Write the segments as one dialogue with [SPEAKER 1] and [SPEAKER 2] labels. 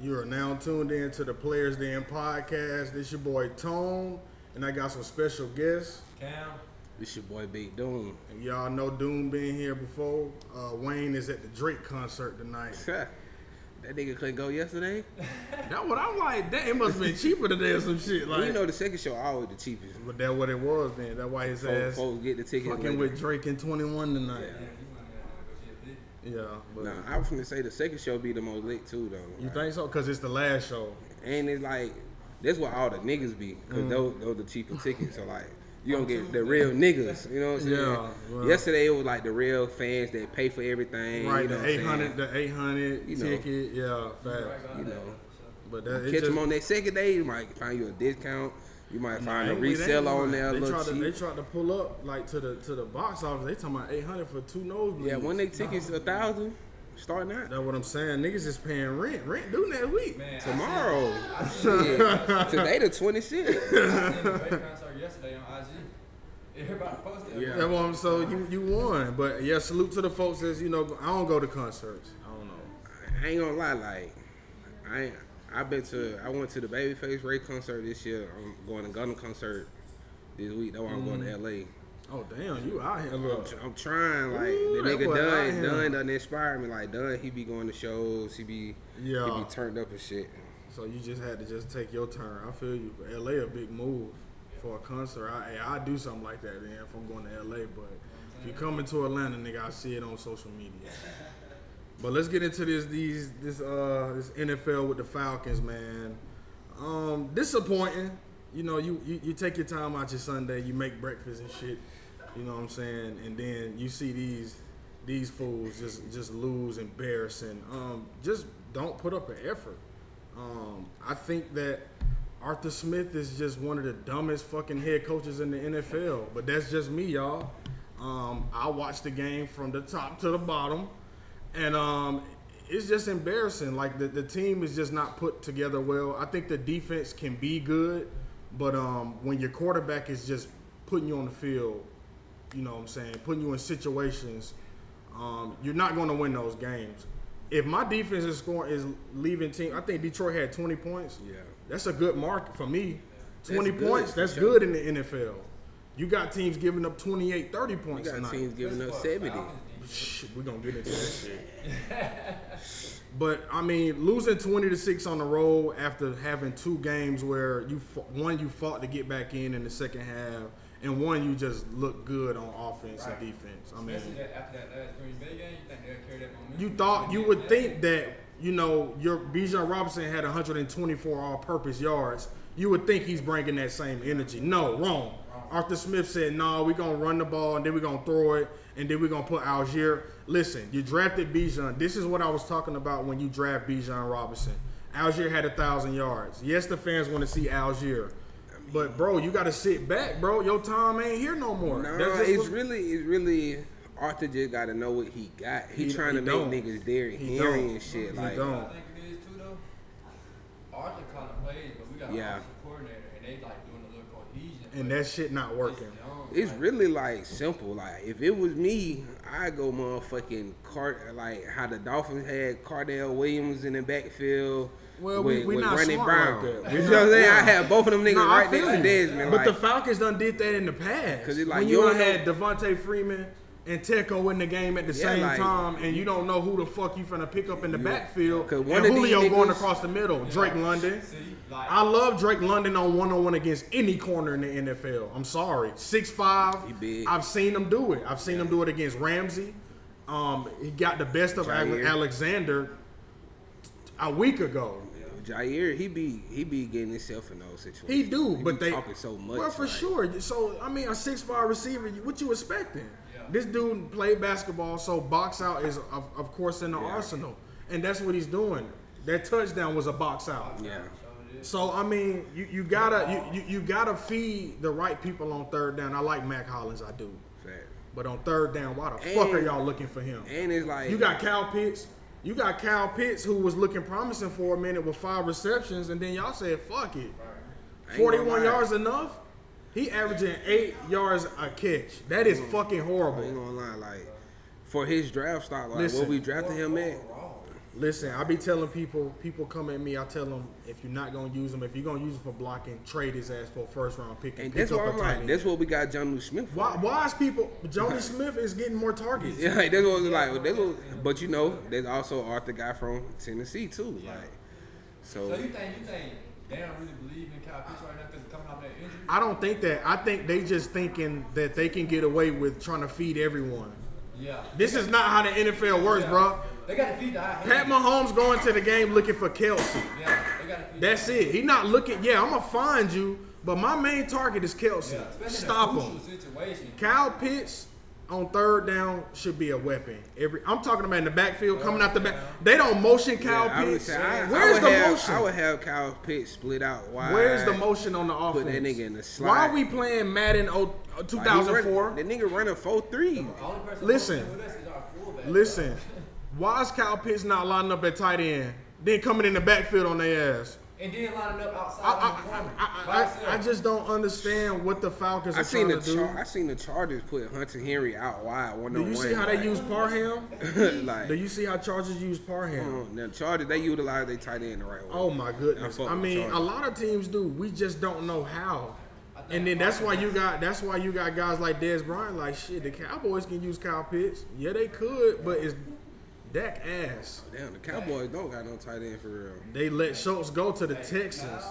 [SPEAKER 1] You are now tuned in to the Players Den podcast. This your boy Tone, and I got some special guests.
[SPEAKER 2] Cam.
[SPEAKER 3] This your boy Big Doom.
[SPEAKER 1] And y'all know Doom been here before. Uh, Wayne is at the Drake concert tonight.
[SPEAKER 3] that nigga couldn't go yesterday.
[SPEAKER 1] That's what I'm like. That it must have been cheaper today or some shit.
[SPEAKER 3] Well,
[SPEAKER 1] Like,
[SPEAKER 3] you know the second show always the cheapest.
[SPEAKER 1] but that what it was then. That's why his
[SPEAKER 3] Folks,
[SPEAKER 1] ass
[SPEAKER 3] folks get the ticket.
[SPEAKER 1] fucking
[SPEAKER 3] later.
[SPEAKER 1] with Drake and 21 tonight.
[SPEAKER 2] Yeah, you might have to negotiate this.
[SPEAKER 1] Yeah, but
[SPEAKER 3] Nah, I was gonna say the second show be the most lit too though.
[SPEAKER 1] you think so? Cause it's the last show.
[SPEAKER 3] And it's like that's where all the niggas be, cause
[SPEAKER 1] Mm.
[SPEAKER 3] those those the cheaper tickets. So like you don't get the real niggas. You know what I'm saying?
[SPEAKER 1] Yeah, well-
[SPEAKER 3] Yesterday it was like the real fans that pay for everything.
[SPEAKER 1] Right,
[SPEAKER 3] You know
[SPEAKER 1] the
[SPEAKER 3] what I'm
[SPEAKER 1] 800,
[SPEAKER 3] saying?
[SPEAKER 1] the 800
[SPEAKER 3] You know.
[SPEAKER 1] ticket. Yeah,
[SPEAKER 2] Right
[SPEAKER 1] fact.
[SPEAKER 2] about
[SPEAKER 3] You
[SPEAKER 2] that.
[SPEAKER 3] know.
[SPEAKER 1] But that
[SPEAKER 3] Catch
[SPEAKER 1] it's just,
[SPEAKER 3] them on that second day. You might find you a discount. You might find a
[SPEAKER 1] Ain't we- they ain't
[SPEAKER 3] reseller on
[SPEAKER 1] lying.
[SPEAKER 3] there a
[SPEAKER 1] They
[SPEAKER 3] little
[SPEAKER 1] tried, to, they
[SPEAKER 3] cheap.
[SPEAKER 1] tried to pull up like to the to the box office. They talking about eight hundred for two nosebleeds.
[SPEAKER 3] Yeah, when they tickets a thousand, starting out.
[SPEAKER 1] That's what I'm saying. Niggas is paying rent. Rent due next week.
[SPEAKER 2] Man, I
[SPEAKER 3] Tomorrow. Shit. Today the 26th.
[SPEAKER 2] seen- I seen the Drake concert yesterday on IG. Everybody posted.
[SPEAKER 1] That's what I'm so you you won. But yeah, salute to the folks that's you know I don't go to concerts. I don't know.
[SPEAKER 3] I ain't gonna lie, like, I ain't- I been to, I went to the Babyface Ray concert this year. I'm going to Gunna concert this week. That's why I'm going to LA.
[SPEAKER 1] Oh damn, you out here.
[SPEAKER 3] I'm, tr- I'm trying, like,
[SPEAKER 1] Ooh,
[SPEAKER 3] the
[SPEAKER 1] that
[SPEAKER 3] nigga
[SPEAKER 1] boy out
[SPEAKER 3] Dunn,
[SPEAKER 1] here.
[SPEAKER 3] Dunn done inspired me. Like, Dunn, he be going to shows, he be, he
[SPEAKER 1] Yeah.
[SPEAKER 3] be turned up and shit.
[SPEAKER 1] So you just had to just take your turn. I feel you. But LA a big move for a concert. I I I do something like that then if I'm going to LA. But if you coming to Atlanta, nigga, I see it on social media. But let's get into this these this uh this NFL with the Falcons, man. Um, disappointing. You know, you, you you take your time out your Sunday, you make breakfast and shit. You know what I'm saying? And then you see these these fools just just lose embarrassing. Um, just don't put up an effort. Um, I think that Arthur Smith is just one of the dumbest fucking head coaches in the NFL. But that's just me, y'all. Um, I watched the game from the top to the bottom. And um, it's just embarrassing. Like the, the team is just not put together well. I think the defense can be good, but um, when your quarterback is just putting you on the field, you know what I'm saying, putting you in situations, um, you're not going to win those games. If my defense is scoring is leaving team, I think Detroit had 20 points.
[SPEAKER 3] Yeah.
[SPEAKER 1] That's a good mark for me. 20
[SPEAKER 3] That's good
[SPEAKER 1] points,
[SPEAKER 3] for
[SPEAKER 1] that's
[SPEAKER 3] sure.
[SPEAKER 1] good in the NFL. You got teams giving up 28, 30
[SPEAKER 3] We
[SPEAKER 1] points
[SPEAKER 3] got
[SPEAKER 1] tonight.
[SPEAKER 3] teams giving up
[SPEAKER 2] Fuck,
[SPEAKER 3] 70.
[SPEAKER 2] Falcons defense.
[SPEAKER 1] Shit, we're gonna get into that shit. but I mean, losing twenty to six on the road after having two games where you fo- one you fought to get back in in the second half, and one you just looked good on offense
[SPEAKER 2] Right.
[SPEAKER 1] and defense. I mean,
[SPEAKER 2] Especially that after that last Green Bay game, you think they'll carry that momentum?
[SPEAKER 1] you thought you
[SPEAKER 2] Yeah.
[SPEAKER 1] would think that you know your Bijan Robinson had 124 all-purpose yards. You would think he's bringing that same energy. No, wrong. Arthur Smith said, "No, we're gonna run the ball and then we're gonna throw it and then we're gonna put Algier." Listen, you drafted Bijan. This is what I was talking about when you draft Bijan Robinson. Algier had a thousand yards. Yes, the fans want to see Algier, but bro, you got to sit back, bro. Your time ain't here no more.
[SPEAKER 3] No,
[SPEAKER 1] That's just
[SPEAKER 3] it's
[SPEAKER 1] what-
[SPEAKER 3] really, it's really. Arthur just got to know what he got. He,
[SPEAKER 1] He-
[SPEAKER 3] trying
[SPEAKER 1] he
[SPEAKER 3] to make
[SPEAKER 1] don't.
[SPEAKER 3] niggas dare
[SPEAKER 1] He
[SPEAKER 3] hearing
[SPEAKER 1] don't.
[SPEAKER 3] and shit.
[SPEAKER 1] He
[SPEAKER 3] like,
[SPEAKER 2] You know
[SPEAKER 1] don't.
[SPEAKER 2] what I think it is too, though? Arthur calling plays, but we got
[SPEAKER 3] Yeah.
[SPEAKER 2] an offensive coordinator, and they like doing a little cohesion.
[SPEAKER 1] and
[SPEAKER 2] but
[SPEAKER 1] that shit not
[SPEAKER 2] it's
[SPEAKER 1] working.
[SPEAKER 2] dumb,
[SPEAKER 3] it's
[SPEAKER 2] like,
[SPEAKER 3] really like simple. Like, if it was me, I go motherfucking cart. Like how the Dolphins had Cardell Williams in the backfield.
[SPEAKER 1] Well,
[SPEAKER 3] with,
[SPEAKER 1] we- we
[SPEAKER 3] with
[SPEAKER 1] not
[SPEAKER 3] Ronnie
[SPEAKER 1] smart like
[SPEAKER 3] Brown.
[SPEAKER 1] that.
[SPEAKER 3] You
[SPEAKER 1] We
[SPEAKER 3] know what I'm
[SPEAKER 1] not-
[SPEAKER 3] saying? I
[SPEAKER 1] yeah.
[SPEAKER 3] had both of them niggas
[SPEAKER 1] No, I
[SPEAKER 3] right there
[SPEAKER 1] feel
[SPEAKER 3] to
[SPEAKER 1] you.
[SPEAKER 3] Desmond.
[SPEAKER 1] But
[SPEAKER 3] like,
[SPEAKER 1] the Falcons done did that in the past.
[SPEAKER 3] 'Cause it's like,
[SPEAKER 1] when
[SPEAKER 3] you
[SPEAKER 1] you done
[SPEAKER 3] don't
[SPEAKER 1] had Devontae Freeman and Teco in the game at the
[SPEAKER 3] Yeah,
[SPEAKER 1] same
[SPEAKER 3] like-
[SPEAKER 1] time, and you don't know who the fuck you finna pick up in the
[SPEAKER 3] Yeah.
[SPEAKER 1] backfield.
[SPEAKER 3] 'Cause
[SPEAKER 1] And
[SPEAKER 3] one of these
[SPEAKER 1] Julio going
[SPEAKER 3] niggas-
[SPEAKER 1] across the middle. Drake London.
[SPEAKER 2] See, like,
[SPEAKER 1] I love Drake London on one on one against any corner in the NFL. I'm sorry, six five.
[SPEAKER 3] He big.
[SPEAKER 1] I've seen him do it. I've seen him do it against Ramsey. Um, he got the best of Ale-
[SPEAKER 3] Jair.
[SPEAKER 1] Alexander a week ago.
[SPEAKER 3] Jair, he be he be getting himself in those situations.
[SPEAKER 1] He do,
[SPEAKER 3] be
[SPEAKER 1] but they
[SPEAKER 3] talking so much.
[SPEAKER 1] Well, for
[SPEAKER 3] like,
[SPEAKER 1] sure. So I mean, a six five receiver, you- what you expecting?
[SPEAKER 2] Yeah.
[SPEAKER 1] This dude played basketball, so box out is of, of course in the
[SPEAKER 3] Yeah.
[SPEAKER 1] arsenal, and that's what he's doing. That touchdown was a box out.
[SPEAKER 2] so
[SPEAKER 3] Yeah.
[SPEAKER 2] it is.
[SPEAKER 1] So I mean, you, you gotta you, you, you gotta feed the right people on third down. I like Mac Hollins, I do,
[SPEAKER 3] Fact.
[SPEAKER 1] but on third down, why the fuck are
[SPEAKER 3] And-
[SPEAKER 1] y'all looking for him?
[SPEAKER 3] And it's like
[SPEAKER 1] You got Cal Pitts. You got Cal Pitts, who was looking promising for a minute with five receptions, and then y'all said, "Fuck it."
[SPEAKER 3] I ain't gonna
[SPEAKER 1] 41
[SPEAKER 3] lie.
[SPEAKER 1] yards enough? He averaging eight yards a catch. That is fucking
[SPEAKER 3] I ain't
[SPEAKER 1] horrible.
[SPEAKER 3] gonna lie, like for his draft stock, like
[SPEAKER 1] Listen.
[SPEAKER 3] what we drafted him at.
[SPEAKER 2] Overall,
[SPEAKER 1] Listen, I be telling people, people come at me. I tell them if you're not gonna use him, if you're gonna use him for blocking, trade his ass for a first round pick and,
[SPEAKER 3] And
[SPEAKER 1] pick
[SPEAKER 3] that's
[SPEAKER 1] up
[SPEAKER 3] what
[SPEAKER 1] a
[SPEAKER 3] I'm
[SPEAKER 1] tight
[SPEAKER 3] like.
[SPEAKER 1] end.
[SPEAKER 3] That's what we got John New Smith for.
[SPEAKER 1] why, why is people? Jody Smith is getting more targets.
[SPEAKER 3] Yeah, like, that's what was like. That's what, but you know, there's also Arthur guy from Tennessee too. Like,
[SPEAKER 2] So
[SPEAKER 3] so
[SPEAKER 2] you think you think they don't really believe in Kyle Pitts right now because he's coming off that injury?
[SPEAKER 1] I don't think that. I think they just thinking that they can get away with trying to feed everyone.
[SPEAKER 2] Yeah.
[SPEAKER 1] This is not how the NFL works,
[SPEAKER 2] yeah.
[SPEAKER 1] bro.
[SPEAKER 2] They got to feed the high
[SPEAKER 1] Pat
[SPEAKER 2] hand.
[SPEAKER 1] Mahomes going to the game looking for Kelsey.
[SPEAKER 2] Yeah, they got to feed.
[SPEAKER 1] That's it. He not looking. Yeah, I'm gonna find you, but my main target is Kelsey.
[SPEAKER 2] yeah, especially in a
[SPEAKER 1] Stop
[SPEAKER 2] crucial
[SPEAKER 1] him.
[SPEAKER 2] Situation.
[SPEAKER 1] Kyle Pitts on third down should be a weapon. Every I'm talking about in the backfield coming out the back. They don't motion Kyle
[SPEAKER 3] yeah, I would
[SPEAKER 1] Pitts.
[SPEAKER 3] say I, I
[SPEAKER 1] Where's
[SPEAKER 3] would
[SPEAKER 1] the
[SPEAKER 3] have,
[SPEAKER 1] motion?
[SPEAKER 3] I would have Kyle Pitts split out wide.
[SPEAKER 1] Where's the motion on the offense?
[SPEAKER 3] that nigga in the
[SPEAKER 1] Why
[SPEAKER 3] slot.
[SPEAKER 1] are we playing Madden oh, o-
[SPEAKER 3] Like, he run-
[SPEAKER 1] 2004?
[SPEAKER 3] The nigga running four three.
[SPEAKER 2] The only person
[SPEAKER 1] Listen.
[SPEAKER 2] who does is our fullback.
[SPEAKER 1] Listen, why is Kyle Pitts not lining up at tight end? Then coming in the backfield on their ass.
[SPEAKER 2] And then lining up outside
[SPEAKER 1] I,
[SPEAKER 2] on the
[SPEAKER 1] I,
[SPEAKER 2] corner.
[SPEAKER 1] I,
[SPEAKER 2] by
[SPEAKER 1] I-
[SPEAKER 2] himself.
[SPEAKER 1] I, I just don't understand what the Falcons are
[SPEAKER 3] I seen
[SPEAKER 1] trying
[SPEAKER 3] the
[SPEAKER 1] to do.
[SPEAKER 3] char- I seen the Chargers put Hunter Henry out wide one
[SPEAKER 1] Do you see how they use Parham?
[SPEAKER 3] like
[SPEAKER 1] Do you see how Chargers use Parham?
[SPEAKER 3] um, the Chargers they utilize their tight end the right way.
[SPEAKER 1] Oh my
[SPEAKER 3] I
[SPEAKER 1] goodness!
[SPEAKER 3] fuck
[SPEAKER 1] I
[SPEAKER 3] with
[SPEAKER 1] mean,
[SPEAKER 3] Chargers.
[SPEAKER 1] a lot of teams do. We just don't know how.
[SPEAKER 2] I think
[SPEAKER 1] And then that's why
[SPEAKER 2] Parham-
[SPEAKER 1] you got that's why you got guys like Des Bryant. Like shit, the Cowboys can use Kyle Pitts. Yeah, they could, but it's Dak ass.
[SPEAKER 3] Damn, the Cowboys don't got no tight end for real.
[SPEAKER 1] They let Schultz go to the Texans.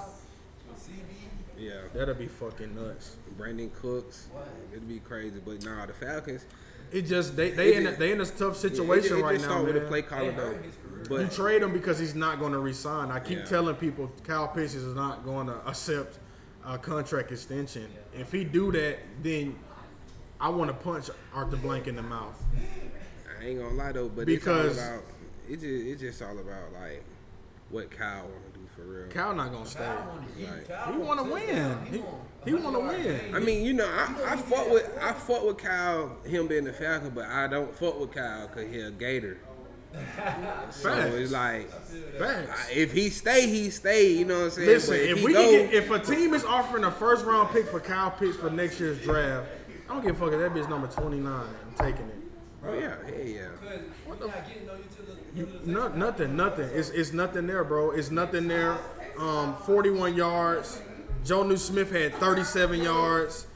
[SPEAKER 2] CB.
[SPEAKER 3] Yeah.
[SPEAKER 1] That'll be fucking nuts.
[SPEAKER 3] Brandon Cooks. It'd be crazy, but nah, the Falcons.
[SPEAKER 1] It just they they
[SPEAKER 3] It
[SPEAKER 1] in a,
[SPEAKER 3] just-
[SPEAKER 1] they in a tough
[SPEAKER 3] Yeah, it
[SPEAKER 1] situation
[SPEAKER 3] ju- it
[SPEAKER 1] right
[SPEAKER 3] just
[SPEAKER 1] now,
[SPEAKER 3] start
[SPEAKER 1] man.
[SPEAKER 3] with the play caller
[SPEAKER 2] They
[SPEAKER 3] though.
[SPEAKER 2] hurt his career.
[SPEAKER 1] you
[SPEAKER 3] But
[SPEAKER 1] trade him because he's not going to resign. I keep
[SPEAKER 3] Yeah.
[SPEAKER 1] telling people Kyle Pitts is not going to accept a contract extension. If he do that, then I want to punch Arthur Blank in the mouth.
[SPEAKER 3] I ain't gonna lie though, but
[SPEAKER 1] Because-
[SPEAKER 3] it's all about it just it's just all about like what Kyle wanna do for real.
[SPEAKER 1] Kyle not going to stay.
[SPEAKER 2] Kyle wanna eat.
[SPEAKER 3] Right.
[SPEAKER 2] Kyle
[SPEAKER 1] He want
[SPEAKER 2] wanna
[SPEAKER 1] to
[SPEAKER 2] touchdown.
[SPEAKER 1] win. He, he
[SPEAKER 2] wanna
[SPEAKER 1] want to
[SPEAKER 2] yard
[SPEAKER 1] win.
[SPEAKER 2] gain.
[SPEAKER 3] I mean, you know, I, I fought with I fought with Kyle, him being the Falcon, but I don't fuck with Kyle because he a Gator. So it's like
[SPEAKER 1] Facts.
[SPEAKER 3] if he stay, he stay. You know what I'm saying?
[SPEAKER 1] Listen,
[SPEAKER 3] But
[SPEAKER 1] if
[SPEAKER 3] he
[SPEAKER 1] we
[SPEAKER 3] go,
[SPEAKER 1] can get, if a team is offering a first round pick for Kyle Pitts for next year's draft, I don't give a fuck if that bitch number twenty nine. I'm taking it.
[SPEAKER 3] oh yeah, hell yeah.
[SPEAKER 2] Because
[SPEAKER 1] What
[SPEAKER 2] you're
[SPEAKER 1] the
[SPEAKER 2] not getting no utility.
[SPEAKER 1] No, nothing, nothing. It's it's nothing there, bro. It's nothing there. Um, 41 yards. Joe New Smith had 37 yards.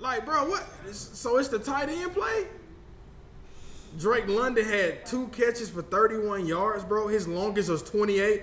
[SPEAKER 1] Like, bro, what? It's- So it's the tight end play. Drake London had two catches for 31 yards, bro. His longest was 28.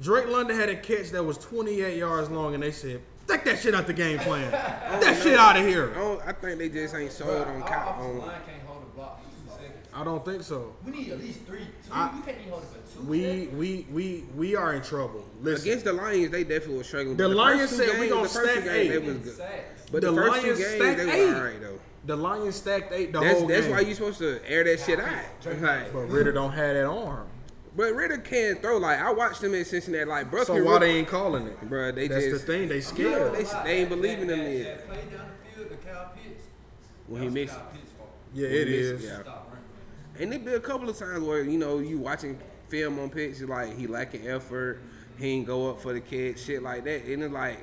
[SPEAKER 1] Drake London had a catch that was 28 yards long, and they said, "Take that shit out the game plan. that shit out of
[SPEAKER 3] I,
[SPEAKER 1] here."
[SPEAKER 3] don't, I think they just ain't sold on
[SPEAKER 2] Our
[SPEAKER 3] Kyle.
[SPEAKER 2] offensive
[SPEAKER 3] On,
[SPEAKER 2] line can't hold a block for two seconds.
[SPEAKER 1] I don't think so.
[SPEAKER 2] We need at least three. Two.
[SPEAKER 1] I-
[SPEAKER 2] you can't even hold it for two
[SPEAKER 1] We
[SPEAKER 2] seconds.
[SPEAKER 1] we we we are in trouble. Listen,
[SPEAKER 3] against the Lions, they definitely was struggling.
[SPEAKER 1] The
[SPEAKER 3] but
[SPEAKER 1] Lions
[SPEAKER 3] first two
[SPEAKER 1] said we
[SPEAKER 3] games-
[SPEAKER 1] gonna
[SPEAKER 3] the first two
[SPEAKER 1] stack
[SPEAKER 3] games,
[SPEAKER 1] eight.
[SPEAKER 3] They was good.
[SPEAKER 2] Sacks.
[SPEAKER 3] But
[SPEAKER 1] The
[SPEAKER 3] the, first
[SPEAKER 1] Lions
[SPEAKER 3] two games,
[SPEAKER 1] stacked
[SPEAKER 3] they
[SPEAKER 1] eight. Oh,
[SPEAKER 3] was all right though.
[SPEAKER 1] The Lions stacked eight the
[SPEAKER 3] That's
[SPEAKER 1] whole
[SPEAKER 3] that's
[SPEAKER 1] game.
[SPEAKER 3] why you supposed to air that shit out. Like,
[SPEAKER 1] but Ritter don't have that arm.
[SPEAKER 3] but Ritter can throw. Like I watched him in Cincinnati. Like bro,
[SPEAKER 1] So
[SPEAKER 3] can
[SPEAKER 1] why
[SPEAKER 3] Ritter-
[SPEAKER 1] they ain't calling it?
[SPEAKER 3] Bruh, they
[SPEAKER 1] That's
[SPEAKER 3] just-
[SPEAKER 1] the thing. They
[SPEAKER 2] I'm not
[SPEAKER 1] scared.
[SPEAKER 3] they-
[SPEAKER 2] gonna lie,
[SPEAKER 3] they ain't
[SPEAKER 2] that-
[SPEAKER 3] believing
[SPEAKER 2] that-
[SPEAKER 3] in it.
[SPEAKER 2] That play down the field, the Kyle Pitts.
[SPEAKER 3] when he
[SPEAKER 2] that was
[SPEAKER 3] missed,
[SPEAKER 2] Kyle Pitts' fault.
[SPEAKER 1] yeah, it
[SPEAKER 3] they-
[SPEAKER 1] is.
[SPEAKER 3] yeah.
[SPEAKER 2] Stop running.
[SPEAKER 3] and it be a couple of times where you know you watching film on pitch, it's like he lacking effort, he ain't go up for the catch, shit like that, and it's like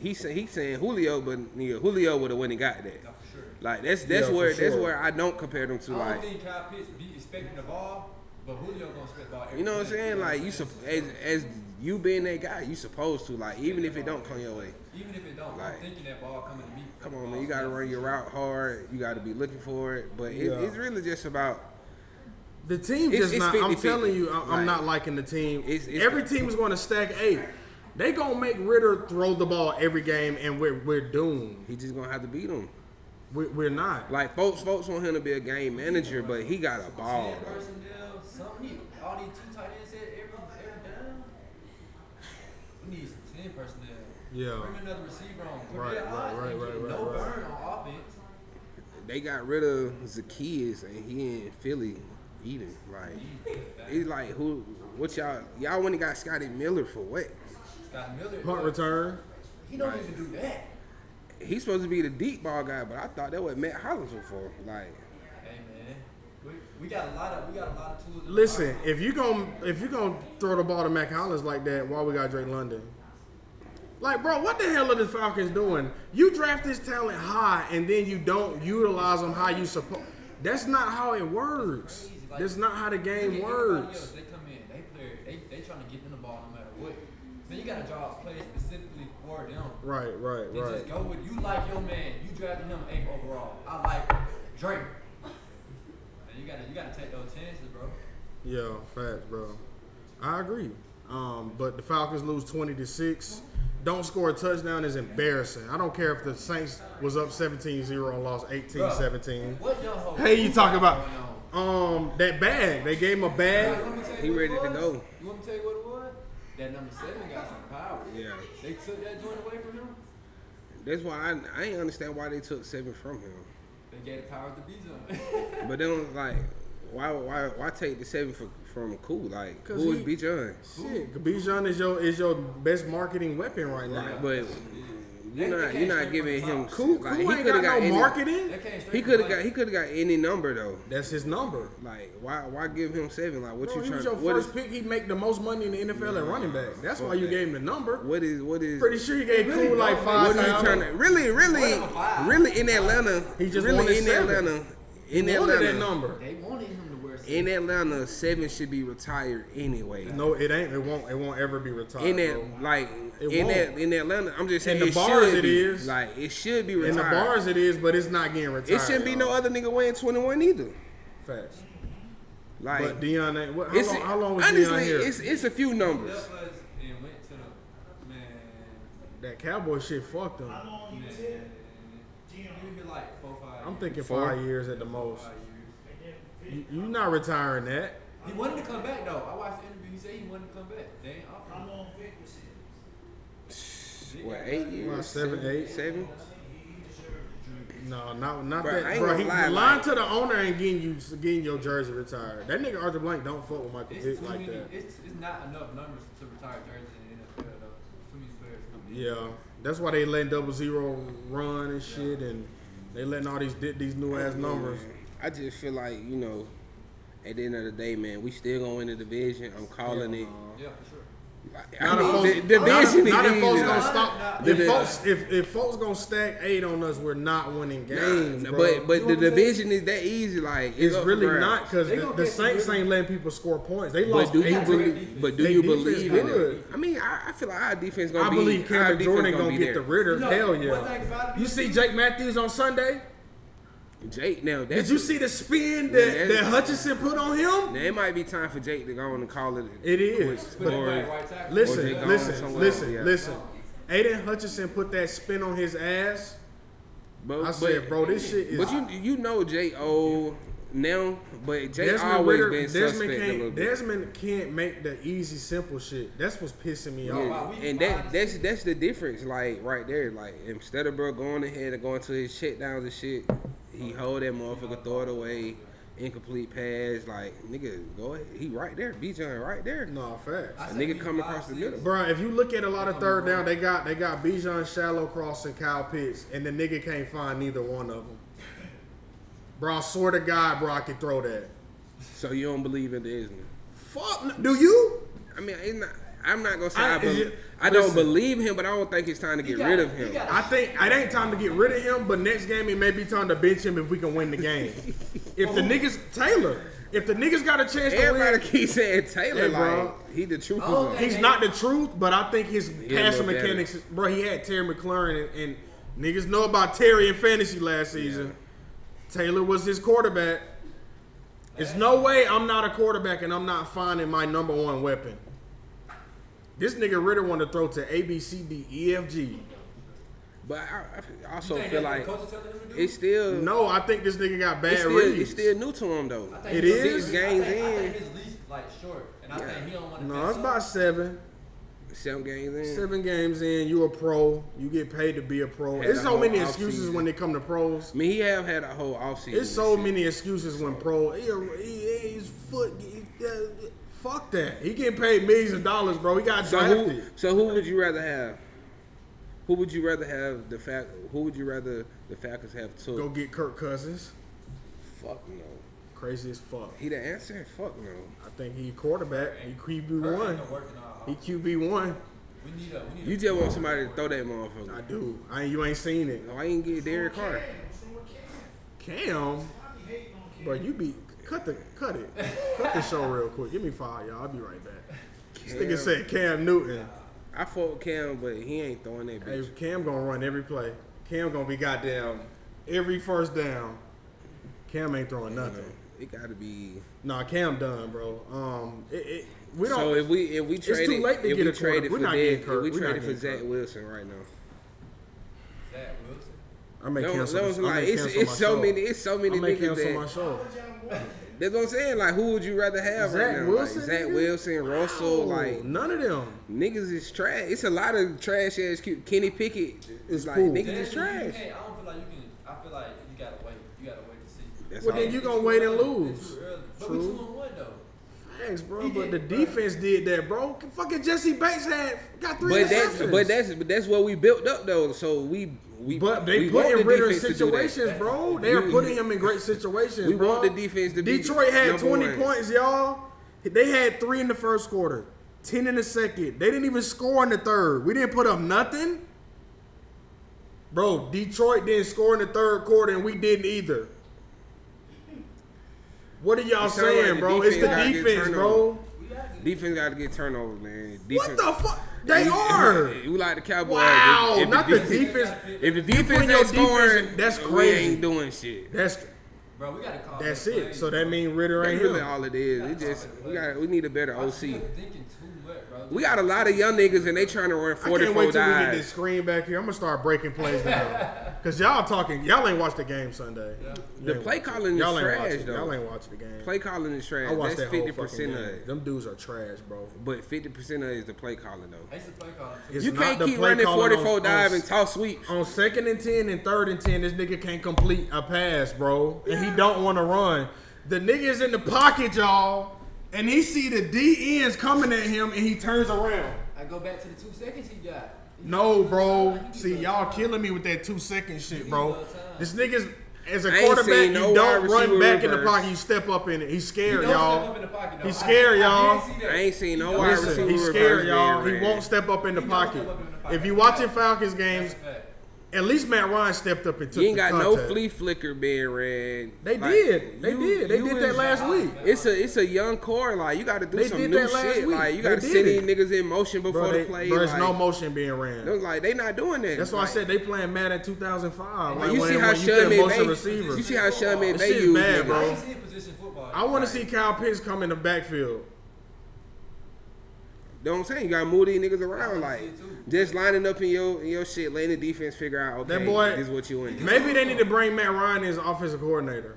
[SPEAKER 3] he say, he saying Julio, but nigga, Julio would have went and got that.
[SPEAKER 2] No, for sure.
[SPEAKER 3] Like that's that's
[SPEAKER 1] Yeah, for
[SPEAKER 3] where that's
[SPEAKER 1] sure.
[SPEAKER 3] where I don't compare them to
[SPEAKER 2] I
[SPEAKER 3] like
[SPEAKER 2] don't think Kyle Pitts be expecting the ball, but Julio gonna expect the ball. every
[SPEAKER 3] You know what I'm
[SPEAKER 2] play.
[SPEAKER 3] saying? Like you, supp- as, as you being that guy, you supposed to like even if it don't come your way.
[SPEAKER 2] Even if it don't,
[SPEAKER 3] Like-
[SPEAKER 2] I'm thinking that ball coming to me.
[SPEAKER 3] Come on, man, you gotta run your route hard. You gotta be looking for it. But it,
[SPEAKER 1] Yeah.
[SPEAKER 3] it's really just about
[SPEAKER 1] The team
[SPEAKER 3] It's-
[SPEAKER 1] just
[SPEAKER 3] it's
[SPEAKER 1] not. I'm
[SPEAKER 3] 50-50.
[SPEAKER 1] telling you, I, I'm
[SPEAKER 3] Like,
[SPEAKER 1] not liking the team.
[SPEAKER 3] it's- it's-
[SPEAKER 1] every team is going to stack eight. They gonna make Ritter throw the ball every game, and we're we're doomed.
[SPEAKER 3] he just gonna have to beat him.
[SPEAKER 1] We're, we're not.
[SPEAKER 3] Like folks, folks want him to be a game manager, but he got a ball.
[SPEAKER 2] Ten
[SPEAKER 3] Though.
[SPEAKER 2] personnel, something. Need, all these two tight ends at every every down. We need some ten personnel.
[SPEAKER 1] Yeah.
[SPEAKER 2] Bring another receiver on. Put
[SPEAKER 1] Right,
[SPEAKER 2] that
[SPEAKER 1] right,
[SPEAKER 2] odds
[SPEAKER 1] right,
[SPEAKER 2] in.
[SPEAKER 1] right,
[SPEAKER 2] No
[SPEAKER 1] right, right.
[SPEAKER 2] burn on offense.
[SPEAKER 3] They got rid of Zacchaeus and he in Philly eating. Like it's like who? What y'all? Y'all went and got Scotty Miller for what?
[SPEAKER 2] Scott Miller.
[SPEAKER 1] Punt
[SPEAKER 2] but
[SPEAKER 1] return.
[SPEAKER 2] He don't even do that.
[SPEAKER 3] He's supposed to be the deep ball guy, but I thought that what Matt Hollins was for. Like.
[SPEAKER 2] Hey man, we, we got a lot of we got a lot of tools. in the
[SPEAKER 1] Listen,
[SPEAKER 2] box.
[SPEAKER 1] if you gonna if you gonna throw the ball to Mac Hollins like that, why we got Drake London? Like, bro, what the hell are the Falcons doing? You draft this talent high, and then you don't utilize them how you supposed. That's not how it works. That's not how the game
[SPEAKER 2] Look at everybody else,
[SPEAKER 1] works.
[SPEAKER 2] They come in trying to get them the ball no matter what. So you gotta draw up plays specifically for them.
[SPEAKER 1] Right, right,
[SPEAKER 2] Then
[SPEAKER 1] right.
[SPEAKER 2] just go with you like your man. You drafted him eighth overall. I like Drake. And you gotta you gotta take those chances, bro.
[SPEAKER 1] Yeah, facts, bro. I agree. Um, but the Falcons lose twenty to six. Don't score a touchdown is embarrassing. I don't care if the Saints was up 17-0 and lost 18-17.
[SPEAKER 2] What your whole
[SPEAKER 1] Hey, you talking about
[SPEAKER 2] going on?
[SPEAKER 1] um that bag? They gave him a
[SPEAKER 2] Hey, you
[SPEAKER 1] bag.
[SPEAKER 2] want me tell you
[SPEAKER 3] He
[SPEAKER 2] what it
[SPEAKER 3] ready to
[SPEAKER 2] was?
[SPEAKER 3] go.
[SPEAKER 2] You want me to tell you what it was? That number seven got some power.
[SPEAKER 3] Yeah.
[SPEAKER 2] They took that joint away from him.
[SPEAKER 3] That's why I, I ain't understand why they took seven from him.
[SPEAKER 2] They gave the power to B John.
[SPEAKER 3] But then like, why why why take the seven for, from cool? Like,
[SPEAKER 1] 'Cause
[SPEAKER 3] who is
[SPEAKER 1] he-
[SPEAKER 3] B John?
[SPEAKER 1] Shit, Bijan is your is your best marketing weapon right now.
[SPEAKER 3] Like, but
[SPEAKER 2] They-
[SPEAKER 3] you're
[SPEAKER 2] they
[SPEAKER 3] not
[SPEAKER 2] came
[SPEAKER 3] you're not
[SPEAKER 2] straight
[SPEAKER 3] giving
[SPEAKER 2] from the
[SPEAKER 3] him
[SPEAKER 2] top.
[SPEAKER 1] Cool,
[SPEAKER 3] like,
[SPEAKER 1] cool
[SPEAKER 3] he
[SPEAKER 1] ain't
[SPEAKER 3] coulda
[SPEAKER 1] got, no
[SPEAKER 3] any-
[SPEAKER 1] marketing.
[SPEAKER 2] that came straight
[SPEAKER 3] He
[SPEAKER 2] from
[SPEAKER 3] could have
[SPEAKER 2] Blake.
[SPEAKER 3] got he could have got any number though.
[SPEAKER 1] That's his number.
[SPEAKER 3] Like, why why give him seven? Like, what
[SPEAKER 1] Bro,
[SPEAKER 3] you
[SPEAKER 1] he
[SPEAKER 3] trying?
[SPEAKER 1] was your
[SPEAKER 3] what
[SPEAKER 1] first
[SPEAKER 3] is,
[SPEAKER 1] pick. He make the most money in the NFL at running back. That's
[SPEAKER 3] fuck
[SPEAKER 1] why you
[SPEAKER 3] that.
[SPEAKER 1] gave him the number.
[SPEAKER 3] what is what is?
[SPEAKER 1] Pretty sure he gave
[SPEAKER 2] Really
[SPEAKER 1] cool like
[SPEAKER 2] don't
[SPEAKER 1] five
[SPEAKER 3] what are you
[SPEAKER 1] thousand.
[SPEAKER 3] trying to really really
[SPEAKER 2] What a vibe.
[SPEAKER 3] really in Atlanta?
[SPEAKER 1] He just wanted
[SPEAKER 3] really in
[SPEAKER 1] seven.
[SPEAKER 3] Atlanta. In
[SPEAKER 1] He wanted
[SPEAKER 3] Atlanta,
[SPEAKER 1] that number.
[SPEAKER 2] They wanted him to wear six.
[SPEAKER 3] in Atlanta, seven should be retired anyway.
[SPEAKER 1] No, it ain't. It won't. It won't ever be retired.
[SPEAKER 3] in that
[SPEAKER 1] bro.
[SPEAKER 3] like
[SPEAKER 1] It
[SPEAKER 3] in
[SPEAKER 1] won't.
[SPEAKER 3] that in Atlanta. I'm just saying
[SPEAKER 1] In the
[SPEAKER 3] it
[SPEAKER 1] bars
[SPEAKER 3] should
[SPEAKER 1] it
[SPEAKER 3] be.
[SPEAKER 1] is.
[SPEAKER 3] like it should be
[SPEAKER 1] in
[SPEAKER 3] retired.
[SPEAKER 1] the bars it is, but it's not getting retired.
[SPEAKER 3] it shouldn't be no
[SPEAKER 1] y'all.
[SPEAKER 3] other nigga weighing 21 either.
[SPEAKER 1] facts.
[SPEAKER 3] Like
[SPEAKER 1] but Dion ain't. What, how,
[SPEAKER 3] it's
[SPEAKER 1] long, how long was
[SPEAKER 3] honestly
[SPEAKER 1] Dion here?
[SPEAKER 3] it's it's a few
[SPEAKER 2] That
[SPEAKER 3] numbers.
[SPEAKER 2] was and went to the man.
[SPEAKER 1] that Cowboy shit fucked him.
[SPEAKER 2] man. He would be like four, five.
[SPEAKER 1] I'm
[SPEAKER 2] years,
[SPEAKER 1] thinking
[SPEAKER 3] Four.
[SPEAKER 1] five years at the most.
[SPEAKER 2] five years.
[SPEAKER 1] You, you not retiring that.
[SPEAKER 2] He wanted to come back though. I watched the interview. He said he wanted to come back. They ain't offered. him.
[SPEAKER 3] What eight years?
[SPEAKER 1] Around seven, eight.
[SPEAKER 3] seven.
[SPEAKER 1] No, not not
[SPEAKER 3] Bro, I
[SPEAKER 1] that.
[SPEAKER 3] ain't
[SPEAKER 1] Bro,
[SPEAKER 3] gonna
[SPEAKER 1] he
[SPEAKER 3] lie,
[SPEAKER 1] lying
[SPEAKER 3] like-
[SPEAKER 1] to the owner and getting you getting your jersey retired. That nigga Arthur Blank don't fuck with Michael
[SPEAKER 2] It's
[SPEAKER 1] Vick
[SPEAKER 2] too
[SPEAKER 1] like
[SPEAKER 2] many.
[SPEAKER 1] that.
[SPEAKER 2] It's, it's not enough numbers to retire jerseys in the NFL though. Too many players come in.
[SPEAKER 1] Yeah, that's why they letting double zero run and shit, and they letting all these di- these new ass numbers.
[SPEAKER 3] I just feel like you know, at the end of the day, man, we still gonna win the division. I'm calling it.
[SPEAKER 2] Yeah, for sure.
[SPEAKER 3] Like,
[SPEAKER 1] Not
[SPEAKER 3] I mean,
[SPEAKER 1] if
[SPEAKER 3] the
[SPEAKER 1] folks,
[SPEAKER 3] the
[SPEAKER 1] not if- not
[SPEAKER 3] division
[SPEAKER 1] if
[SPEAKER 3] is
[SPEAKER 1] folks
[SPEAKER 3] easy.
[SPEAKER 1] gonna
[SPEAKER 3] Like,
[SPEAKER 1] stop.
[SPEAKER 3] The
[SPEAKER 1] If
[SPEAKER 3] di-
[SPEAKER 1] folks, if, if folks gonna stack eight on us, we're not winning games,
[SPEAKER 3] nah,
[SPEAKER 1] bro.
[SPEAKER 3] but
[SPEAKER 1] You know
[SPEAKER 3] but the
[SPEAKER 1] what I'm saying?
[SPEAKER 3] division is that easy. Like
[SPEAKER 1] It's
[SPEAKER 3] up for
[SPEAKER 1] really
[SPEAKER 3] grabs.
[SPEAKER 1] not because
[SPEAKER 2] They
[SPEAKER 1] the,
[SPEAKER 2] gonna
[SPEAKER 1] the
[SPEAKER 2] catch some
[SPEAKER 1] Saints
[SPEAKER 2] good-
[SPEAKER 1] ain't letting people score points. They
[SPEAKER 3] But
[SPEAKER 1] lost
[SPEAKER 3] do
[SPEAKER 1] eight.
[SPEAKER 3] you
[SPEAKER 2] They
[SPEAKER 3] believe? But do
[SPEAKER 1] They
[SPEAKER 3] you
[SPEAKER 1] defense
[SPEAKER 3] believe in it?
[SPEAKER 1] good.
[SPEAKER 3] I mean, I, I feel like our defense gonna
[SPEAKER 1] I
[SPEAKER 3] be.
[SPEAKER 1] believe
[SPEAKER 3] our
[SPEAKER 1] Cameron
[SPEAKER 3] defense
[SPEAKER 1] Jordan gonna, get the
[SPEAKER 3] there.
[SPEAKER 1] Ritter.
[SPEAKER 2] No,
[SPEAKER 1] Hell
[SPEAKER 2] one
[SPEAKER 1] yeah.
[SPEAKER 2] thing about it
[SPEAKER 1] You
[SPEAKER 2] is-
[SPEAKER 1] see Jake Matthews on Sunday?
[SPEAKER 3] Jake. Now
[SPEAKER 1] Did
[SPEAKER 3] that's
[SPEAKER 1] you see the spin that,
[SPEAKER 3] Yeah,
[SPEAKER 1] that
[SPEAKER 3] that's-
[SPEAKER 1] Hutchinson put on him?
[SPEAKER 3] Now it might be time for Jake to go on and call it.
[SPEAKER 1] It is.
[SPEAKER 2] Put
[SPEAKER 1] But
[SPEAKER 2] him back right tackle.
[SPEAKER 3] Or they
[SPEAKER 1] listen,
[SPEAKER 3] gone
[SPEAKER 1] listen,
[SPEAKER 3] somewhere
[SPEAKER 1] listen,
[SPEAKER 3] else,
[SPEAKER 1] listen. Aiden Hutchinson put that spin on his ass.
[SPEAKER 3] But,
[SPEAKER 1] I said, bro, this shit is.
[SPEAKER 3] But you you know Jake old now, but Jake
[SPEAKER 1] Desmond,
[SPEAKER 3] always
[SPEAKER 1] Ritter,
[SPEAKER 3] been
[SPEAKER 1] Desmond,
[SPEAKER 3] suspect a little
[SPEAKER 1] can't,
[SPEAKER 3] bit.
[SPEAKER 1] Desmond can't make the easy, simple shit. That's what's pissing me off.
[SPEAKER 3] Yeah, and that that's that's the difference, like right there. Like instead of bro going ahead and going to his checkdowns and shit, he hold that motherfucker, throw it away, incomplete pass. Like nigga, go ahead. He right there, B. John right there.
[SPEAKER 1] No, facts.
[SPEAKER 2] I
[SPEAKER 3] A
[SPEAKER 2] said
[SPEAKER 3] nigga
[SPEAKER 2] we
[SPEAKER 3] come across
[SPEAKER 2] five,
[SPEAKER 3] the
[SPEAKER 2] six.
[SPEAKER 3] middle.
[SPEAKER 1] Bro, if you look at a lot of third down, they got they got Bijan, shallow cross, and Kyle Pitts, and the nigga can't find neither one of them. Bro, I swear to God, bro, I could throw that.
[SPEAKER 3] So you don't believe in Desmond?
[SPEAKER 1] Fuck, n- do you?
[SPEAKER 3] I mean, it's not, I'm not gonna say
[SPEAKER 1] I-
[SPEAKER 3] I, bel
[SPEAKER 1] is it-
[SPEAKER 3] I don't
[SPEAKER 1] listen.
[SPEAKER 3] believe him, but I don't think it's time to
[SPEAKER 2] He
[SPEAKER 3] get
[SPEAKER 2] got-
[SPEAKER 3] rid of
[SPEAKER 2] he
[SPEAKER 3] him.
[SPEAKER 2] got
[SPEAKER 1] I think it ain't time to get rid of him, but next game it may be time to bench him if we can win the game. if the niggas Taylor, if the niggas got a chance to win,
[SPEAKER 3] Everybody keeps saying Taylor,
[SPEAKER 1] Hey, bro.
[SPEAKER 3] like he the truth.
[SPEAKER 2] Oh,
[SPEAKER 3] one.
[SPEAKER 2] that-
[SPEAKER 1] He's not the truth, but I think his
[SPEAKER 3] a
[SPEAKER 1] passing
[SPEAKER 3] little
[SPEAKER 1] mechanics, bro. He had Terry McLaurin, and, and niggas know about Terry in fantasy last season. Taylor was his quarterback. It's no way I'm not a quarterback and I'm not finding my number one weapon. This nigga Ritter want to throw to A B C D E F G.
[SPEAKER 3] But I, I
[SPEAKER 2] You
[SPEAKER 3] also
[SPEAKER 2] think
[SPEAKER 3] feel
[SPEAKER 2] that's
[SPEAKER 3] like
[SPEAKER 2] what the coach is telling him to do?
[SPEAKER 3] it's still
[SPEAKER 1] No, I think this nigga got bad
[SPEAKER 3] it's still
[SPEAKER 1] reads.
[SPEAKER 3] it's still new to him though.
[SPEAKER 2] I think
[SPEAKER 1] It
[SPEAKER 2] his
[SPEAKER 1] is?
[SPEAKER 2] leash-
[SPEAKER 1] Six
[SPEAKER 3] games
[SPEAKER 2] I think, I think
[SPEAKER 3] in.
[SPEAKER 2] his leash like short, and I think he don't want to.
[SPEAKER 1] no, it's about seven,
[SPEAKER 3] Seven games in.
[SPEAKER 1] seven games in. You a pro. You get paid to be a pro.
[SPEAKER 3] Had
[SPEAKER 1] There's
[SPEAKER 3] a
[SPEAKER 1] so
[SPEAKER 3] whole
[SPEAKER 1] many
[SPEAKER 3] off
[SPEAKER 1] excuses
[SPEAKER 3] season.
[SPEAKER 1] when they come to pros.
[SPEAKER 3] I mean, he have had a whole offseason.
[SPEAKER 1] It's so many excuses when pro he, he, his foot. he- uh, fuck that. He getting paid millions of dollars, bro. He got
[SPEAKER 3] So
[SPEAKER 1] drafted.
[SPEAKER 3] who so who would you rather have? Who would you rather have the fact? Who would you rather the Falcons have took?
[SPEAKER 1] Go get Kirk Cousins.
[SPEAKER 3] Fuck no.
[SPEAKER 1] Crazy as fuck.
[SPEAKER 3] He the answer? Fuck no.
[SPEAKER 1] I think he quarterback. He QB
[SPEAKER 2] Hurt
[SPEAKER 1] one.
[SPEAKER 2] ain't working all.
[SPEAKER 1] He QB one.
[SPEAKER 2] We need a. We need
[SPEAKER 3] You just want somebody to throw that motherfucker.
[SPEAKER 1] I do. I ain't, you ain't seen it.
[SPEAKER 3] Why you ain't get Derek Carr?
[SPEAKER 1] Cam, bro, you be cut the cut it. Cut the show real quick. Give me five, y'all. I'll be right back. This nigga said Cam Newton.
[SPEAKER 3] I fought with Cam, but he ain't throwing that
[SPEAKER 1] Hey,
[SPEAKER 3] bitch.
[SPEAKER 1] Cam gonna run every play. Cam gonna be goddamn every first down. Cam ain't throwing nothing.
[SPEAKER 3] It gotta be.
[SPEAKER 1] Nah, Cam done, bro. Um, it, it we don't.
[SPEAKER 3] So if we if we
[SPEAKER 1] too
[SPEAKER 3] traded,
[SPEAKER 1] late to get
[SPEAKER 3] if we
[SPEAKER 1] a quarter-
[SPEAKER 3] traded
[SPEAKER 1] we're
[SPEAKER 3] for
[SPEAKER 1] not
[SPEAKER 3] that,
[SPEAKER 1] getting
[SPEAKER 3] if
[SPEAKER 1] Kirk.
[SPEAKER 3] we
[SPEAKER 1] We're not
[SPEAKER 3] traded for
[SPEAKER 1] getting
[SPEAKER 3] Zach
[SPEAKER 1] Kirk.
[SPEAKER 3] Wilson right now.
[SPEAKER 2] Zach Wilson.
[SPEAKER 1] I may
[SPEAKER 3] Those-
[SPEAKER 1] cancel.
[SPEAKER 3] those
[SPEAKER 1] I may
[SPEAKER 3] like, it's-
[SPEAKER 1] cancel
[SPEAKER 3] it's
[SPEAKER 1] my
[SPEAKER 3] so
[SPEAKER 1] show.
[SPEAKER 3] many- it's so many
[SPEAKER 1] I may
[SPEAKER 3] niggas
[SPEAKER 1] cancel
[SPEAKER 3] that-
[SPEAKER 1] my show.
[SPEAKER 3] That's what I'm saying. Like, who would you rather have
[SPEAKER 1] Zach
[SPEAKER 3] right now?
[SPEAKER 1] Wilson,
[SPEAKER 3] like, Zach
[SPEAKER 1] nigga?
[SPEAKER 3] Wilson, Russell, like
[SPEAKER 1] Oh, none of them.
[SPEAKER 3] niggas is trash. It's a lot of trash ass. Cute. Kenny Pickett
[SPEAKER 1] It's
[SPEAKER 3] is like
[SPEAKER 1] cool.
[SPEAKER 3] niggas
[SPEAKER 2] Then
[SPEAKER 3] is
[SPEAKER 2] you
[SPEAKER 3] trash.
[SPEAKER 2] can't- I don't feel like you can. I feel like you gotta wait. You gotta wait to see.
[SPEAKER 3] That's
[SPEAKER 1] Well,
[SPEAKER 3] all.
[SPEAKER 1] then you gonna wait and
[SPEAKER 2] It's
[SPEAKER 1] lose.
[SPEAKER 2] too early. But we
[SPEAKER 1] True.
[SPEAKER 2] two and one though.
[SPEAKER 1] Thanks, bro. But the defense did that, bro. Fucking Jesse Bates had got three
[SPEAKER 3] But that's
[SPEAKER 1] interceptions.
[SPEAKER 3] but that's but that's what we built up though. So we we
[SPEAKER 1] But they
[SPEAKER 3] we
[SPEAKER 1] put
[SPEAKER 3] want
[SPEAKER 1] in
[SPEAKER 3] the
[SPEAKER 1] Ritter in
[SPEAKER 3] defense to do that.
[SPEAKER 1] situations, bro. They are
[SPEAKER 3] We-
[SPEAKER 1] putting him in great situations.
[SPEAKER 3] we
[SPEAKER 1] bro.
[SPEAKER 3] want the defense to be
[SPEAKER 1] Detroit had
[SPEAKER 3] number
[SPEAKER 1] 20
[SPEAKER 3] one.
[SPEAKER 1] points, y'all. They had three in the first quarter, 10 in the second. They didn't even score in the third. We didn't put up nothing. Bro, Detroit didn't score in the third quarter, and we didn't either. What are y'all
[SPEAKER 3] It sound like
[SPEAKER 1] saying,
[SPEAKER 3] the
[SPEAKER 1] bro? It's the
[SPEAKER 3] defense gotta get
[SPEAKER 1] defense, bro.
[SPEAKER 3] turnovers. Defense got to get turnovers, man.
[SPEAKER 1] What
[SPEAKER 3] Defense,
[SPEAKER 1] the fuck? They
[SPEAKER 3] We-
[SPEAKER 1] are.
[SPEAKER 3] We like the Cowboys.
[SPEAKER 1] Wow,
[SPEAKER 3] If- if
[SPEAKER 1] not the defense.
[SPEAKER 3] If the defense
[SPEAKER 1] your
[SPEAKER 3] ain't
[SPEAKER 1] defense
[SPEAKER 3] scoring,
[SPEAKER 1] in- that's
[SPEAKER 3] We
[SPEAKER 1] crazy.
[SPEAKER 3] ain't doing shit.
[SPEAKER 1] That's
[SPEAKER 2] Bro, we gotta call.
[SPEAKER 1] that's
[SPEAKER 2] those
[SPEAKER 1] it.
[SPEAKER 2] plays,
[SPEAKER 1] So that
[SPEAKER 2] bro.
[SPEAKER 1] mean Ritter
[SPEAKER 3] That's
[SPEAKER 1] ain't
[SPEAKER 3] really
[SPEAKER 1] him.
[SPEAKER 3] all it is. It just we got we need a better
[SPEAKER 2] I feel
[SPEAKER 3] OC.
[SPEAKER 2] like Thinking too much, bro.
[SPEAKER 3] We got a lot of young niggas and they trying to run
[SPEAKER 1] I can't
[SPEAKER 3] 44
[SPEAKER 1] wait till we get this
[SPEAKER 3] dives.
[SPEAKER 1] screen back here. I'm gonna start breaking plays down. Cause y'all talking, y'all ain't watched the game Sunday. You
[SPEAKER 3] The
[SPEAKER 1] ain't
[SPEAKER 3] play
[SPEAKER 1] watched it.
[SPEAKER 3] calling is
[SPEAKER 1] y'all ain't
[SPEAKER 3] trash,
[SPEAKER 1] watched it.
[SPEAKER 3] though.
[SPEAKER 1] Y'all ain't watching the game.
[SPEAKER 3] Play calling is trash.
[SPEAKER 1] I watched
[SPEAKER 3] That's
[SPEAKER 1] that whole
[SPEAKER 3] fifty
[SPEAKER 1] fucking
[SPEAKER 3] percent
[SPEAKER 1] game.
[SPEAKER 3] of it.
[SPEAKER 1] Them dudes are trash, bro.
[SPEAKER 3] But fifty percent of it is the play calling though.
[SPEAKER 2] I used to play call. too.
[SPEAKER 1] It's
[SPEAKER 3] you
[SPEAKER 1] not
[SPEAKER 3] can't
[SPEAKER 1] the
[SPEAKER 3] keep
[SPEAKER 1] play
[SPEAKER 3] running
[SPEAKER 1] calling on-
[SPEAKER 3] 44
[SPEAKER 1] on s-
[SPEAKER 3] dive and toss sweeps.
[SPEAKER 1] On second and ten and third and ten, this nigga can't complete a pass, bro, and he don't want to run. The nigga's in the pocket, y'all, and he see the D ends coming at him, and he turns around.
[SPEAKER 2] I go back to the two seconds he got.
[SPEAKER 1] No, bro. See, y'all killing me with that two second shit, bro. This niggas as a
[SPEAKER 3] I ain't
[SPEAKER 1] quarterback,
[SPEAKER 3] seen
[SPEAKER 1] you
[SPEAKER 3] no
[SPEAKER 1] don't
[SPEAKER 3] wide
[SPEAKER 1] run
[SPEAKER 3] receiver
[SPEAKER 1] back in the
[SPEAKER 3] reverse.
[SPEAKER 1] pocket. You step up in it. He's scared,
[SPEAKER 2] Don't step up in
[SPEAKER 1] y'all.
[SPEAKER 2] the pocket, though.
[SPEAKER 1] He's
[SPEAKER 2] I-
[SPEAKER 1] scared,
[SPEAKER 2] I did
[SPEAKER 1] y'all.
[SPEAKER 2] see that.
[SPEAKER 3] I ain't seen no
[SPEAKER 2] He
[SPEAKER 3] wide
[SPEAKER 2] don't
[SPEAKER 1] Listen,
[SPEAKER 3] receiver
[SPEAKER 1] he's
[SPEAKER 3] reverse
[SPEAKER 1] scared,
[SPEAKER 3] being
[SPEAKER 1] y'all. He
[SPEAKER 3] ran.
[SPEAKER 1] won't step up in the
[SPEAKER 2] He don't
[SPEAKER 1] pocket.
[SPEAKER 2] step up in the pocket.
[SPEAKER 1] If you watching Falcons games,
[SPEAKER 2] Fact.
[SPEAKER 1] at least Matt Ryan stepped up and took
[SPEAKER 3] You ain't
[SPEAKER 1] the
[SPEAKER 3] got
[SPEAKER 1] contact.
[SPEAKER 3] no flea flicker being ran.
[SPEAKER 1] They
[SPEAKER 3] Like,
[SPEAKER 1] did. They
[SPEAKER 3] you-
[SPEAKER 1] did. They
[SPEAKER 3] you
[SPEAKER 1] did that
[SPEAKER 3] is-
[SPEAKER 1] last week.
[SPEAKER 3] It's a it's a young core. Like you got to do
[SPEAKER 1] They
[SPEAKER 3] some
[SPEAKER 1] did
[SPEAKER 3] new
[SPEAKER 1] that last
[SPEAKER 3] shit.
[SPEAKER 1] week.
[SPEAKER 3] Like you
[SPEAKER 1] They
[SPEAKER 3] got to
[SPEAKER 1] did
[SPEAKER 3] send these
[SPEAKER 1] it.
[SPEAKER 3] niggas in motion before
[SPEAKER 1] Bro,
[SPEAKER 3] the
[SPEAKER 1] they,
[SPEAKER 3] play.
[SPEAKER 1] there's
[SPEAKER 3] like,
[SPEAKER 1] no motion being ran.
[SPEAKER 3] they're like they not doing that.
[SPEAKER 1] That's why I
[SPEAKER 3] Like,
[SPEAKER 1] said they playing mad at 2005.
[SPEAKER 3] Like,
[SPEAKER 1] Like,
[SPEAKER 3] you
[SPEAKER 1] when,
[SPEAKER 3] see how
[SPEAKER 1] when you play
[SPEAKER 3] Sherman
[SPEAKER 1] motion
[SPEAKER 3] Bay.
[SPEAKER 1] receiver.
[SPEAKER 3] You see how Sherman
[SPEAKER 1] This
[SPEAKER 3] Bay
[SPEAKER 1] shit's
[SPEAKER 3] used
[SPEAKER 1] bad,
[SPEAKER 3] niggas.
[SPEAKER 1] bro.
[SPEAKER 2] I ain't seen position football.
[SPEAKER 1] I want to see Kyle Pitts come in the backfield.
[SPEAKER 3] Know what I'm saying? You gotta move these niggas around, like
[SPEAKER 2] see it too.
[SPEAKER 3] just lining up in your in your shit, letting the defense figure out. Okay,
[SPEAKER 1] That boy-
[SPEAKER 3] this is what you in.
[SPEAKER 1] Maybe they need to bring Matt Ryan as offensive coordinator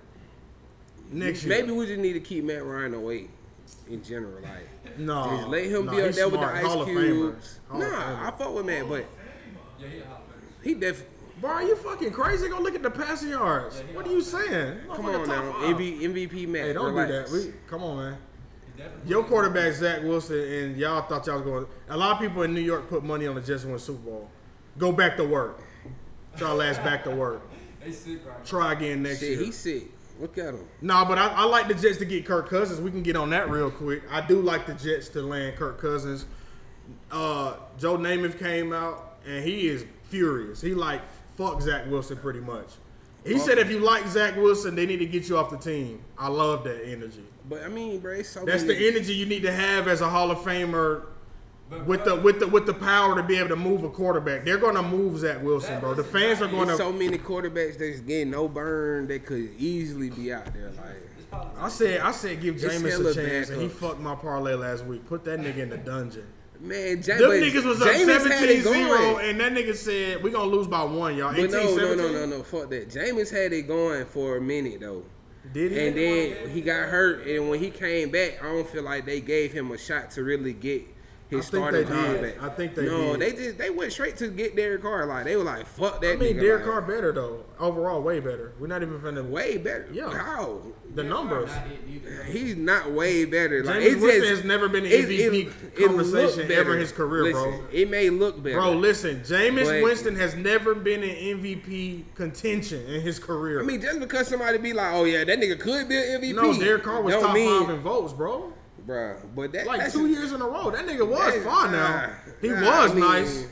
[SPEAKER 1] next year.
[SPEAKER 3] Maybe we just need to keep Matt Ryan away in general, like
[SPEAKER 1] no,
[SPEAKER 3] just let him
[SPEAKER 1] no,
[SPEAKER 3] be up
[SPEAKER 1] Oh, he's
[SPEAKER 3] there with the
[SPEAKER 1] smart. Hall of
[SPEAKER 3] ice cubes.
[SPEAKER 1] Famer. Hall of
[SPEAKER 3] Nah, I
[SPEAKER 1] Famer.
[SPEAKER 3] fuck with Matt, but
[SPEAKER 2] Yeah, he a hot player.
[SPEAKER 3] he def.
[SPEAKER 1] bro, are you fucking crazy? Go look at the passing yards. What are you saying?
[SPEAKER 3] Come
[SPEAKER 1] Motherfucker,
[SPEAKER 3] on
[SPEAKER 1] top
[SPEAKER 3] now,
[SPEAKER 1] five.
[SPEAKER 3] MV, MVP Matt.
[SPEAKER 1] Hey, don't
[SPEAKER 3] relax.
[SPEAKER 1] do that. We, come on, man.
[SPEAKER 2] He definitely.
[SPEAKER 1] Your quarterback Zach Wilson and y'all thought y'all was going. A lot of people in New York put money on the Jets to win Super Bowl. Go back to work. Try last back to work.
[SPEAKER 2] They sick right now.
[SPEAKER 1] Try again next
[SPEAKER 3] Shit,
[SPEAKER 1] year.
[SPEAKER 3] he sick. Look at him.
[SPEAKER 1] Nah, but I, I like the Jets to get Kirk Cousins. We can get on that real quick. I do like the Jets to land Kirk Cousins. Uh, Joe Namath came out and he is furious. He like fuck Zach Wilson pretty much. He said if you like Zach Wilson, they need to get you off the team. I love that energy.
[SPEAKER 3] But I mean, bro, it's so
[SPEAKER 1] That's the
[SPEAKER 3] many-
[SPEAKER 1] energy you need to have as a Hall of Famer
[SPEAKER 2] But
[SPEAKER 1] with the with the with the power to be able to move a quarterback. They're gonna move Zach Wilson, bro. The fans are
[SPEAKER 3] It's
[SPEAKER 1] gonna
[SPEAKER 3] so many quarterbacks that's getting no burn that could easily be out there. Like,
[SPEAKER 1] I said, I said, give
[SPEAKER 3] It's
[SPEAKER 1] Jameis
[SPEAKER 3] hella
[SPEAKER 1] a chance, and he
[SPEAKER 3] backup.
[SPEAKER 1] fucked my parlay last week. Put that nigga in the dungeon.
[SPEAKER 3] man, J-
[SPEAKER 1] Them
[SPEAKER 3] but
[SPEAKER 1] niggas was up
[SPEAKER 3] Jameis had it
[SPEAKER 1] 17-0,
[SPEAKER 3] going.
[SPEAKER 1] and that nigga said, we gonna lose by one, y'all. 18,
[SPEAKER 3] But no, no,
[SPEAKER 1] 17?
[SPEAKER 3] no, no, no. Fuck that. Jameis had it going for a minute though,
[SPEAKER 1] Did he?
[SPEAKER 3] and then he got hurt. And when he came back, I don't feel like they gave him a shot to really get
[SPEAKER 1] I
[SPEAKER 3] his
[SPEAKER 1] think
[SPEAKER 3] starting
[SPEAKER 1] they did.
[SPEAKER 3] job back.
[SPEAKER 1] I think they
[SPEAKER 3] no,
[SPEAKER 1] did.
[SPEAKER 3] they just they went straight to get Derek Carr. Like they were like, fuck that.
[SPEAKER 1] I mean,
[SPEAKER 3] nigga,
[SPEAKER 1] Derek
[SPEAKER 3] like,
[SPEAKER 1] Carr better, though. Overall, way better. We're not even finna
[SPEAKER 3] way better.
[SPEAKER 1] Yeah.
[SPEAKER 3] How?
[SPEAKER 1] the numbers.
[SPEAKER 2] Not it either.
[SPEAKER 3] He's not way better. Like
[SPEAKER 1] Jameis
[SPEAKER 3] it's
[SPEAKER 1] Winston
[SPEAKER 3] just,
[SPEAKER 1] has never been an
[SPEAKER 3] it-
[SPEAKER 1] MVP
[SPEAKER 3] it- it
[SPEAKER 1] conversation
[SPEAKER 3] look
[SPEAKER 1] ever in
[SPEAKER 3] better.
[SPEAKER 1] his career, bro.
[SPEAKER 3] Listen, It may look better,
[SPEAKER 1] Bro, listen, Jameis
[SPEAKER 3] But-
[SPEAKER 1] Winston has never been in MVP contention in his career.
[SPEAKER 3] I mean, just because somebody be like, "Oh yeah, that nigga could be an MVP,"
[SPEAKER 1] no, Derek Carr was
[SPEAKER 3] don't
[SPEAKER 1] top
[SPEAKER 3] mean,
[SPEAKER 1] five in votes, bro.
[SPEAKER 3] bro. But that
[SPEAKER 1] Like
[SPEAKER 3] that's
[SPEAKER 1] two years in a row. That nigga was
[SPEAKER 3] That-
[SPEAKER 1] fine now.
[SPEAKER 3] nah,
[SPEAKER 1] He
[SPEAKER 3] nah,
[SPEAKER 1] was
[SPEAKER 3] I mean-
[SPEAKER 1] nice.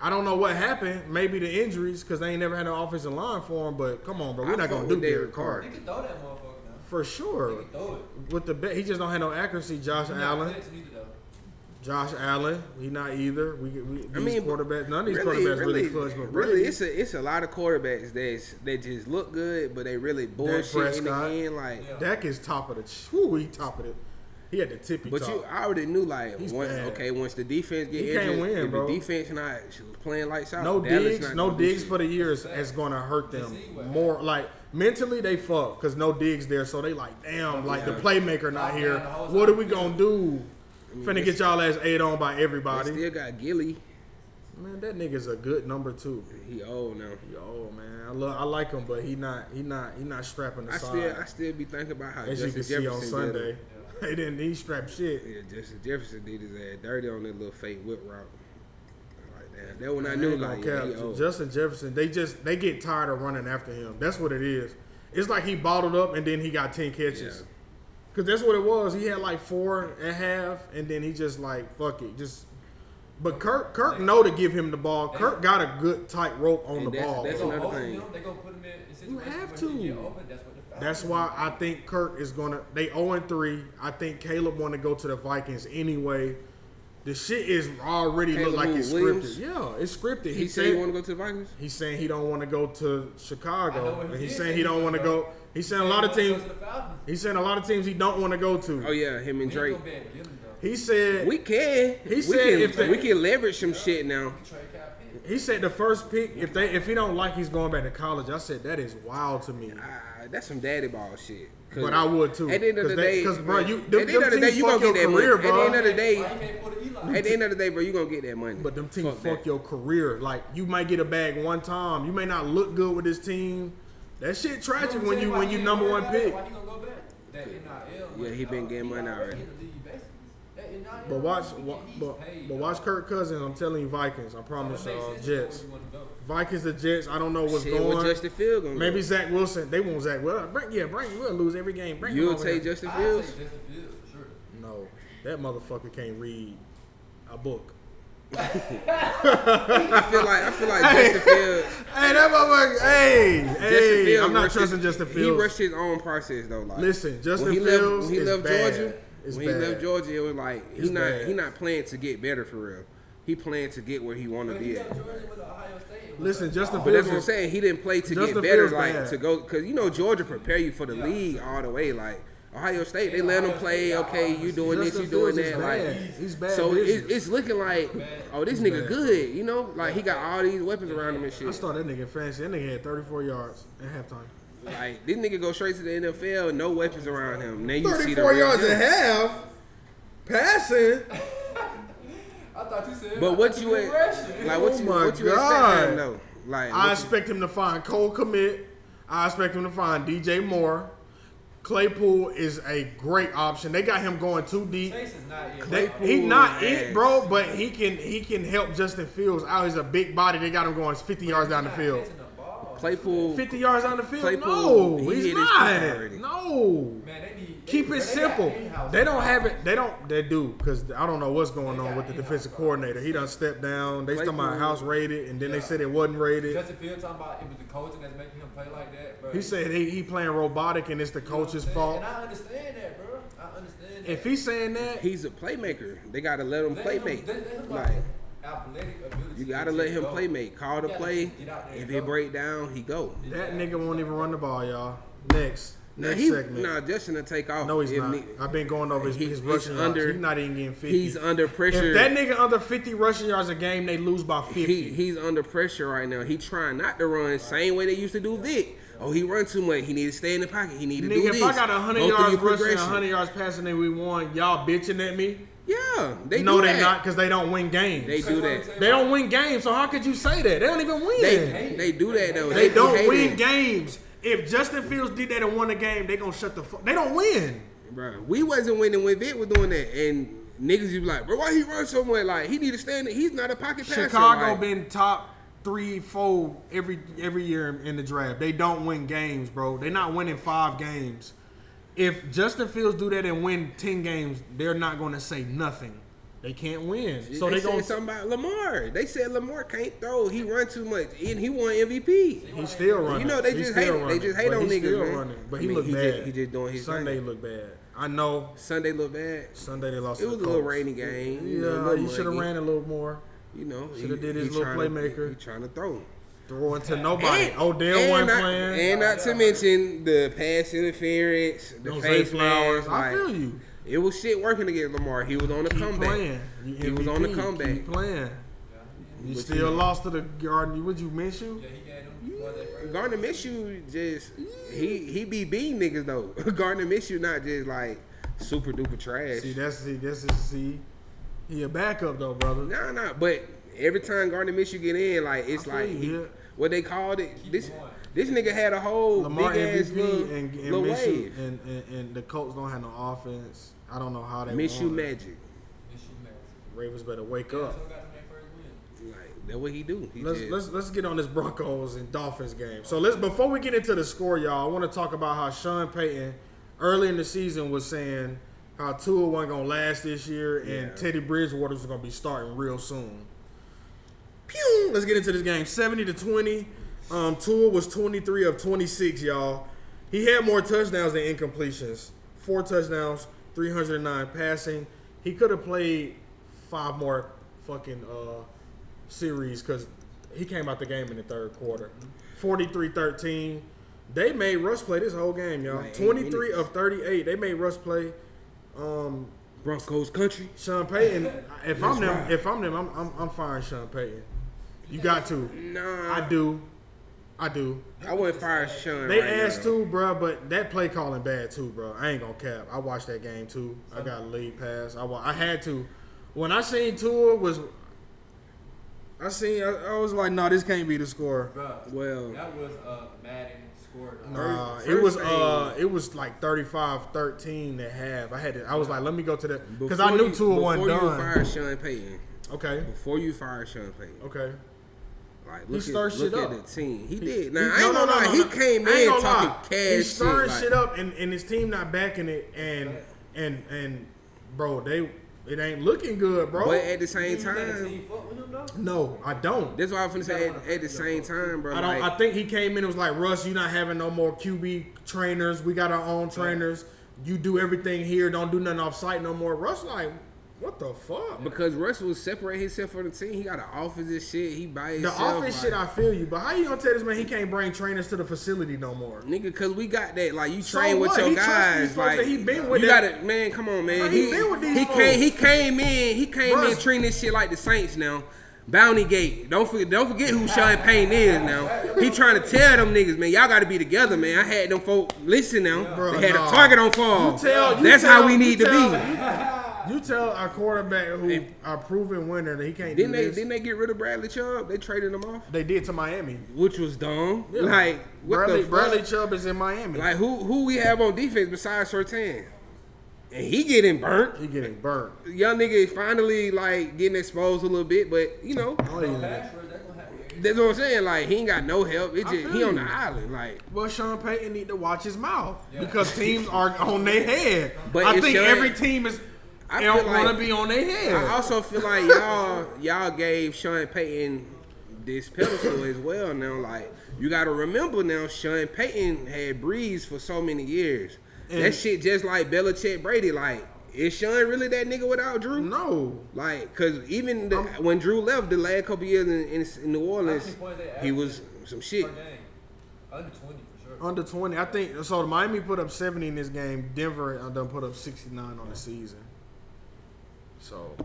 [SPEAKER 1] I don't know what happened. Maybe the injuries, because they ain't never had an offensive line for him. But come on, bro, we're
[SPEAKER 3] I
[SPEAKER 1] not
[SPEAKER 3] fuck
[SPEAKER 1] gonna do
[SPEAKER 3] with Derek
[SPEAKER 1] Derek Carr
[SPEAKER 2] He can throw that motherfucker now.
[SPEAKER 1] for
[SPEAKER 2] He
[SPEAKER 1] sure.
[SPEAKER 2] can throw it.
[SPEAKER 1] With the bet, he just don't have no accuracy. Josh
[SPEAKER 2] He not
[SPEAKER 1] Allen,
[SPEAKER 2] blitz neither, though.
[SPEAKER 1] Josh Allen, he not either. We, we these
[SPEAKER 3] mean, but
[SPEAKER 1] quarterbacks, none of these
[SPEAKER 3] Really,
[SPEAKER 1] quarterbacks really,
[SPEAKER 3] really,
[SPEAKER 1] clutch, but
[SPEAKER 3] really,
[SPEAKER 1] Brady-
[SPEAKER 3] it's a it's a lot of quarterbacks that's that just look good, but they really bullshit in the
[SPEAKER 1] Prescott.
[SPEAKER 3] end. Like,
[SPEAKER 2] Yeah.
[SPEAKER 1] Dak is top of the. ch- Whoo, he top of it. He had the tippy
[SPEAKER 3] but
[SPEAKER 1] top.
[SPEAKER 3] you I already knew like
[SPEAKER 1] He's
[SPEAKER 3] one,
[SPEAKER 1] bad.
[SPEAKER 3] okay, once the defense get
[SPEAKER 1] He
[SPEAKER 3] injured,
[SPEAKER 1] can't win,
[SPEAKER 3] if
[SPEAKER 1] bro.
[SPEAKER 3] the defense not playing lights out,
[SPEAKER 1] no
[SPEAKER 3] Dallas
[SPEAKER 1] digs,
[SPEAKER 3] not
[SPEAKER 1] no
[SPEAKER 3] gonna do
[SPEAKER 1] digs
[SPEAKER 3] shit.
[SPEAKER 1] for the years is gonna hurt them
[SPEAKER 2] Disease way.
[SPEAKER 1] more. Like mentally, they fuck because no digs there, so they like, damn, like the playmaker not
[SPEAKER 2] Lockdown
[SPEAKER 1] here.
[SPEAKER 2] the whole
[SPEAKER 1] What are
[SPEAKER 2] time.
[SPEAKER 1] we gonna do? Finna get y'all ass ate on by
[SPEAKER 3] They
[SPEAKER 1] everybody.
[SPEAKER 3] still got Gilly.
[SPEAKER 1] Man, that nigga's a good number two.
[SPEAKER 3] He old now.
[SPEAKER 1] Yo, man, I love, I like him, but he not, he not, he not strapping the
[SPEAKER 3] I
[SPEAKER 1] side.
[SPEAKER 3] still I still be thinking about how
[SPEAKER 1] as you
[SPEAKER 3] Justin
[SPEAKER 1] can see on
[SPEAKER 3] Jefferson Did
[SPEAKER 1] Sunday,
[SPEAKER 3] it.
[SPEAKER 1] they didn't he strap shit.
[SPEAKER 3] Yeah, Justin Jefferson did his ass dirty on that little fake whip route. Like that. That one I
[SPEAKER 1] I
[SPEAKER 3] knew
[SPEAKER 1] ain't gonna
[SPEAKER 3] like yeah,
[SPEAKER 1] cap.
[SPEAKER 3] he old.
[SPEAKER 1] Justin Jefferson, they just they get tired of running after him. That's what it is. It's like he bottled up and then he got ten catches.
[SPEAKER 3] Yeah.
[SPEAKER 1] Cause that's what it was. He had like four and a half, and then he just like fuck it, just. But Kirk, Kirk know to give him the ball. Kirk got a good tight rope on
[SPEAKER 3] And
[SPEAKER 1] the
[SPEAKER 3] that's-
[SPEAKER 1] ball.
[SPEAKER 2] They
[SPEAKER 3] that's
[SPEAKER 2] gonna
[SPEAKER 3] another
[SPEAKER 2] open
[SPEAKER 3] thing.
[SPEAKER 2] him. They gonna put him in. a situation
[SPEAKER 1] have
[SPEAKER 2] where he
[SPEAKER 1] to.
[SPEAKER 2] Get open. That's what the Falcons
[SPEAKER 1] That's why I think Kirk is gonna. They 0 and 3. I think Caleb want to go to the Vikings anyway. The shit is already
[SPEAKER 3] Caleb
[SPEAKER 1] look like it's
[SPEAKER 3] who, Williams?
[SPEAKER 1] scripted. Yeah, it's scripted.
[SPEAKER 3] He said he want to go to the Vikings.
[SPEAKER 1] He's saying he don't want to go to
[SPEAKER 2] I know
[SPEAKER 1] Chicago.
[SPEAKER 2] what he
[SPEAKER 1] And he's
[SPEAKER 2] did
[SPEAKER 1] saying
[SPEAKER 2] say
[SPEAKER 1] he
[SPEAKER 2] he
[SPEAKER 1] don't want
[SPEAKER 2] wanna
[SPEAKER 1] to
[SPEAKER 2] go.
[SPEAKER 1] go. He's saying a lot of
[SPEAKER 2] They
[SPEAKER 1] teams.
[SPEAKER 2] wanna go to the Falcons.
[SPEAKER 1] He's saying a lot of teams he don't want to go to.
[SPEAKER 3] Oh yeah, him and
[SPEAKER 2] We ain't
[SPEAKER 3] Drake.
[SPEAKER 2] gonna be at Gillen, though.
[SPEAKER 1] He said
[SPEAKER 3] We can.
[SPEAKER 1] He
[SPEAKER 3] we
[SPEAKER 1] said
[SPEAKER 3] can,
[SPEAKER 1] if they-
[SPEAKER 3] we can leverage some shit now.
[SPEAKER 2] Trey Kyle Pitts.
[SPEAKER 1] he said the first pick if they if he don't like he's going back to college. I said that is wild to me.
[SPEAKER 3] Ah, that's some daddy ball shit. 'Cause
[SPEAKER 1] But I would too.
[SPEAKER 3] At the end of the day,
[SPEAKER 1] because bro, you them,
[SPEAKER 3] at the end of the
[SPEAKER 1] them
[SPEAKER 3] day,
[SPEAKER 1] teams
[SPEAKER 3] you
[SPEAKER 1] fuck
[SPEAKER 3] gonna
[SPEAKER 1] your
[SPEAKER 3] get that money.
[SPEAKER 1] career,
[SPEAKER 3] At the
[SPEAKER 1] bro.
[SPEAKER 3] end of the day,
[SPEAKER 2] Why you can't pull the Eli?
[SPEAKER 3] at the end of the day, bro, you gonna get that money.
[SPEAKER 1] But them teams fuck,
[SPEAKER 3] that.
[SPEAKER 1] your career. Like you might get a bag one time. You may not look good with this team. That shit tragic when you when you number one pick.
[SPEAKER 2] Why you gonna go back? That NIL.
[SPEAKER 3] Yeah, he been getting money already.
[SPEAKER 1] But watch, wa- but, but watch Kirk Cousins. I'm telling you, Vikings. I promise y'all, Uh, Jets, Vikings, the Jets. I don't know what's
[SPEAKER 3] shit with
[SPEAKER 1] going.
[SPEAKER 3] Justin Field gonna
[SPEAKER 1] Maybe
[SPEAKER 3] go.
[SPEAKER 1] Zach Wilson. They want Zach Wilson. Bring, yeah, bring. We'll lose every game. Bring him
[SPEAKER 3] you'll
[SPEAKER 1] over
[SPEAKER 3] take
[SPEAKER 1] here.
[SPEAKER 3] Justin Fields.
[SPEAKER 1] No, that motherfucker can't read a book.
[SPEAKER 3] I feel like I feel like Justin Fields.
[SPEAKER 1] Hey, that motherfucker. Hey,
[SPEAKER 3] Justin
[SPEAKER 1] hey.
[SPEAKER 3] Fields
[SPEAKER 1] I'm not
[SPEAKER 3] rushed
[SPEAKER 1] trusting
[SPEAKER 3] his-
[SPEAKER 1] Justin
[SPEAKER 3] He
[SPEAKER 1] Fields.
[SPEAKER 3] rushed his own process though. Like
[SPEAKER 1] Listen, Justin
[SPEAKER 3] when he
[SPEAKER 1] Fields
[SPEAKER 3] left, when he
[SPEAKER 1] is
[SPEAKER 3] left
[SPEAKER 1] bad.
[SPEAKER 3] Georgia,
[SPEAKER 1] It's
[SPEAKER 3] when he
[SPEAKER 1] bad.
[SPEAKER 3] left Georgia, it was like he
[SPEAKER 1] It's
[SPEAKER 3] not
[SPEAKER 1] bad.
[SPEAKER 3] he not playing to get better for real. He playing to get where he want to be at.
[SPEAKER 1] Listen, Justin
[SPEAKER 3] But that's what I'm
[SPEAKER 1] Fields.
[SPEAKER 3] saying. He didn't play to
[SPEAKER 1] Justin
[SPEAKER 3] get better,
[SPEAKER 1] Fields
[SPEAKER 3] like
[SPEAKER 1] bad.
[SPEAKER 3] to go because you know Georgia prepare you for the league all the way. Like Ohio State, they let them play. Okay, you doing this,
[SPEAKER 1] Justin
[SPEAKER 3] you doing
[SPEAKER 1] Fields is
[SPEAKER 3] that. Like
[SPEAKER 1] bad. He's bad
[SPEAKER 3] So
[SPEAKER 1] business.
[SPEAKER 3] it, it's looking like oh this nigga
[SPEAKER 1] bad.
[SPEAKER 3] good. You know, like he got all these weapons around him and
[SPEAKER 1] I
[SPEAKER 3] shit.
[SPEAKER 1] saw that nigga in fantasy. That nigga had 34 yards at halftime.
[SPEAKER 3] Like this nigga go straight to the NFL, no weapons around him. Now you see the
[SPEAKER 1] 34
[SPEAKER 3] real
[SPEAKER 1] yards
[SPEAKER 3] deal.
[SPEAKER 1] at half, passing.
[SPEAKER 2] I thought you said.
[SPEAKER 3] But what you at, like what
[SPEAKER 1] Oh
[SPEAKER 3] you
[SPEAKER 1] my
[SPEAKER 3] what you expect
[SPEAKER 1] God.
[SPEAKER 3] from him though? Like
[SPEAKER 1] I
[SPEAKER 3] what you-
[SPEAKER 1] expect him to find Cole Commit. I expect him to find DJ Moore. Claypool is a great option. They got him going too deep.
[SPEAKER 2] Chase is not yet.
[SPEAKER 1] They,
[SPEAKER 3] Claypool
[SPEAKER 1] he not
[SPEAKER 3] is-
[SPEAKER 1] it, bro, but he can he can help Justin Fields out. He's a big body. They got him going 50 yards down the field.
[SPEAKER 2] Chasing the ball.
[SPEAKER 3] Claypool.
[SPEAKER 1] 50 yards down the field?
[SPEAKER 3] Claypool,
[SPEAKER 1] no,
[SPEAKER 3] he
[SPEAKER 1] he's
[SPEAKER 3] hit his
[SPEAKER 1] not.
[SPEAKER 3] peak already.
[SPEAKER 1] No.
[SPEAKER 2] Man, they need.
[SPEAKER 1] Keep
[SPEAKER 2] they
[SPEAKER 1] it
[SPEAKER 2] got
[SPEAKER 1] simple.
[SPEAKER 2] in-house
[SPEAKER 1] They don't
[SPEAKER 2] ball.
[SPEAKER 1] have it. They don't. They do because I don't know what's going on
[SPEAKER 2] got
[SPEAKER 1] with the
[SPEAKER 2] in-house
[SPEAKER 1] defensive coordinator. He done stepped down. They talking about
[SPEAKER 3] Claypool.
[SPEAKER 1] house rated, and then they
[SPEAKER 2] Yeah.
[SPEAKER 1] said it wasn't rated.
[SPEAKER 2] Justin Fields talking about it was the coaching that's making him play like that. Bro.
[SPEAKER 1] He said he, he playing robotic, and it's the
[SPEAKER 2] You know what I'm
[SPEAKER 1] coach's
[SPEAKER 2] saying?
[SPEAKER 1] fault.
[SPEAKER 2] And I understand that, bro. I understand that.
[SPEAKER 1] If he's saying that,
[SPEAKER 3] He's a playmaker. They gotta let him
[SPEAKER 2] Let
[SPEAKER 3] play
[SPEAKER 2] him-
[SPEAKER 3] make.
[SPEAKER 2] let- let him, like,
[SPEAKER 3] Like
[SPEAKER 2] athletic ability
[SPEAKER 3] you gotta
[SPEAKER 2] to
[SPEAKER 3] let
[SPEAKER 2] just
[SPEAKER 3] him
[SPEAKER 2] go.
[SPEAKER 3] play make. Call the
[SPEAKER 2] Yeah,
[SPEAKER 3] play.
[SPEAKER 2] get out there
[SPEAKER 3] If
[SPEAKER 2] and
[SPEAKER 3] it
[SPEAKER 2] go.
[SPEAKER 3] break down, he go.
[SPEAKER 1] that nigga won't even run the ball, y'all. Next,
[SPEAKER 3] Now
[SPEAKER 1] next
[SPEAKER 3] he
[SPEAKER 1] segment.
[SPEAKER 3] nah Justin to take off.
[SPEAKER 1] no, he's
[SPEAKER 3] if
[SPEAKER 1] not.
[SPEAKER 3] ne-
[SPEAKER 1] I've been going over his,
[SPEAKER 3] He-
[SPEAKER 1] his
[SPEAKER 3] he's
[SPEAKER 1] rushing yards.
[SPEAKER 3] under-
[SPEAKER 1] He's not even getting 50.
[SPEAKER 3] he's under pressure.
[SPEAKER 1] If that nigga under 50 rushing yards a game, they lose by 50.
[SPEAKER 3] he he's under pressure right now. He trying not to run same way they used to do Vic. Oh, he run too much. He need to stay in the pocket. He need to do
[SPEAKER 1] Nigga,
[SPEAKER 3] this.
[SPEAKER 1] if I got 100
[SPEAKER 3] Go through
[SPEAKER 1] yards
[SPEAKER 3] your
[SPEAKER 1] rushing and
[SPEAKER 3] progression.
[SPEAKER 1] 100 yards passing and we won, y'all bitching at me?
[SPEAKER 3] Yeah, they
[SPEAKER 1] no,
[SPEAKER 3] do
[SPEAKER 1] they
[SPEAKER 3] that.
[SPEAKER 1] not because they don't win games.
[SPEAKER 3] They
[SPEAKER 1] They,
[SPEAKER 3] do that.
[SPEAKER 1] don't win games, so how could you say that? They don't even win. They,
[SPEAKER 3] They they do that though. be
[SPEAKER 1] don't
[SPEAKER 3] hating.
[SPEAKER 1] win games. If Justin Fields did that and won the game, they gonna shut the fuck. They don't win.
[SPEAKER 3] Bro, we wasn't winning when Vic was doing that, and niggas you be like, bro, why he run so much? Like he need to stand. He's not a pocket passer.
[SPEAKER 1] Chicago
[SPEAKER 3] like,
[SPEAKER 1] been top three, four every every year in- in the draft. They don't win games, bro. They're not winning five games. If Justin Fields do that and win ten games, they're not gonna say nothing. They can't win, so they,
[SPEAKER 3] they,
[SPEAKER 1] gonna.
[SPEAKER 3] said something about Lamar. They said Lamar can't throw. He run too much, and he won MVP.
[SPEAKER 1] He's still running.
[SPEAKER 3] You know, they
[SPEAKER 1] He's
[SPEAKER 3] just
[SPEAKER 1] still
[SPEAKER 3] hate- they
[SPEAKER 1] running,
[SPEAKER 3] just hate
[SPEAKER 1] but
[SPEAKER 3] on
[SPEAKER 1] he's
[SPEAKER 3] niggas,
[SPEAKER 1] Still
[SPEAKER 3] man.
[SPEAKER 1] running, but
[SPEAKER 3] I
[SPEAKER 1] he
[SPEAKER 3] mean,
[SPEAKER 1] looked
[SPEAKER 3] he
[SPEAKER 1] bad.
[SPEAKER 3] just- he just doing his
[SPEAKER 1] Sunday
[SPEAKER 3] thing.
[SPEAKER 1] looked bad. I know
[SPEAKER 3] Sunday looked bad.
[SPEAKER 1] Sunday they lost.
[SPEAKER 3] It
[SPEAKER 1] to
[SPEAKER 3] was
[SPEAKER 1] the
[SPEAKER 3] a little
[SPEAKER 1] Colts.
[SPEAKER 3] rainy game. you know, a
[SPEAKER 1] Yeah,
[SPEAKER 3] little
[SPEAKER 1] he should have
[SPEAKER 3] muggy.
[SPEAKER 1] ran a little more.
[SPEAKER 3] You know,
[SPEAKER 1] Shoulda
[SPEAKER 3] he-
[SPEAKER 1] did his
[SPEAKER 3] he
[SPEAKER 1] little
[SPEAKER 3] tryna-
[SPEAKER 1] playmaker.
[SPEAKER 3] He trying to throw.
[SPEAKER 1] Throwing to nobody. Odell
[SPEAKER 3] and
[SPEAKER 1] wasn't
[SPEAKER 3] not,
[SPEAKER 1] playing.
[SPEAKER 3] And not to mention the pass interference, the
[SPEAKER 1] Don't say
[SPEAKER 3] face flowers.
[SPEAKER 1] flowers.
[SPEAKER 3] Like,
[SPEAKER 1] I feel you.
[SPEAKER 3] It was shit working against Lamar. He was on the
[SPEAKER 1] Keep
[SPEAKER 3] comeback.
[SPEAKER 1] playing. You
[SPEAKER 3] He was on the comeback.
[SPEAKER 1] Keep playing. You
[SPEAKER 3] But
[SPEAKER 1] still lost to the Garden. Would you miss you?
[SPEAKER 2] Yeah, he gave them more than first.
[SPEAKER 3] Gardner Minshew just he he be beating niggas though. Gardner Minshew not just like super duper trash.
[SPEAKER 1] See, that's see, that's his see. He a backup though, brother.
[SPEAKER 3] Nah, nah. But every time Gardner Minshew get in, like it's
[SPEAKER 1] I feel
[SPEAKER 3] like
[SPEAKER 1] you,
[SPEAKER 3] he,
[SPEAKER 1] yeah.
[SPEAKER 3] what they called it.
[SPEAKER 2] Keep
[SPEAKER 3] this
[SPEAKER 2] going.
[SPEAKER 3] this nigga had a whole
[SPEAKER 1] Lamar
[SPEAKER 3] big ass little,
[SPEAKER 1] MVP and, and
[SPEAKER 3] little
[SPEAKER 1] Minshew
[SPEAKER 3] wave.
[SPEAKER 1] and, and, and the Colts don't have no offense. I don't know how they
[SPEAKER 3] Minshew
[SPEAKER 1] won.
[SPEAKER 3] magic.
[SPEAKER 2] And she married.
[SPEAKER 1] Ravens better wake
[SPEAKER 2] So
[SPEAKER 1] up.
[SPEAKER 2] got them their first win.
[SPEAKER 3] Like that what he do. He
[SPEAKER 1] Let's,
[SPEAKER 3] just,
[SPEAKER 1] let's let's get on this Broncos and Dolphins game. So let's before we get into the score, y'all, I want to talk about how Sean Payton early in the season was saying how Tua wasn't gonna last this year and
[SPEAKER 3] Yeah.
[SPEAKER 1] Teddy Bridgewater was gonna be starting real soon. Pew! Let's get into this game. Seventy to twenty. Um, Tua was twenty three of twenty six, y'all. He had more touchdowns than incompletions. Four touchdowns, three hundred nine passing. He could have played five more fucking uh, series because he came out the game in the third quarter. 43-13. They made Russ play this whole game, y'all.
[SPEAKER 3] Like eight
[SPEAKER 1] 23
[SPEAKER 3] minutes.
[SPEAKER 1] of 38. They made Russ play. Um,
[SPEAKER 3] Broncos country.
[SPEAKER 1] Sean Payton, if I'm them,
[SPEAKER 3] right.
[SPEAKER 1] if I'm them, I'm, I'm, I'm firing Sean Payton. You got to.
[SPEAKER 3] Nah,
[SPEAKER 1] I do. I do.
[SPEAKER 3] I wouldn't fire Sean.
[SPEAKER 1] They
[SPEAKER 3] right
[SPEAKER 1] asked
[SPEAKER 3] now.
[SPEAKER 1] too, bro, but that play calling bad too, bro. I ain't gonna cap. I watched that game too. I got a lead pass. I wa- I had to. When I seen Tua was, I seen. I, I was like, no, this can't be the score.
[SPEAKER 2] Bruh,
[SPEAKER 3] Well-
[SPEAKER 2] that was a Madden score. though.
[SPEAKER 1] Nah,
[SPEAKER 3] First-
[SPEAKER 1] it was
[SPEAKER 3] first
[SPEAKER 1] uh, it was like 35-13 to half. I had to. I was like, let me go to that because I
[SPEAKER 3] Before
[SPEAKER 1] knew
[SPEAKER 3] you-
[SPEAKER 1] Tua wasn't
[SPEAKER 3] Before you
[SPEAKER 1] done.
[SPEAKER 3] fire Sean Payton,
[SPEAKER 1] Okay,
[SPEAKER 3] before you fire Sean Payton,
[SPEAKER 1] okay.
[SPEAKER 3] like look,
[SPEAKER 1] stirred
[SPEAKER 3] at, look
[SPEAKER 1] shit
[SPEAKER 3] at
[SPEAKER 1] up.
[SPEAKER 3] the team. He, did. Now
[SPEAKER 1] He-
[SPEAKER 3] I ain't
[SPEAKER 1] no, no,
[SPEAKER 3] gonna lie,
[SPEAKER 1] no,
[SPEAKER 3] he
[SPEAKER 1] no.
[SPEAKER 3] came
[SPEAKER 1] I ain't
[SPEAKER 3] in
[SPEAKER 1] gonna
[SPEAKER 3] talking
[SPEAKER 1] lie.
[SPEAKER 3] cash
[SPEAKER 1] He's stirring
[SPEAKER 3] like-
[SPEAKER 1] shit up, and, and his team not backing it, and and and bro, they it ain't looking good, bro.
[SPEAKER 3] But at the same
[SPEAKER 2] You think the
[SPEAKER 3] time,
[SPEAKER 2] team fuck with him, though?
[SPEAKER 1] no, I don't.
[SPEAKER 3] that's why I'm finna say at, at the same time, bro.
[SPEAKER 1] I don't.
[SPEAKER 3] like,
[SPEAKER 1] I think he came in and was like, Russ, you're not having no more QB trainers. We got our own trainers. You do everything here. Don't do nothing off site no more. Russ like, what the fuck?
[SPEAKER 3] because Russell separate himself from the team. He got an office and shit. He by
[SPEAKER 1] The
[SPEAKER 3] himself.
[SPEAKER 1] office
[SPEAKER 3] like,
[SPEAKER 1] shit, I feel you, but how you gonna tell this man he can't bring trainers to the facility no more?
[SPEAKER 3] Nigga, because we got that. Like, you
[SPEAKER 1] So
[SPEAKER 3] train with
[SPEAKER 1] what?
[SPEAKER 3] your
[SPEAKER 1] He trust these
[SPEAKER 3] guys.
[SPEAKER 1] folks
[SPEAKER 3] Like,
[SPEAKER 1] that he been with
[SPEAKER 3] you
[SPEAKER 1] that-
[SPEAKER 3] got to Man, come on, man.
[SPEAKER 1] Bro,
[SPEAKER 3] he
[SPEAKER 1] he been with these
[SPEAKER 3] he came,
[SPEAKER 1] folks.
[SPEAKER 3] he came in. He came in
[SPEAKER 1] Bruh.
[SPEAKER 3] treating this shit like the Saints now. Bounty Gate. Don't forget, don't forget who Sean Payne is now. He trying to tell them niggas, man, y'all got to be together, man. I had them folk listen now.
[SPEAKER 1] Bruh,
[SPEAKER 3] they had
[SPEAKER 1] nah.
[SPEAKER 3] a target on fall.
[SPEAKER 1] You tell- you
[SPEAKER 3] That's how
[SPEAKER 1] tell-
[SPEAKER 3] we
[SPEAKER 1] you
[SPEAKER 3] need to
[SPEAKER 1] tell-
[SPEAKER 3] be.
[SPEAKER 1] You tell our quarterback who
[SPEAKER 3] Hey.
[SPEAKER 1] our proven winner that he can't
[SPEAKER 3] Didn't
[SPEAKER 1] do
[SPEAKER 3] they?
[SPEAKER 1] this.
[SPEAKER 3] Didn't they get rid of Bradley Chubb? They traded him off,
[SPEAKER 1] they did to Miami.
[SPEAKER 3] which was dumb.
[SPEAKER 1] Yeah.
[SPEAKER 3] Like what
[SPEAKER 1] Bradley,
[SPEAKER 3] the fuck?
[SPEAKER 1] Bradley Chubb is in Miami.
[SPEAKER 3] Like who who we have on defense besides Sertan? And he getting burnt.
[SPEAKER 1] he getting burnt.
[SPEAKER 3] Young nigga is finally like getting exposed a little bit, but you know
[SPEAKER 1] I don't even-
[SPEAKER 2] Pass rush, that's gonna happen.
[SPEAKER 3] that's what I'm saying. Like he ain't got no help. It
[SPEAKER 1] I
[SPEAKER 3] just
[SPEAKER 1] feel
[SPEAKER 3] he on
[SPEAKER 1] you.
[SPEAKER 3] the island. Like
[SPEAKER 1] Well, Sean Payton need to watch his mouth
[SPEAKER 2] Yeah.
[SPEAKER 1] because teams are on their head.
[SPEAKER 3] But
[SPEAKER 1] I
[SPEAKER 3] if
[SPEAKER 1] think
[SPEAKER 3] Sean-
[SPEAKER 1] every team is.
[SPEAKER 3] I
[SPEAKER 1] I
[SPEAKER 3] feel
[SPEAKER 1] don't want
[SPEAKER 3] like-
[SPEAKER 1] to be on their
[SPEAKER 3] I
[SPEAKER 1] head.
[SPEAKER 3] also feel like y'all y'all gave Sean Payton this pedestal as well. Now like you got to remember now Sean Payton had Breeze for so many years. that
[SPEAKER 1] And-
[SPEAKER 3] shit just like Belichick Brady. Like is Sean really that nigga without Drew?
[SPEAKER 1] Mm-hmm. no,
[SPEAKER 3] Like, cause even the, when Drew left the last couple years in, in, in New
[SPEAKER 2] How
[SPEAKER 3] Orleans,
[SPEAKER 2] many points they
[SPEAKER 3] he
[SPEAKER 2] averaged
[SPEAKER 3] was some shit.
[SPEAKER 2] per game? Under 20 for sure.
[SPEAKER 1] under twenty. I think so. Miami put up seventy in this game. Denver uh, done put up sixty nine on the season. So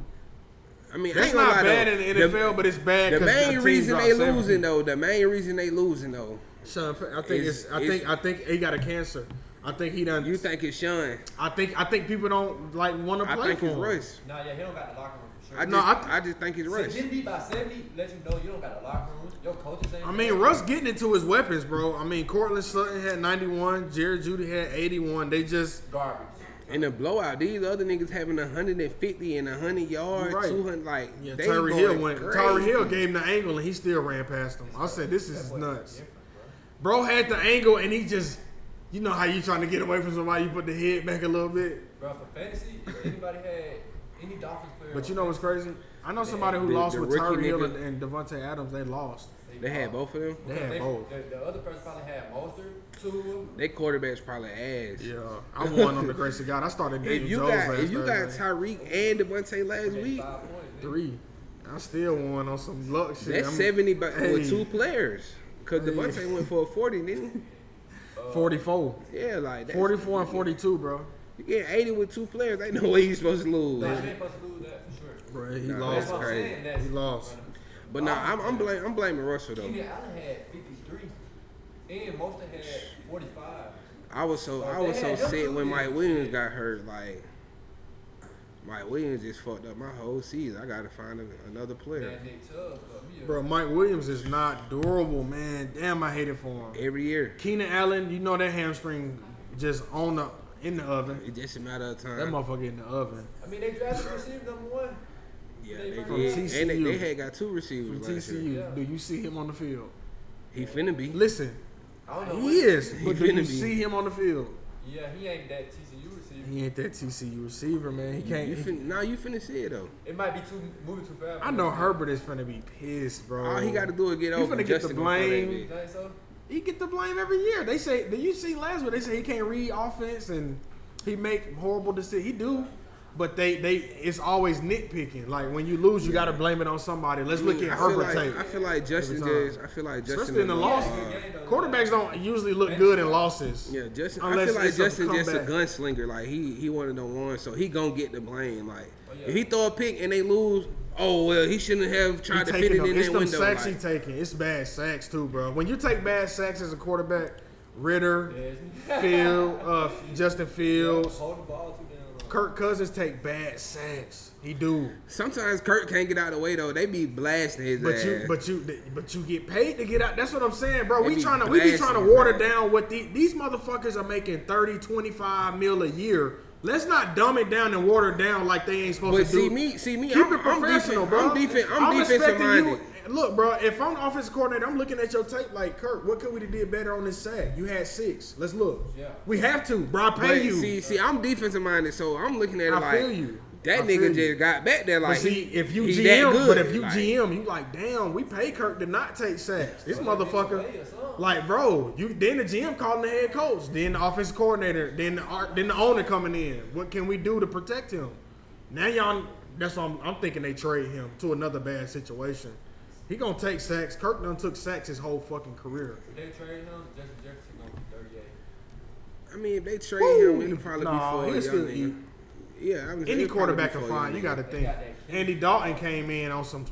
[SPEAKER 3] I mean, I
[SPEAKER 1] that's
[SPEAKER 3] ain't gonna
[SPEAKER 1] not
[SPEAKER 3] lie,
[SPEAKER 1] bad
[SPEAKER 3] though.
[SPEAKER 1] in the NFL, but it's bad.
[SPEAKER 3] The,
[SPEAKER 1] 'cause
[SPEAKER 3] main
[SPEAKER 1] team
[SPEAKER 3] reason
[SPEAKER 1] dropped
[SPEAKER 3] they
[SPEAKER 1] 70.
[SPEAKER 3] losing though, the main reason they losing though,
[SPEAKER 1] Sean, Pay- I think
[SPEAKER 3] Is-
[SPEAKER 1] it's, I
[SPEAKER 3] is-
[SPEAKER 1] think I think he got a cancer. I think he done.
[SPEAKER 3] you think it's Sean?
[SPEAKER 1] I think I think people don't like want to
[SPEAKER 3] I
[SPEAKER 1] play
[SPEAKER 3] think
[SPEAKER 1] for
[SPEAKER 3] it's
[SPEAKER 1] him.
[SPEAKER 3] Russ.
[SPEAKER 2] Nah, yeah, he don't got the locker room for sure.
[SPEAKER 3] I just,
[SPEAKER 1] No,
[SPEAKER 3] I,
[SPEAKER 1] I th-
[SPEAKER 3] just think it's
[SPEAKER 2] So
[SPEAKER 3] Russ.
[SPEAKER 2] Getting beat by 70 lets you know you don't got a locker room. Your coaches ain't.
[SPEAKER 1] I mean, Russ getting into his weapons, bro. I mean, Cortland Sutton had 91, Jared Judy had 81. They just
[SPEAKER 2] Garbage.
[SPEAKER 3] In the blowout, these other niggas having 150 and 100 yards,
[SPEAKER 1] Right.
[SPEAKER 3] 200 like
[SPEAKER 1] yeah,
[SPEAKER 3] they
[SPEAKER 1] Tyree
[SPEAKER 3] going
[SPEAKER 1] Hill went.
[SPEAKER 3] crazy.
[SPEAKER 1] Tyree Hill gave him the angle, and he still ran past him. I said, this is nuts. Bro had the angle, and he just, you know how you trying to get away from somebody, you put the head back a little bit.
[SPEAKER 2] Bro, for fantasy, if anybody had any Dolphins player.
[SPEAKER 1] But you
[SPEAKER 2] on
[SPEAKER 1] know what's crazy? I know somebody who
[SPEAKER 3] The-
[SPEAKER 1] lost
[SPEAKER 3] the
[SPEAKER 1] with
[SPEAKER 3] rookie
[SPEAKER 1] Tyree Hill
[SPEAKER 3] nigga-
[SPEAKER 1] and, and Devontae Adams. They lost.
[SPEAKER 3] They had
[SPEAKER 2] both.
[SPEAKER 3] both of them.
[SPEAKER 1] They had both.
[SPEAKER 2] The, the other person probably had Mostert, two of them.
[SPEAKER 3] They quarterbacks probably ass.
[SPEAKER 1] Yeah, I won on the grace of God. I started
[SPEAKER 3] If
[SPEAKER 1] Daniel
[SPEAKER 3] you
[SPEAKER 1] Jones
[SPEAKER 3] got
[SPEAKER 1] last
[SPEAKER 3] if you got
[SPEAKER 1] Thursday.
[SPEAKER 3] Tyreek and Devontae last
[SPEAKER 2] Had
[SPEAKER 3] week,
[SPEAKER 2] Five points.
[SPEAKER 1] three, I still won on some luck shit.
[SPEAKER 3] that's
[SPEAKER 1] I'm-
[SPEAKER 3] seventy by,
[SPEAKER 1] Hey,
[SPEAKER 3] with two players. Cause
[SPEAKER 1] Hey.
[SPEAKER 3] Devontae went for a forty, didn't
[SPEAKER 1] 44.
[SPEAKER 3] he? Yeah, like that's,
[SPEAKER 1] 44 and 42, bro.
[SPEAKER 3] You get eighty with two players. Ain't no way you supposed to lose.
[SPEAKER 2] Like, they ain't supposed to lose that for sure.
[SPEAKER 1] Bro, he
[SPEAKER 3] Nah,
[SPEAKER 1] lost.
[SPEAKER 2] That's what I'm
[SPEAKER 3] crazy.
[SPEAKER 2] saying, that's-
[SPEAKER 1] He lost.
[SPEAKER 3] But nah, I'm I'm, blame, I'm blaming Russell though.
[SPEAKER 2] Keenan Allen had 53, and Mostert had 45.
[SPEAKER 3] I was so I was so sick when Mike Williams got hurt. Like Mike Williams just fucked up my whole season. I gotta find a, another player
[SPEAKER 2] That Nick Chubb, but me,
[SPEAKER 1] Bro, Mike Williams is not durable, man. Damn, I hate it for him.
[SPEAKER 3] every year.
[SPEAKER 1] Keenan Allen, you know that hamstring just on the in the oven.
[SPEAKER 3] It's just a matter of time.
[SPEAKER 1] That motherfucker in the oven.
[SPEAKER 2] I mean, they drafted the receiver number one.
[SPEAKER 3] yeah,
[SPEAKER 2] they
[SPEAKER 3] they
[SPEAKER 2] from
[SPEAKER 3] did. And they,
[SPEAKER 1] TCU.
[SPEAKER 3] they had got two
[SPEAKER 1] From
[SPEAKER 3] receivers last year.
[SPEAKER 1] TCU, do you see him on the field?
[SPEAKER 3] He finna be.
[SPEAKER 1] Listen,
[SPEAKER 2] I don't know.
[SPEAKER 1] he
[SPEAKER 2] what-
[SPEAKER 1] is,
[SPEAKER 3] He
[SPEAKER 1] but do you
[SPEAKER 3] finna be.
[SPEAKER 1] see him on the field?
[SPEAKER 2] Yeah, he ain't that TCU receiver.
[SPEAKER 1] He ain't that TCU receiver, man. He can't.
[SPEAKER 3] You
[SPEAKER 1] he-
[SPEAKER 3] fin- now you finna see it though.
[SPEAKER 2] It might be too moving too fast.
[SPEAKER 1] I know Herbert is finna be pissed, bro.
[SPEAKER 3] All he gotta do is get
[SPEAKER 1] He
[SPEAKER 3] over.
[SPEAKER 1] Um, finna get the
[SPEAKER 3] Justin gonna throw that
[SPEAKER 1] blame.
[SPEAKER 2] You
[SPEAKER 3] bitch.
[SPEAKER 2] think so?
[SPEAKER 1] He get the blame every year. They say, did you see last week? They say he can't read offense and he make horrible decisions. He do, but they they it's always nitpicking. Like when you lose, you gotta blame it on somebody. Let's look at
[SPEAKER 3] I feel
[SPEAKER 1] Herbert
[SPEAKER 3] like
[SPEAKER 1] tape.
[SPEAKER 3] I feel like Justin
[SPEAKER 1] time.
[SPEAKER 3] just I feel like Justin
[SPEAKER 1] Especially in the
[SPEAKER 3] uh,
[SPEAKER 1] loss,
[SPEAKER 2] Yeah.
[SPEAKER 1] quarterbacks don't usually look good in losses.
[SPEAKER 3] Yeah, Justin. I
[SPEAKER 1] Unless
[SPEAKER 3] feel like
[SPEAKER 1] it's a
[SPEAKER 3] Justin just a
[SPEAKER 1] comeback.
[SPEAKER 3] gunslinger. Like he he one of the ones, so he gonna get the blame. Like
[SPEAKER 2] yeah.
[SPEAKER 3] if he throw a pick and they lose, oh well, he shouldn't have
[SPEAKER 1] He
[SPEAKER 3] tried to fit
[SPEAKER 1] taking
[SPEAKER 3] it
[SPEAKER 1] them-
[SPEAKER 3] in
[SPEAKER 1] it's
[SPEAKER 3] that
[SPEAKER 1] them
[SPEAKER 3] window.
[SPEAKER 1] sacks he
[SPEAKER 3] like,
[SPEAKER 1] taking. It's bad sacks too, bro. When you take bad sacks as a quarterback, Ritter, Field, uh, Justin Fields,
[SPEAKER 2] Hold the ball too damn long.
[SPEAKER 1] Kirk Cousins take bad sacks. He do.
[SPEAKER 3] sometimes Kirk can't get out of the way though. They be blasting his
[SPEAKER 1] But
[SPEAKER 3] ass.
[SPEAKER 1] you, but you, but you get paid to get out. That's what I'm saying, bro.
[SPEAKER 3] They
[SPEAKER 1] We
[SPEAKER 3] be
[SPEAKER 1] trying to, we be trying to
[SPEAKER 3] blasting,
[SPEAKER 1] water
[SPEAKER 3] bro.
[SPEAKER 1] down what the, these motherfuckers are making 30, 25 mil a year. Let's not dumb it down and water it down like they ain't supposed
[SPEAKER 3] But
[SPEAKER 1] to
[SPEAKER 3] see
[SPEAKER 1] do.
[SPEAKER 3] me, see me.
[SPEAKER 1] Keep
[SPEAKER 3] I'm,
[SPEAKER 1] it professional,
[SPEAKER 3] I'm defen-
[SPEAKER 1] bro.
[SPEAKER 3] I'm defen- I'm, defensive
[SPEAKER 1] expecting you-
[SPEAKER 3] minded.
[SPEAKER 1] Look, bro. If I'm offensive coordinator, I'm looking at your tape like Kirk. What could we have did better on this sack? You had six. Let's look.
[SPEAKER 2] Yeah.
[SPEAKER 1] We have to, bro. I pay
[SPEAKER 3] But
[SPEAKER 1] you.
[SPEAKER 3] see, see, I'm defensive minded, so I'm looking at it
[SPEAKER 1] I
[SPEAKER 3] like
[SPEAKER 1] feel you.
[SPEAKER 3] that
[SPEAKER 1] I feel you.
[SPEAKER 3] nigga just got back there. Like
[SPEAKER 1] but see, if you
[SPEAKER 3] he that
[SPEAKER 1] GM,
[SPEAKER 3] good,
[SPEAKER 1] but if you
[SPEAKER 3] like,
[SPEAKER 1] GM, you like, damn, we pay Kirk to not take sacks. This
[SPEAKER 2] Play or
[SPEAKER 1] motherfucker,
[SPEAKER 2] something.
[SPEAKER 1] like, bro, you then the GM calling the head coach, then the offensive coordinator, then the ar- then the owner coming in. What can we do to protect him? Now y'all, that's what I'm, I'm thinking. They trade him to another bad situation. He gonna take sacks. Kirk done took sacks his whole fucking career.
[SPEAKER 2] If they trade him, Justin Jefferson gonna be 38.
[SPEAKER 3] I mean, if they trade
[SPEAKER 1] Woo!
[SPEAKER 3] him, it'll probably
[SPEAKER 1] Nah,
[SPEAKER 3] be for a
[SPEAKER 1] he'll
[SPEAKER 3] young
[SPEAKER 1] still
[SPEAKER 3] nigga.
[SPEAKER 1] eat.
[SPEAKER 3] Yeah, I was,
[SPEAKER 1] Any
[SPEAKER 3] it'll probably
[SPEAKER 1] quarterback can
[SPEAKER 3] be for a young
[SPEAKER 1] find. You
[SPEAKER 3] nigga.
[SPEAKER 1] got to
[SPEAKER 2] They
[SPEAKER 1] think.
[SPEAKER 2] got that kid.
[SPEAKER 1] Andy Dalton came in on some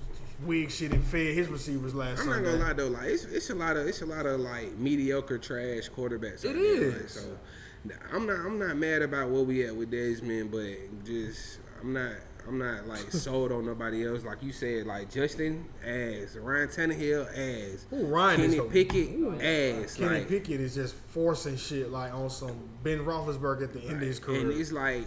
[SPEAKER 1] weird shit and fed his receivers last.
[SPEAKER 3] I'm
[SPEAKER 1] Sunday.
[SPEAKER 3] not gonna lie though, like it's, it's a lot of it's a lot of like mediocre trash quarterbacks.
[SPEAKER 1] It
[SPEAKER 3] out there, like,
[SPEAKER 1] is.
[SPEAKER 3] so nah, I'm not I'm not mad about where we at with Desmond, but just I'm not I'm not like sold on nobody else. Like you said, like Justin ass, Ryan Tannehill ass,
[SPEAKER 1] Who Ryan is
[SPEAKER 3] Kenny
[SPEAKER 1] the-
[SPEAKER 3] Pickett ass,
[SPEAKER 1] Kenny
[SPEAKER 3] like
[SPEAKER 1] Pickett is just forcing shit like on some Ben Roethlisberger at the end of his career.
[SPEAKER 3] and it's like.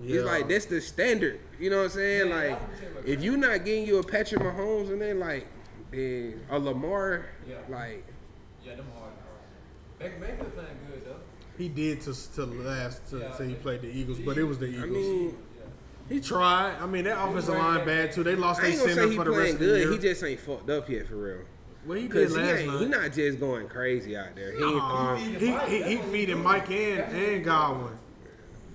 [SPEAKER 1] Yeah.
[SPEAKER 3] It's like that's the standard, you know what I'm saying?
[SPEAKER 2] Yeah, I
[SPEAKER 3] like,
[SPEAKER 2] understand what
[SPEAKER 3] if you not getting you a Patrick Mahomes and then like, then a Lamar,
[SPEAKER 2] Yeah.
[SPEAKER 3] like
[SPEAKER 2] Yeah, them hard. Baker Mayfield playing good though.
[SPEAKER 1] he did to to last to,
[SPEAKER 2] Yeah,
[SPEAKER 1] till he
[SPEAKER 2] but-
[SPEAKER 1] played the Eagles, but it was the Eagles.
[SPEAKER 3] I mean,
[SPEAKER 1] he tried. I mean, that offensive
[SPEAKER 2] ran
[SPEAKER 1] line
[SPEAKER 2] that-
[SPEAKER 1] bad too. They lost
[SPEAKER 3] I
[SPEAKER 1] their
[SPEAKER 3] ain't gonna
[SPEAKER 1] center
[SPEAKER 3] say he
[SPEAKER 1] for the rest
[SPEAKER 3] playing
[SPEAKER 1] of the
[SPEAKER 3] good.
[SPEAKER 1] year.
[SPEAKER 3] He just ain't fucked up yet for real.
[SPEAKER 1] what he did
[SPEAKER 3] Cause he
[SPEAKER 1] last
[SPEAKER 3] ain't. He
[SPEAKER 1] night.
[SPEAKER 3] not just going crazy out there. He um,
[SPEAKER 1] Nah,
[SPEAKER 3] ain't.
[SPEAKER 1] he,
[SPEAKER 2] feeding
[SPEAKER 1] he,
[SPEAKER 2] Mike.
[SPEAKER 1] he,
[SPEAKER 2] That's what we
[SPEAKER 1] feeding
[SPEAKER 2] do.
[SPEAKER 1] Mike and, and Godwin.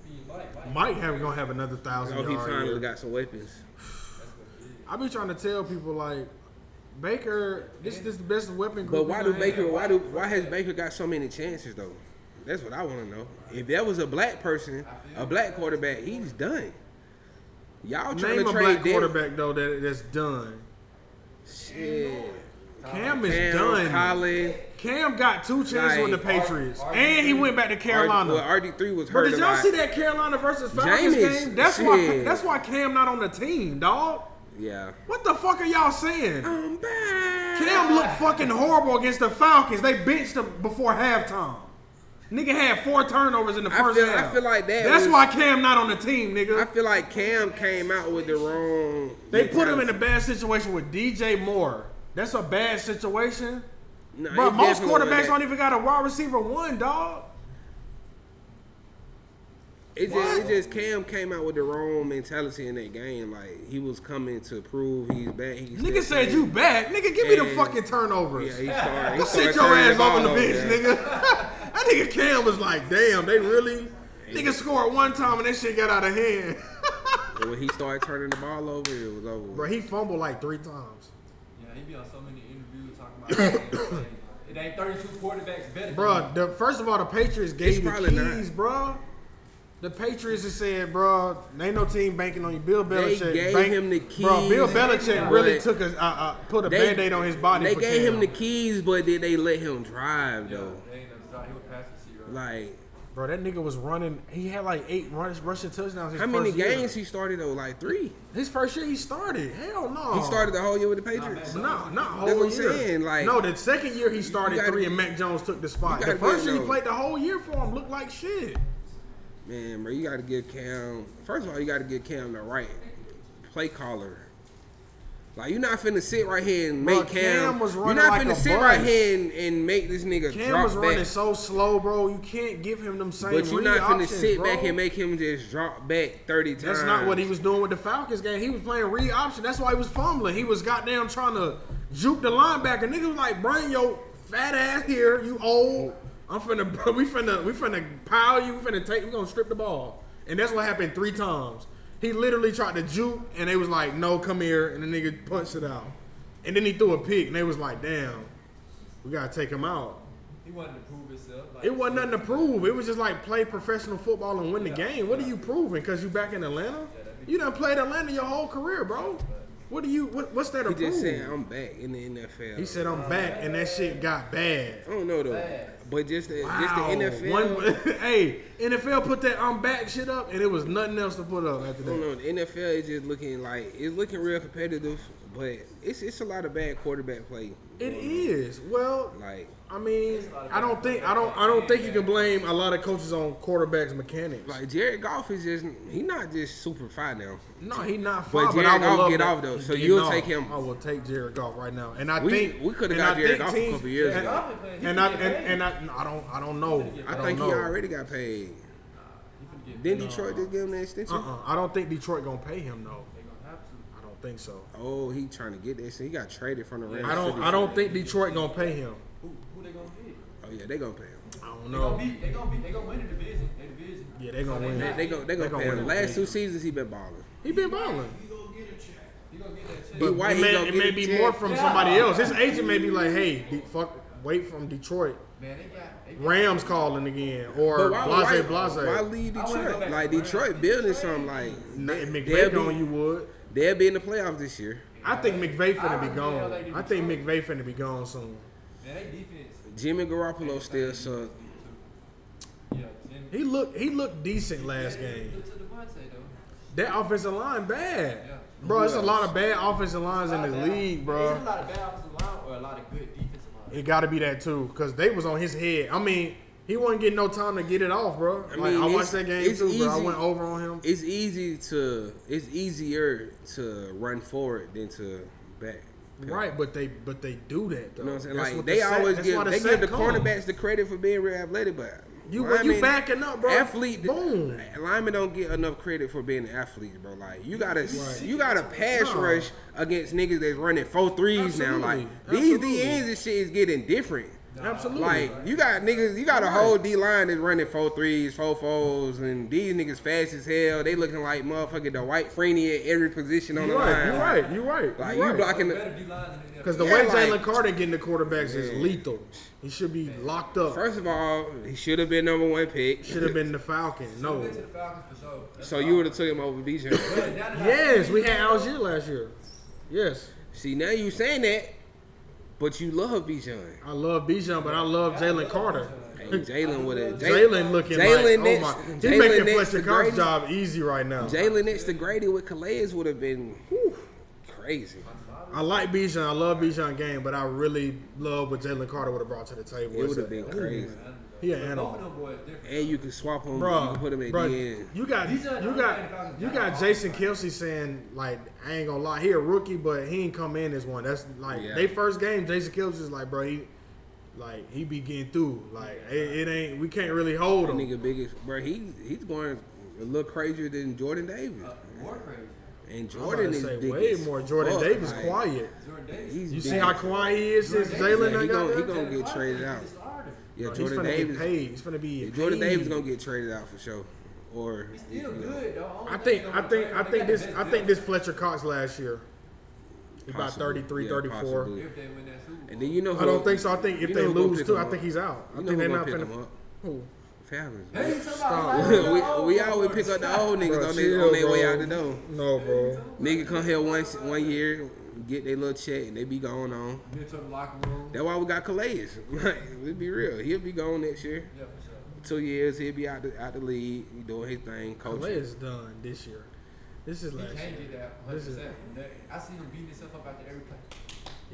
[SPEAKER 2] He Mike, Mike.
[SPEAKER 1] Mike have, gonna have another thousand
[SPEAKER 3] Oh, he
[SPEAKER 1] yard
[SPEAKER 3] finally
[SPEAKER 1] year.
[SPEAKER 3] got some weapons.
[SPEAKER 1] I be trying to tell people like Baker, this this is the best weapon.
[SPEAKER 3] But
[SPEAKER 1] group
[SPEAKER 3] why
[SPEAKER 1] we
[SPEAKER 3] do
[SPEAKER 1] gonna have.
[SPEAKER 3] Baker? Why do? Why has Baker got so many chances though? That's what I want to know. If that was a black person, a black quarterback, he's done. Y'all trying
[SPEAKER 1] name
[SPEAKER 3] to
[SPEAKER 1] a
[SPEAKER 3] trade
[SPEAKER 1] black
[SPEAKER 3] Derrick-
[SPEAKER 1] quarterback though that that's done?
[SPEAKER 3] Shit.
[SPEAKER 1] Cam is
[SPEAKER 3] Cam,
[SPEAKER 1] done.
[SPEAKER 3] Colin.
[SPEAKER 1] Cam got two chances
[SPEAKER 3] Like,
[SPEAKER 1] with the Patriots,
[SPEAKER 2] R-
[SPEAKER 1] and he went back to Carolina.
[SPEAKER 3] RD, well, RD three was
[SPEAKER 1] Bro,
[SPEAKER 3] hurt
[SPEAKER 1] did
[SPEAKER 3] a
[SPEAKER 1] y'all
[SPEAKER 3] lot.
[SPEAKER 1] see that Carolina versus Falcons
[SPEAKER 3] Jameis,
[SPEAKER 1] game? That's why.
[SPEAKER 3] shit.
[SPEAKER 1] That's why Cam not on the team, dog.
[SPEAKER 3] Yeah.
[SPEAKER 1] What the fuck are y'all saying?
[SPEAKER 3] I'm back.
[SPEAKER 1] Cam looked fucking horrible against the Falcons. They benched him before halftime. Nigga had four turnovers in the
[SPEAKER 3] I
[SPEAKER 1] first
[SPEAKER 3] feel- I
[SPEAKER 1] half.
[SPEAKER 3] feel like that
[SPEAKER 1] That's
[SPEAKER 3] was-
[SPEAKER 1] why Cam not on the team, nigga.
[SPEAKER 3] I feel like Cam came out with the wrong.
[SPEAKER 1] they put him in a
[SPEAKER 3] mentality.
[SPEAKER 1] bad situation with DJ Moore. That's a bad situation.
[SPEAKER 3] Nah,
[SPEAKER 1] Bro, most
[SPEAKER 3] he definitely wasn't
[SPEAKER 1] quarterbacks
[SPEAKER 3] that-
[SPEAKER 1] don't even got a wide receiver one, dog.
[SPEAKER 3] It just, it just Cam came out with the wrong mentality in that game. Like he was coming to prove he's back. He
[SPEAKER 1] Nigga said you back. Nigga, give me the
[SPEAKER 3] And-
[SPEAKER 1] fucking
[SPEAKER 3] Yeah,
[SPEAKER 1] turnovers.
[SPEAKER 3] he started. He
[SPEAKER 1] Go sit
[SPEAKER 3] started
[SPEAKER 1] your
[SPEAKER 3] turning
[SPEAKER 1] ass off on the
[SPEAKER 3] ball
[SPEAKER 1] bench,
[SPEAKER 3] over.
[SPEAKER 1] nigga. that nigga Cam was like, damn, they really. Nigga scored one time and that shit got out of hand.
[SPEAKER 3] And When he started turning the ball over, it was over. with.
[SPEAKER 1] Bro, he fumbled like three times.
[SPEAKER 2] Yeah, he be on so many interviews talking about it ain't 32 quarterbacks better.
[SPEAKER 1] Bro, the, first of all, the Patriots
[SPEAKER 3] It's
[SPEAKER 1] gave you
[SPEAKER 3] probably not.
[SPEAKER 1] keys, bro. The Patriots just said, bro, there ain't no team banking on you. Bill Belichick
[SPEAKER 3] gave
[SPEAKER 1] bank-
[SPEAKER 3] him the
[SPEAKER 1] Bro, Bill
[SPEAKER 3] keys,
[SPEAKER 1] Belichick really
[SPEAKER 3] but
[SPEAKER 1] took a uh, uh, put a band-aid on his body.
[SPEAKER 3] They
[SPEAKER 1] for
[SPEAKER 3] gave
[SPEAKER 1] Cam.
[SPEAKER 3] him the keys, but then they let him drive
[SPEAKER 2] Yeah,
[SPEAKER 3] though.
[SPEAKER 2] they ain't no desire. He would pass the zero.
[SPEAKER 3] Like
[SPEAKER 1] Bro, that nigga was running. He had like eight runs, rushing touchdowns. His
[SPEAKER 3] how many
[SPEAKER 1] first year.
[SPEAKER 3] games he started though? Like three.
[SPEAKER 1] His first year, he started. Hell no.
[SPEAKER 3] He started the whole year with the Patriots.
[SPEAKER 1] No, not whole
[SPEAKER 3] what I'm
[SPEAKER 1] year.
[SPEAKER 3] saying, like-
[SPEAKER 1] no, the second year he started
[SPEAKER 3] gotta
[SPEAKER 1] three,
[SPEAKER 3] be-
[SPEAKER 1] and Mac Jones took the spot.
[SPEAKER 3] you gotta
[SPEAKER 1] The first
[SPEAKER 3] be-
[SPEAKER 1] year he
[SPEAKER 3] no.
[SPEAKER 1] played the whole year for him, looked like shit.
[SPEAKER 3] Man, bro, you got to give Cam. First of all, you got to give Cam the right play caller. Like you're not finna sit right here and
[SPEAKER 1] Bro,
[SPEAKER 3] make Cam.
[SPEAKER 1] Cam was
[SPEAKER 3] you're
[SPEAKER 1] running
[SPEAKER 3] not
[SPEAKER 1] like
[SPEAKER 3] finna
[SPEAKER 1] a
[SPEAKER 3] sit right
[SPEAKER 1] bus.
[SPEAKER 3] here and, and make this nigga
[SPEAKER 1] Cam
[SPEAKER 3] drop
[SPEAKER 1] was running
[SPEAKER 3] back.
[SPEAKER 1] so slow, bro. You can't give him them same.
[SPEAKER 3] But you're
[SPEAKER 1] read
[SPEAKER 3] not finna
[SPEAKER 1] options,
[SPEAKER 3] sit
[SPEAKER 1] bro.
[SPEAKER 3] back and make him just drop back thirty times.
[SPEAKER 1] That's not what he was doing with the Falcons game. He was playing read option. That's why he was fumbling. He was goddamn trying to juke the linebacker. Nigga was like, bring your fat ass here. You old. I'm finna. We finna. We finna pile you. We finna take. We gonna strip the ball. And that's what happened three times. He literally tried to juke, and they was like, "No, come here." And the nigga punched it out. And then he threw a pick, and they was like, "Damn, we gotta take him out."
[SPEAKER 2] He wanted to prove himself. Like,
[SPEAKER 1] It wasn't nothing to prove. It was just like play professional football and win the game. What are you proving? Because you back in Atlanta? You done played Atlanta your whole career, bro. What do you, what, what's there to
[SPEAKER 3] He
[SPEAKER 1] prove?
[SPEAKER 3] just said, "I'm back in the NFL."
[SPEAKER 1] he said, I'm back, and that shit got bad.
[SPEAKER 3] "I don't know though,
[SPEAKER 2] Fast.
[SPEAKER 3] but just the,
[SPEAKER 1] Wow.
[SPEAKER 3] just the NFL."
[SPEAKER 1] One, hey, NFL put that I'm back shit up, and it was nothing else to put up after
[SPEAKER 3] I don't
[SPEAKER 1] that.
[SPEAKER 3] know. The NFL is just looking like it's looking real competitive, but it's it's a lot of bad quarterback play.
[SPEAKER 1] It is. Well,
[SPEAKER 3] Like
[SPEAKER 1] I mean, I don't think, I don't, I don't think you can blame a lot of coaches on quarterbacks mechanics.
[SPEAKER 3] Like Jared Goff is just he not just super fine now.
[SPEAKER 1] No, he not fine.
[SPEAKER 3] But
[SPEAKER 1] But,
[SPEAKER 3] Jared
[SPEAKER 1] I would
[SPEAKER 3] Goff
[SPEAKER 1] love
[SPEAKER 3] get
[SPEAKER 1] to-
[SPEAKER 3] off, though, so
[SPEAKER 1] He
[SPEAKER 3] you'll
[SPEAKER 1] get off.
[SPEAKER 3] take him.
[SPEAKER 1] I will take Jared Goff right now, and I
[SPEAKER 3] We-
[SPEAKER 1] think
[SPEAKER 3] we could've
[SPEAKER 1] and
[SPEAKER 3] got
[SPEAKER 1] I
[SPEAKER 3] Jared
[SPEAKER 1] think
[SPEAKER 3] Goff a
[SPEAKER 1] teams-
[SPEAKER 3] couple years
[SPEAKER 1] and,
[SPEAKER 3] ago.
[SPEAKER 2] Goff been playing- he
[SPEAKER 1] And
[SPEAKER 2] been
[SPEAKER 1] I
[SPEAKER 2] getting
[SPEAKER 1] and, and I no, I don't I don't know.
[SPEAKER 3] I,
[SPEAKER 1] I don't
[SPEAKER 3] think
[SPEAKER 1] know.
[SPEAKER 3] he already got paid.
[SPEAKER 2] paid. He finna get
[SPEAKER 3] Didn't Detroit just give him that extension?
[SPEAKER 1] Uh uh I don't think Detroit gonna pay him though.
[SPEAKER 2] They gonna have to.
[SPEAKER 1] I don't think so.
[SPEAKER 3] Oh, he trying to get that. So he got traded from the Rams.
[SPEAKER 1] I
[SPEAKER 3] to
[SPEAKER 1] don't
[SPEAKER 3] Detroit.
[SPEAKER 1] I don't think Detroit gonna pay him.
[SPEAKER 2] Who, who they gonna beat?
[SPEAKER 3] Oh yeah, they gonna pay him.
[SPEAKER 1] I don't
[SPEAKER 2] They gonna
[SPEAKER 1] know.
[SPEAKER 2] beat. They gonna beat. They gonna win the division. Their division.
[SPEAKER 1] Yeah, they gonna
[SPEAKER 2] So
[SPEAKER 1] win.
[SPEAKER 3] They,
[SPEAKER 2] not-
[SPEAKER 3] they gonna they
[SPEAKER 1] They
[SPEAKER 3] gonna
[SPEAKER 1] gonna
[SPEAKER 3] pay
[SPEAKER 1] win
[SPEAKER 3] him.
[SPEAKER 1] the
[SPEAKER 3] Last
[SPEAKER 1] division.
[SPEAKER 3] two seasons he been balling.
[SPEAKER 1] He been balling.
[SPEAKER 2] He gonna get that check.
[SPEAKER 3] But-
[SPEAKER 1] But
[SPEAKER 3] Why
[SPEAKER 1] it
[SPEAKER 3] he
[SPEAKER 1] may,
[SPEAKER 3] gonna
[SPEAKER 1] it
[SPEAKER 3] get
[SPEAKER 1] may
[SPEAKER 3] a
[SPEAKER 1] be
[SPEAKER 3] check?
[SPEAKER 1] more from
[SPEAKER 2] Yeah.
[SPEAKER 1] somebody else. His agent may be like, hey, de- fuck, wait from Detroit.
[SPEAKER 2] man, they got. They got
[SPEAKER 1] Rams calling again or
[SPEAKER 3] But why, why,
[SPEAKER 1] blase blase.
[SPEAKER 3] why leave
[SPEAKER 2] I wanna go
[SPEAKER 3] Detroit?
[SPEAKER 2] back
[SPEAKER 3] Like
[SPEAKER 2] to Rams.
[SPEAKER 3] Detroit building something like
[SPEAKER 1] Nah,
[SPEAKER 3] they'll
[SPEAKER 1] McVay
[SPEAKER 3] be-
[SPEAKER 1] gone, you would.
[SPEAKER 3] they'll be in the playoffs this year.
[SPEAKER 1] I think McVay
[SPEAKER 2] I
[SPEAKER 1] finna be
[SPEAKER 2] really feel like
[SPEAKER 1] gone.
[SPEAKER 2] they
[SPEAKER 1] I think
[SPEAKER 2] Detroit.
[SPEAKER 1] McVay finna be gone soon.
[SPEAKER 2] man, they defense.
[SPEAKER 3] Jimmy Garoppolo still suck.
[SPEAKER 2] Yeah, Jimmy.
[SPEAKER 1] He looked he looked decent last game.
[SPEAKER 2] Good to Devontae though.
[SPEAKER 1] That offensive line
[SPEAKER 2] Yeah.
[SPEAKER 1] bad, bro. It's a lot of bad offensive lines in
[SPEAKER 2] There's
[SPEAKER 1] this league,
[SPEAKER 2] A
[SPEAKER 1] bro.
[SPEAKER 2] lot of bad offensive line or a lot of good defensive line.
[SPEAKER 1] It got to be that too, cause they was on his head. I mean, he wasn't getting no time to get it off, bro. Like, I,
[SPEAKER 3] mean, it's-
[SPEAKER 1] watched that game
[SPEAKER 3] it's
[SPEAKER 1] too, bro. I
[SPEAKER 3] easy.
[SPEAKER 1] went over on him.
[SPEAKER 3] It's easy to it's easier to run forward than to back.
[SPEAKER 1] Right, but they but they do that though.
[SPEAKER 3] You know what I'm saying?
[SPEAKER 1] That's
[SPEAKER 3] Like
[SPEAKER 1] what
[SPEAKER 3] they
[SPEAKER 1] the sack-
[SPEAKER 3] always
[SPEAKER 1] that's
[SPEAKER 3] give
[SPEAKER 1] why
[SPEAKER 3] they
[SPEAKER 1] sack
[SPEAKER 3] give the
[SPEAKER 1] come.
[SPEAKER 3] cornerbacks the credit for being real athletic, but
[SPEAKER 1] You when you
[SPEAKER 3] linemen-
[SPEAKER 1] backing up, bro.
[SPEAKER 3] athlete
[SPEAKER 1] boom.
[SPEAKER 3] linemen don't get enough credit for being an athlete, bro. Like you gotta
[SPEAKER 1] Right.
[SPEAKER 3] you gotta pass
[SPEAKER 1] No.
[SPEAKER 3] rush against niggas that's running four threes now. Like
[SPEAKER 1] Absolutely.
[SPEAKER 3] these DNs and shit is getting different.
[SPEAKER 1] Absolutely.
[SPEAKER 3] Like you got niggas, you got a whole D line that's running four threes, four fours, and these niggas fast as hell. They looking like motherfucking the white Freeney at every position on
[SPEAKER 1] you
[SPEAKER 3] the
[SPEAKER 1] right.
[SPEAKER 3] line.
[SPEAKER 1] You right. You right.
[SPEAKER 3] Like
[SPEAKER 1] you
[SPEAKER 3] you
[SPEAKER 1] right.
[SPEAKER 3] blocking the
[SPEAKER 2] Better D lines than
[SPEAKER 1] Because the
[SPEAKER 3] Yeah,
[SPEAKER 1] way Jalen
[SPEAKER 3] like-
[SPEAKER 1] Carter getting the quarterbacks is lethal. He should be locked up.
[SPEAKER 3] First of all, he should have been number one pick.
[SPEAKER 1] Should have been the Falcon.
[SPEAKER 2] No.
[SPEAKER 1] No.
[SPEAKER 2] Went to the Falcons for sure. That's
[SPEAKER 3] So
[SPEAKER 2] all.
[SPEAKER 3] you would have took him over BJ.
[SPEAKER 2] But now that I-
[SPEAKER 1] Yes, we had Algier last year. Yes.
[SPEAKER 3] See, now you saying that, but you love Bijan.
[SPEAKER 1] I love Bijan, but I love Jalen Carter.
[SPEAKER 3] Hey, Jalen with a
[SPEAKER 1] Jalen looking
[SPEAKER 3] Jalen
[SPEAKER 1] like,
[SPEAKER 3] next-
[SPEAKER 1] oh my. He's
[SPEAKER 3] Jalen
[SPEAKER 1] making
[SPEAKER 3] next
[SPEAKER 1] Fletcher
[SPEAKER 3] to
[SPEAKER 1] Cox's
[SPEAKER 3] Grady.
[SPEAKER 1] job easy right now.
[SPEAKER 3] Jalen next to Grady with Calais would have been whew, crazy.
[SPEAKER 1] I like Bijan. I love Bijan game, but I really love what Jalen Carter would have brought to the table.
[SPEAKER 3] It would have
[SPEAKER 1] It's a-
[SPEAKER 3] been crazy.
[SPEAKER 1] He an
[SPEAKER 2] Both
[SPEAKER 1] animal.
[SPEAKER 2] of them boys different.
[SPEAKER 3] And you can swap him. you
[SPEAKER 1] Bro,
[SPEAKER 3] can put him at
[SPEAKER 1] bro,
[SPEAKER 3] the end.
[SPEAKER 1] you got you
[SPEAKER 2] These are the only
[SPEAKER 1] got
[SPEAKER 2] Falcons
[SPEAKER 1] you
[SPEAKER 2] that
[SPEAKER 1] got
[SPEAKER 2] are
[SPEAKER 1] Jason Kelsey saying like I ain't gonna lie, he a rookie, but he ain't come in as one. That's like
[SPEAKER 3] Yeah.
[SPEAKER 1] they first game. Jason Kelsey's like, bro, he like he be getting through. Like it, it ain't we can't really hold him.
[SPEAKER 3] Nigga biggest, bro. He he's going a little crazier than Jordan Davis.
[SPEAKER 2] Uh, more crazy.
[SPEAKER 3] And
[SPEAKER 1] I'm about to
[SPEAKER 3] Jordan is
[SPEAKER 1] say
[SPEAKER 3] big
[SPEAKER 1] way
[SPEAKER 3] as
[SPEAKER 1] more Jordan
[SPEAKER 3] fuck,
[SPEAKER 1] Davis
[SPEAKER 3] like,
[SPEAKER 1] quiet.
[SPEAKER 2] Jordan Davis.
[SPEAKER 3] He's
[SPEAKER 1] You
[SPEAKER 3] big
[SPEAKER 1] see how
[SPEAKER 3] as-
[SPEAKER 1] quiet he is since
[SPEAKER 2] Jordan Davis-
[SPEAKER 1] Jalen
[SPEAKER 3] Yeah, he
[SPEAKER 1] done got
[SPEAKER 3] gonna- he
[SPEAKER 1] there?
[SPEAKER 3] gonna- get
[SPEAKER 2] Clarkson,
[SPEAKER 3] traded
[SPEAKER 2] he's
[SPEAKER 3] out.
[SPEAKER 2] just harder.
[SPEAKER 3] Yeah,
[SPEAKER 1] Bro,
[SPEAKER 3] Jordan
[SPEAKER 1] he's finna
[SPEAKER 3] Davis.
[SPEAKER 1] Get paid. He's gonna be.
[SPEAKER 3] Jordan
[SPEAKER 1] paid.
[SPEAKER 3] Davis gonna get traded out for sure. Or
[SPEAKER 2] He's
[SPEAKER 3] you
[SPEAKER 2] still
[SPEAKER 3] know,
[SPEAKER 2] good though. Only
[SPEAKER 1] I
[SPEAKER 2] thing
[SPEAKER 1] think.
[SPEAKER 2] is
[SPEAKER 1] I
[SPEAKER 2] gonna
[SPEAKER 1] think.
[SPEAKER 2] play
[SPEAKER 1] I
[SPEAKER 2] him, they
[SPEAKER 1] think
[SPEAKER 2] got the
[SPEAKER 1] this.
[SPEAKER 2] best
[SPEAKER 1] I think
[SPEAKER 2] deal
[SPEAKER 1] this Fletcher Cox last year. He about
[SPEAKER 3] possibly.
[SPEAKER 1] 33,
[SPEAKER 3] Yeah,
[SPEAKER 1] 34.
[SPEAKER 3] possibly.
[SPEAKER 2] If they win that Super Bowl.
[SPEAKER 3] And then you know
[SPEAKER 1] I don't
[SPEAKER 3] who-
[SPEAKER 1] think so. I think if
[SPEAKER 3] you know
[SPEAKER 1] they
[SPEAKER 3] who gonna
[SPEAKER 1] lose
[SPEAKER 3] pick
[SPEAKER 1] too,
[SPEAKER 3] him
[SPEAKER 1] I
[SPEAKER 3] up.
[SPEAKER 1] think he's out. I
[SPEAKER 3] You know
[SPEAKER 1] think
[SPEAKER 3] who
[SPEAKER 1] they're
[SPEAKER 3] gonna
[SPEAKER 1] not
[SPEAKER 3] pick him
[SPEAKER 1] finna.
[SPEAKER 3] up?
[SPEAKER 1] Who?
[SPEAKER 3] Falcons.
[SPEAKER 2] Hey,
[SPEAKER 3] bro.
[SPEAKER 2] you talking
[SPEAKER 1] Stop.
[SPEAKER 2] about-
[SPEAKER 3] we, we always pick up the old niggas
[SPEAKER 1] Bro,
[SPEAKER 3] on, they,
[SPEAKER 1] chill,
[SPEAKER 3] on their way
[SPEAKER 1] bro.
[SPEAKER 3] out the door.
[SPEAKER 1] No, bro.
[SPEAKER 3] Nigga come here once one year, get their little check, and they be gone on.
[SPEAKER 2] Been to the locker room.
[SPEAKER 3] That's why we got Calais. Like, let's be real. He'll be gone next year.
[SPEAKER 2] Yeah, for sure.
[SPEAKER 3] Two years, he'll be out the out the league, he doing his thing,
[SPEAKER 1] Clay
[SPEAKER 3] coaching.
[SPEAKER 1] is done this year. This is
[SPEAKER 2] He
[SPEAKER 1] last
[SPEAKER 2] can't
[SPEAKER 1] year.
[SPEAKER 2] get that
[SPEAKER 1] This
[SPEAKER 2] 100.
[SPEAKER 1] is-
[SPEAKER 2] percent I see him beating himself up after every play.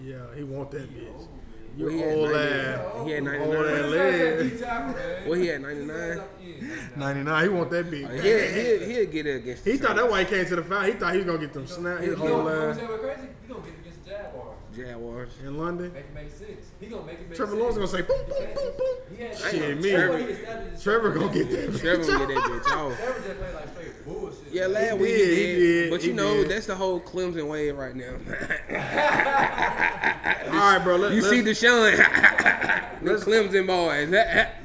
[SPEAKER 1] Yeah, he want that bitch.
[SPEAKER 3] Well,
[SPEAKER 1] You
[SPEAKER 3] he had
[SPEAKER 1] old
[SPEAKER 3] 90
[SPEAKER 1] ass.
[SPEAKER 3] He had
[SPEAKER 1] Old
[SPEAKER 3] 99.
[SPEAKER 1] ass leg.
[SPEAKER 3] Well, he had
[SPEAKER 2] Ninety.
[SPEAKER 1] 99. He want that bitch.
[SPEAKER 3] Uh, He'll, he'll, he'll get it against
[SPEAKER 1] He
[SPEAKER 3] the
[SPEAKER 1] thought that why he came to the foul. He thought he was gonna get them snap.
[SPEAKER 2] You
[SPEAKER 1] His
[SPEAKER 2] know you know
[SPEAKER 1] old
[SPEAKER 2] what's
[SPEAKER 1] ass
[SPEAKER 2] crazy? You don't get against the Jaguars.
[SPEAKER 3] Jaguars.
[SPEAKER 1] in London.
[SPEAKER 2] Make it make sense. He gonna make it make
[SPEAKER 1] Trevor
[SPEAKER 2] sense.
[SPEAKER 1] Lawrence gonna say boom, boom, boom, boom.
[SPEAKER 2] He had-
[SPEAKER 1] Shit,
[SPEAKER 2] Trevor-
[SPEAKER 1] me.
[SPEAKER 2] Trevor, he established-
[SPEAKER 1] Trevor gonna get that. bitch.
[SPEAKER 3] Trevor gonna get that bitch off.
[SPEAKER 2] Trevor just played like straight bullshit.
[SPEAKER 3] Yeah,
[SPEAKER 1] He
[SPEAKER 3] last week he
[SPEAKER 1] did, he
[SPEAKER 3] did,
[SPEAKER 1] did,
[SPEAKER 3] but
[SPEAKER 1] he
[SPEAKER 3] you know
[SPEAKER 1] did.
[SPEAKER 3] that's the whole Clemson wave right now.
[SPEAKER 1] All right, bro. Let,
[SPEAKER 3] you
[SPEAKER 1] let's,
[SPEAKER 3] see Deshaun, the
[SPEAKER 1] Let's-
[SPEAKER 3] Clemson boys.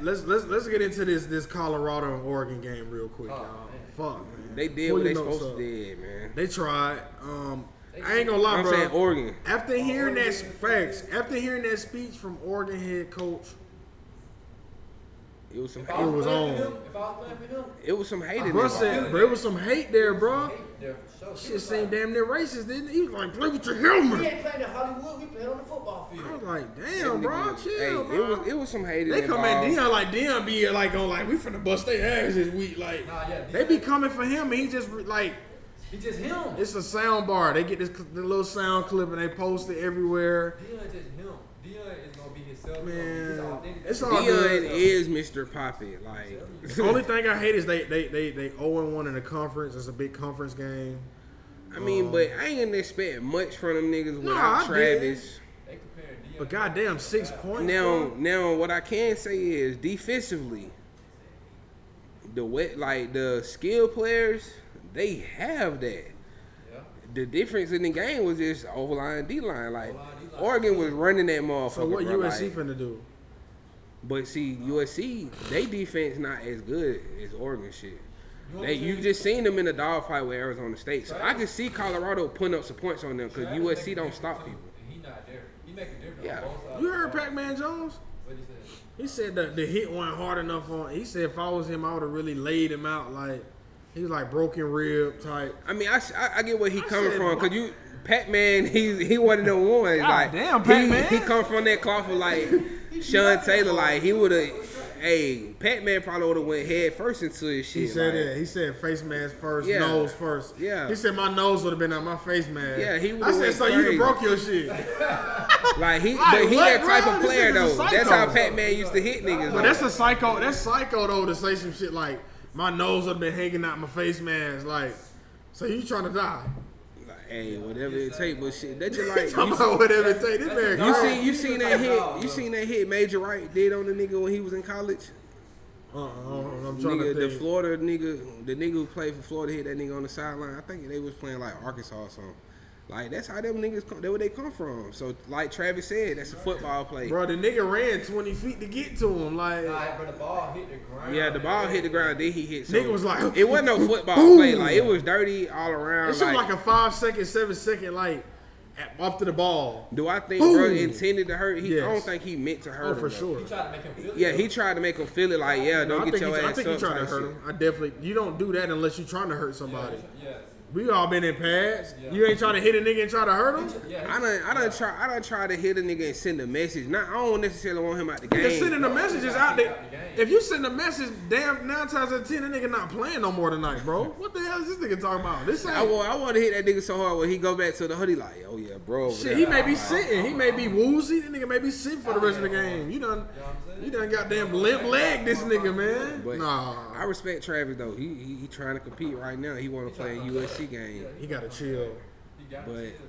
[SPEAKER 1] let's let's let's get into this this Colorado and Oregon game real quick,
[SPEAKER 2] Oh,
[SPEAKER 1] y'all. Fuck, man.
[SPEAKER 3] they did
[SPEAKER 1] Pull
[SPEAKER 3] what they
[SPEAKER 1] your notes
[SPEAKER 3] supposed
[SPEAKER 1] up.
[SPEAKER 3] to did, man.
[SPEAKER 1] They tried. Um, I ain't gonna lie,
[SPEAKER 3] I'm
[SPEAKER 1] bro.
[SPEAKER 3] saying Oregon.
[SPEAKER 1] After hearing that facts, after hearing that speech from Oregon head coach,
[SPEAKER 3] It was some
[SPEAKER 2] If I
[SPEAKER 1] It
[SPEAKER 3] hate,
[SPEAKER 1] was
[SPEAKER 2] was playing for
[SPEAKER 1] on.
[SPEAKER 2] him, if I was playing for him,
[SPEAKER 3] it was some hate in
[SPEAKER 1] bro
[SPEAKER 3] there.
[SPEAKER 1] said, bro, it was some hate there, bro.
[SPEAKER 2] hey, there for sure. He
[SPEAKER 1] Shit
[SPEAKER 2] was
[SPEAKER 1] seemed
[SPEAKER 2] like,
[SPEAKER 1] damn near racist, didn't it? He was like, play with your
[SPEAKER 2] We
[SPEAKER 1] helmet.
[SPEAKER 2] ain't playing in Hollywood. We playing on the football field.
[SPEAKER 1] I was
[SPEAKER 2] Like,
[SPEAKER 1] like,
[SPEAKER 3] That
[SPEAKER 1] damn,
[SPEAKER 3] nigga
[SPEAKER 1] bro,
[SPEAKER 3] was-
[SPEAKER 1] chill,
[SPEAKER 3] hey,
[SPEAKER 1] bro.
[SPEAKER 3] It was it was some hate in
[SPEAKER 1] They
[SPEAKER 3] there,
[SPEAKER 1] come at
[SPEAKER 3] dog.
[SPEAKER 1] Dion like Dion be like on like we finna bust their ass this week. Like
[SPEAKER 2] Nah, yeah,
[SPEAKER 1] they be coming for him and he just re- like
[SPEAKER 2] he just him.
[SPEAKER 1] it's a sound bar. They get this cl- the little sound clip and they post it everywhere.
[SPEAKER 2] Dion just him. Dion is gonna be himself.
[SPEAKER 1] Man,
[SPEAKER 2] he's authentic.
[SPEAKER 1] it's all
[SPEAKER 3] Dion
[SPEAKER 1] good.
[SPEAKER 3] is Mr. Poppy. Like
[SPEAKER 1] The only thing I hate is they they they they zero and one in the conference. It's a big conference game.
[SPEAKER 3] I mean, but I ain't gonna expect much from them niggas without
[SPEAKER 1] I did.
[SPEAKER 3] Travis.
[SPEAKER 2] They comparing Dion.
[SPEAKER 1] But goddamn, six points.
[SPEAKER 3] Now,
[SPEAKER 1] bro.
[SPEAKER 3] now, what I can say is defensively, the wet like the skill players, they have that.
[SPEAKER 2] yeah.
[SPEAKER 3] The difference in the game was just O line, D line. Like
[SPEAKER 2] O-line, D-line.
[SPEAKER 3] Oregon was running that motherfucker.
[SPEAKER 1] so what
[SPEAKER 3] bro,
[SPEAKER 1] USC
[SPEAKER 3] like-
[SPEAKER 1] finna do?
[SPEAKER 3] But see, USC, they defense not as good as Oregon shit. They, you just seen them in a dogfight with Arizona State, so I can see Colorado putting up some points on them because
[SPEAKER 2] Travis make
[SPEAKER 3] USC
[SPEAKER 2] a
[SPEAKER 3] don't
[SPEAKER 2] difference,
[SPEAKER 3] stop
[SPEAKER 2] too,
[SPEAKER 3] people.
[SPEAKER 2] and He not there. He make a difference.
[SPEAKER 3] Yeah.
[SPEAKER 2] On both sides
[SPEAKER 1] You
[SPEAKER 2] of the
[SPEAKER 1] heard
[SPEAKER 2] ball.
[SPEAKER 1] Pac-Man Jones?
[SPEAKER 2] What he said?
[SPEAKER 1] He said that the hit wasn't hard enough on. He said if I was him, I would have really laid him out. Like he was like broken rib type.
[SPEAKER 3] I mean, I, s- I- I get where he
[SPEAKER 1] I
[SPEAKER 3] coming
[SPEAKER 1] said,
[SPEAKER 3] from because you Pac Man, he's he wasn't the one. Like
[SPEAKER 1] damn,
[SPEAKER 3] he-
[SPEAKER 1] Pac-Man.
[SPEAKER 3] he, come from that cloth of like Sean Taylor. Like he would have, hey, Pac Man probably would have went head first into his shit.
[SPEAKER 1] He said
[SPEAKER 3] like,
[SPEAKER 1] that. He said face mask first,
[SPEAKER 3] Yeah.
[SPEAKER 1] nose first.
[SPEAKER 3] Yeah.
[SPEAKER 1] He said my nose would have been out my face mask.
[SPEAKER 3] Yeah, he
[SPEAKER 1] I
[SPEAKER 3] would've
[SPEAKER 1] said
[SPEAKER 3] went
[SPEAKER 1] so you done
[SPEAKER 3] crazy.
[SPEAKER 1] broke your shit.
[SPEAKER 3] Like he,
[SPEAKER 1] Like,
[SPEAKER 3] but he
[SPEAKER 1] what,
[SPEAKER 3] that
[SPEAKER 1] bro?
[SPEAKER 3] type of
[SPEAKER 1] This
[SPEAKER 3] player
[SPEAKER 1] nigga's a
[SPEAKER 3] though. That's how
[SPEAKER 1] psycho.
[SPEAKER 3] Pac Man used to hit niggas.
[SPEAKER 1] But
[SPEAKER 3] like,
[SPEAKER 1] that's a psycho. That's psycho though to say some shit like my nose would have been hanging out my face mask. Like so you trying to die?
[SPEAKER 3] like, hey, whatever it take. But shit, that just like
[SPEAKER 1] Talking
[SPEAKER 3] you
[SPEAKER 1] about whatever it take. This man.
[SPEAKER 3] You
[SPEAKER 1] grown.
[SPEAKER 3] seen you seen that hit you seen that hit Major Wright did on the nigga when he was in college.
[SPEAKER 1] Uh, uh, I'm trying
[SPEAKER 3] Nigga,
[SPEAKER 1] to
[SPEAKER 3] the
[SPEAKER 1] think.
[SPEAKER 3] Florida nigga, the nigga who played for Florida hit that nigga on the sideline. I think they was playing like Arkansas or something. Like that's how them niggas come. That where they come from. So like Travis said, that's a football play.
[SPEAKER 1] Bro, the nigga ran 20 feet to get to him. Like,
[SPEAKER 2] Nah, but the ball hit the ground.
[SPEAKER 3] Yeah, the ball hit the ground. Then he hit. something.
[SPEAKER 1] Nigga was like,
[SPEAKER 3] it wasn't no football
[SPEAKER 1] boom.
[SPEAKER 3] play. Like it was dirty all around.
[SPEAKER 1] it seemed
[SPEAKER 3] like-
[SPEAKER 1] like a five second, seven second, like, at- off to the ball.
[SPEAKER 3] do I think
[SPEAKER 1] Boom.
[SPEAKER 3] bro intended to hurt? He, I don't
[SPEAKER 1] Yes.
[SPEAKER 3] think he meant to hurt.
[SPEAKER 1] Oh,
[SPEAKER 3] him,
[SPEAKER 1] for
[SPEAKER 3] though.
[SPEAKER 1] sure.
[SPEAKER 2] He tried to make him feel it.
[SPEAKER 3] Yeah, he tried to make him feel it like, yeah,
[SPEAKER 1] I
[SPEAKER 3] don't
[SPEAKER 1] think,
[SPEAKER 3] get
[SPEAKER 1] he,
[SPEAKER 3] your
[SPEAKER 1] I
[SPEAKER 3] ass
[SPEAKER 1] think
[SPEAKER 3] up.
[SPEAKER 1] he tried to
[SPEAKER 3] type
[SPEAKER 1] hurt
[SPEAKER 3] shit.
[SPEAKER 1] him. I definitely, you don't do that unless you're trying to hurt somebody.
[SPEAKER 2] Yeah.
[SPEAKER 1] We all been in pads.
[SPEAKER 2] Yeah.
[SPEAKER 1] You ain't trying to hit a nigga and try to hurt him.
[SPEAKER 2] Yeah.
[SPEAKER 3] I done, I done try, I done try to hit a nigga and send a message. Not, I don't necessarily want him out the game.
[SPEAKER 1] You're sending the messages out there. If you send a message, damn, nine times out of ten, that nigga not playing no more tonight, bro. What the hell is this nigga talking about? This
[SPEAKER 3] I
[SPEAKER 1] ain't.
[SPEAKER 3] want, I want to hit that nigga so hard when he go back to the hoodie like, oh yeah, bro. over
[SPEAKER 1] Shit,
[SPEAKER 3] there."
[SPEAKER 1] he may be sitting. He may be woozy. That nigga may be sitting for the rest of the game. You done,
[SPEAKER 2] You know what I'm saying?
[SPEAKER 1] you done goddamn limp leg this nigga, man.
[SPEAKER 3] But
[SPEAKER 1] Nah,
[SPEAKER 3] I respect Travis though. He, he he trying to compete right now. He want to play a USC game.
[SPEAKER 1] he gotta chill.
[SPEAKER 2] He got
[SPEAKER 3] But-
[SPEAKER 2] it.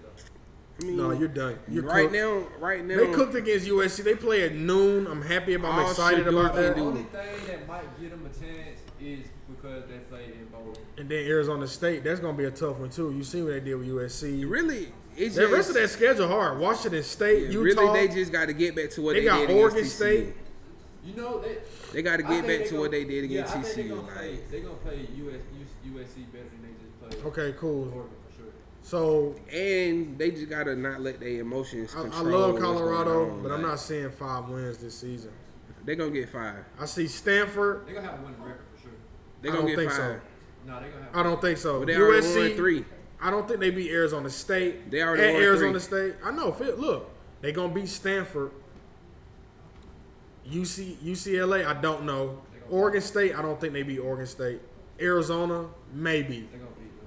[SPEAKER 3] I mean,
[SPEAKER 1] No, you're done. You're
[SPEAKER 3] right
[SPEAKER 1] cooked.
[SPEAKER 3] now, right now,
[SPEAKER 1] They cooked against USC. They play at noon. I'm happy about. I'm
[SPEAKER 3] All
[SPEAKER 1] excited
[SPEAKER 3] shit dude
[SPEAKER 1] about
[SPEAKER 3] can
[SPEAKER 1] that.
[SPEAKER 3] do
[SPEAKER 2] The only thing that might get him a chance is because they play in both.
[SPEAKER 1] And then Arizona State, that's gonna be a tough one too. You see what they did with USC.
[SPEAKER 3] Really, it's
[SPEAKER 1] The
[SPEAKER 3] just,
[SPEAKER 1] rest of that schedule hard. Washington State,
[SPEAKER 3] yeah,
[SPEAKER 1] Utah.
[SPEAKER 3] really they just got to get back to what
[SPEAKER 1] they
[SPEAKER 3] they,
[SPEAKER 1] got
[SPEAKER 3] did against
[SPEAKER 1] Oregon
[SPEAKER 3] TCU.
[SPEAKER 1] State.
[SPEAKER 2] You know they.
[SPEAKER 3] They got to
[SPEAKER 2] I think
[SPEAKER 3] get back
[SPEAKER 2] they
[SPEAKER 3] to
[SPEAKER 2] gonna-
[SPEAKER 3] what they did against
[SPEAKER 2] yeah, I think They
[SPEAKER 3] TCU.
[SPEAKER 2] gonna play,
[SPEAKER 3] like,
[SPEAKER 2] they gonna play US, USC better than they just played.
[SPEAKER 1] okay, cool.
[SPEAKER 2] Oregon for sure.
[SPEAKER 1] So
[SPEAKER 3] and they just got to not let their emotions
[SPEAKER 1] I,
[SPEAKER 3] control.
[SPEAKER 1] I love
[SPEAKER 3] what's going
[SPEAKER 1] Colorado,
[SPEAKER 3] on,
[SPEAKER 1] but I'm
[SPEAKER 3] like,
[SPEAKER 1] not seeing five wins this season.
[SPEAKER 3] They gonna get fired.
[SPEAKER 1] I see Stanford.
[SPEAKER 2] They gonna have a winning record for sure.
[SPEAKER 3] They
[SPEAKER 1] I
[SPEAKER 3] gonna
[SPEAKER 1] don't
[SPEAKER 3] get
[SPEAKER 1] think so.
[SPEAKER 3] fired.
[SPEAKER 2] No, they gonna have.
[SPEAKER 1] I don't think so.
[SPEAKER 3] But they already
[SPEAKER 1] USC
[SPEAKER 3] won three.
[SPEAKER 1] I don't think they beat Arizona State.
[SPEAKER 3] They already
[SPEAKER 1] at
[SPEAKER 3] won
[SPEAKER 1] Arizona
[SPEAKER 3] three.
[SPEAKER 1] State. I know. Phil, Look, they gonna beat Stanford. UC UCLA. I don't know. Oregon State. I don't think they beat Oregon State. Arizona, maybe.
[SPEAKER 2] They gonna beat them.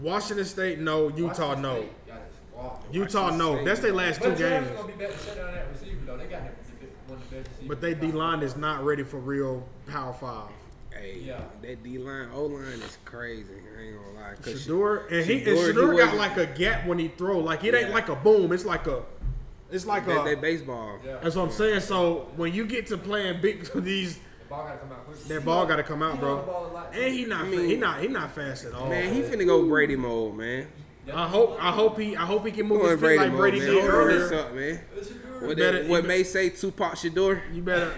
[SPEAKER 1] Washington State, no. Utah,
[SPEAKER 2] Washington
[SPEAKER 1] no.
[SPEAKER 2] State got a squad.
[SPEAKER 1] Utah, no.
[SPEAKER 3] State.
[SPEAKER 1] That's their last two
[SPEAKER 2] But Travis
[SPEAKER 1] games.
[SPEAKER 2] gonna be better shut down that receiver though. They got him the best- one of the best receivers.
[SPEAKER 1] But they D line is not ready for real Power Five.
[SPEAKER 3] Hey,
[SPEAKER 2] Yeah.
[SPEAKER 3] that D line, O line is crazy. I ain't gonna lie. 'Cause
[SPEAKER 1] Shador and he and
[SPEAKER 3] Shador, he
[SPEAKER 1] Shador got
[SPEAKER 3] wasn't-
[SPEAKER 1] like a gap when he throw. Like it ain't
[SPEAKER 3] Yeah.
[SPEAKER 1] like a boom. It's like a. It's like
[SPEAKER 3] that,
[SPEAKER 1] a.
[SPEAKER 3] that baseball.
[SPEAKER 2] Yeah.
[SPEAKER 1] That's what I'm saying. So when you get to playing big these
[SPEAKER 2] The ball gotta come out quick.
[SPEAKER 1] That ball got to come out,
[SPEAKER 2] He know the ball a
[SPEAKER 1] bro.
[SPEAKER 2] lot, too.
[SPEAKER 1] And he not
[SPEAKER 3] I mean-
[SPEAKER 1] he not he not fast at all.
[SPEAKER 3] Man, he finna go Brady mode, man.
[SPEAKER 1] I hope I hope he I hope he can move
[SPEAKER 3] Going
[SPEAKER 1] his feet
[SPEAKER 3] Brady
[SPEAKER 1] like
[SPEAKER 3] mode,
[SPEAKER 1] Brady
[SPEAKER 3] man.
[SPEAKER 1] did
[SPEAKER 3] Don't worry, it's
[SPEAKER 1] earlier.
[SPEAKER 3] up, man.
[SPEAKER 2] It's your
[SPEAKER 3] What,
[SPEAKER 1] better-
[SPEAKER 3] that,
[SPEAKER 1] you
[SPEAKER 3] what
[SPEAKER 1] be-
[SPEAKER 3] may say Tupac Shador?
[SPEAKER 1] You better.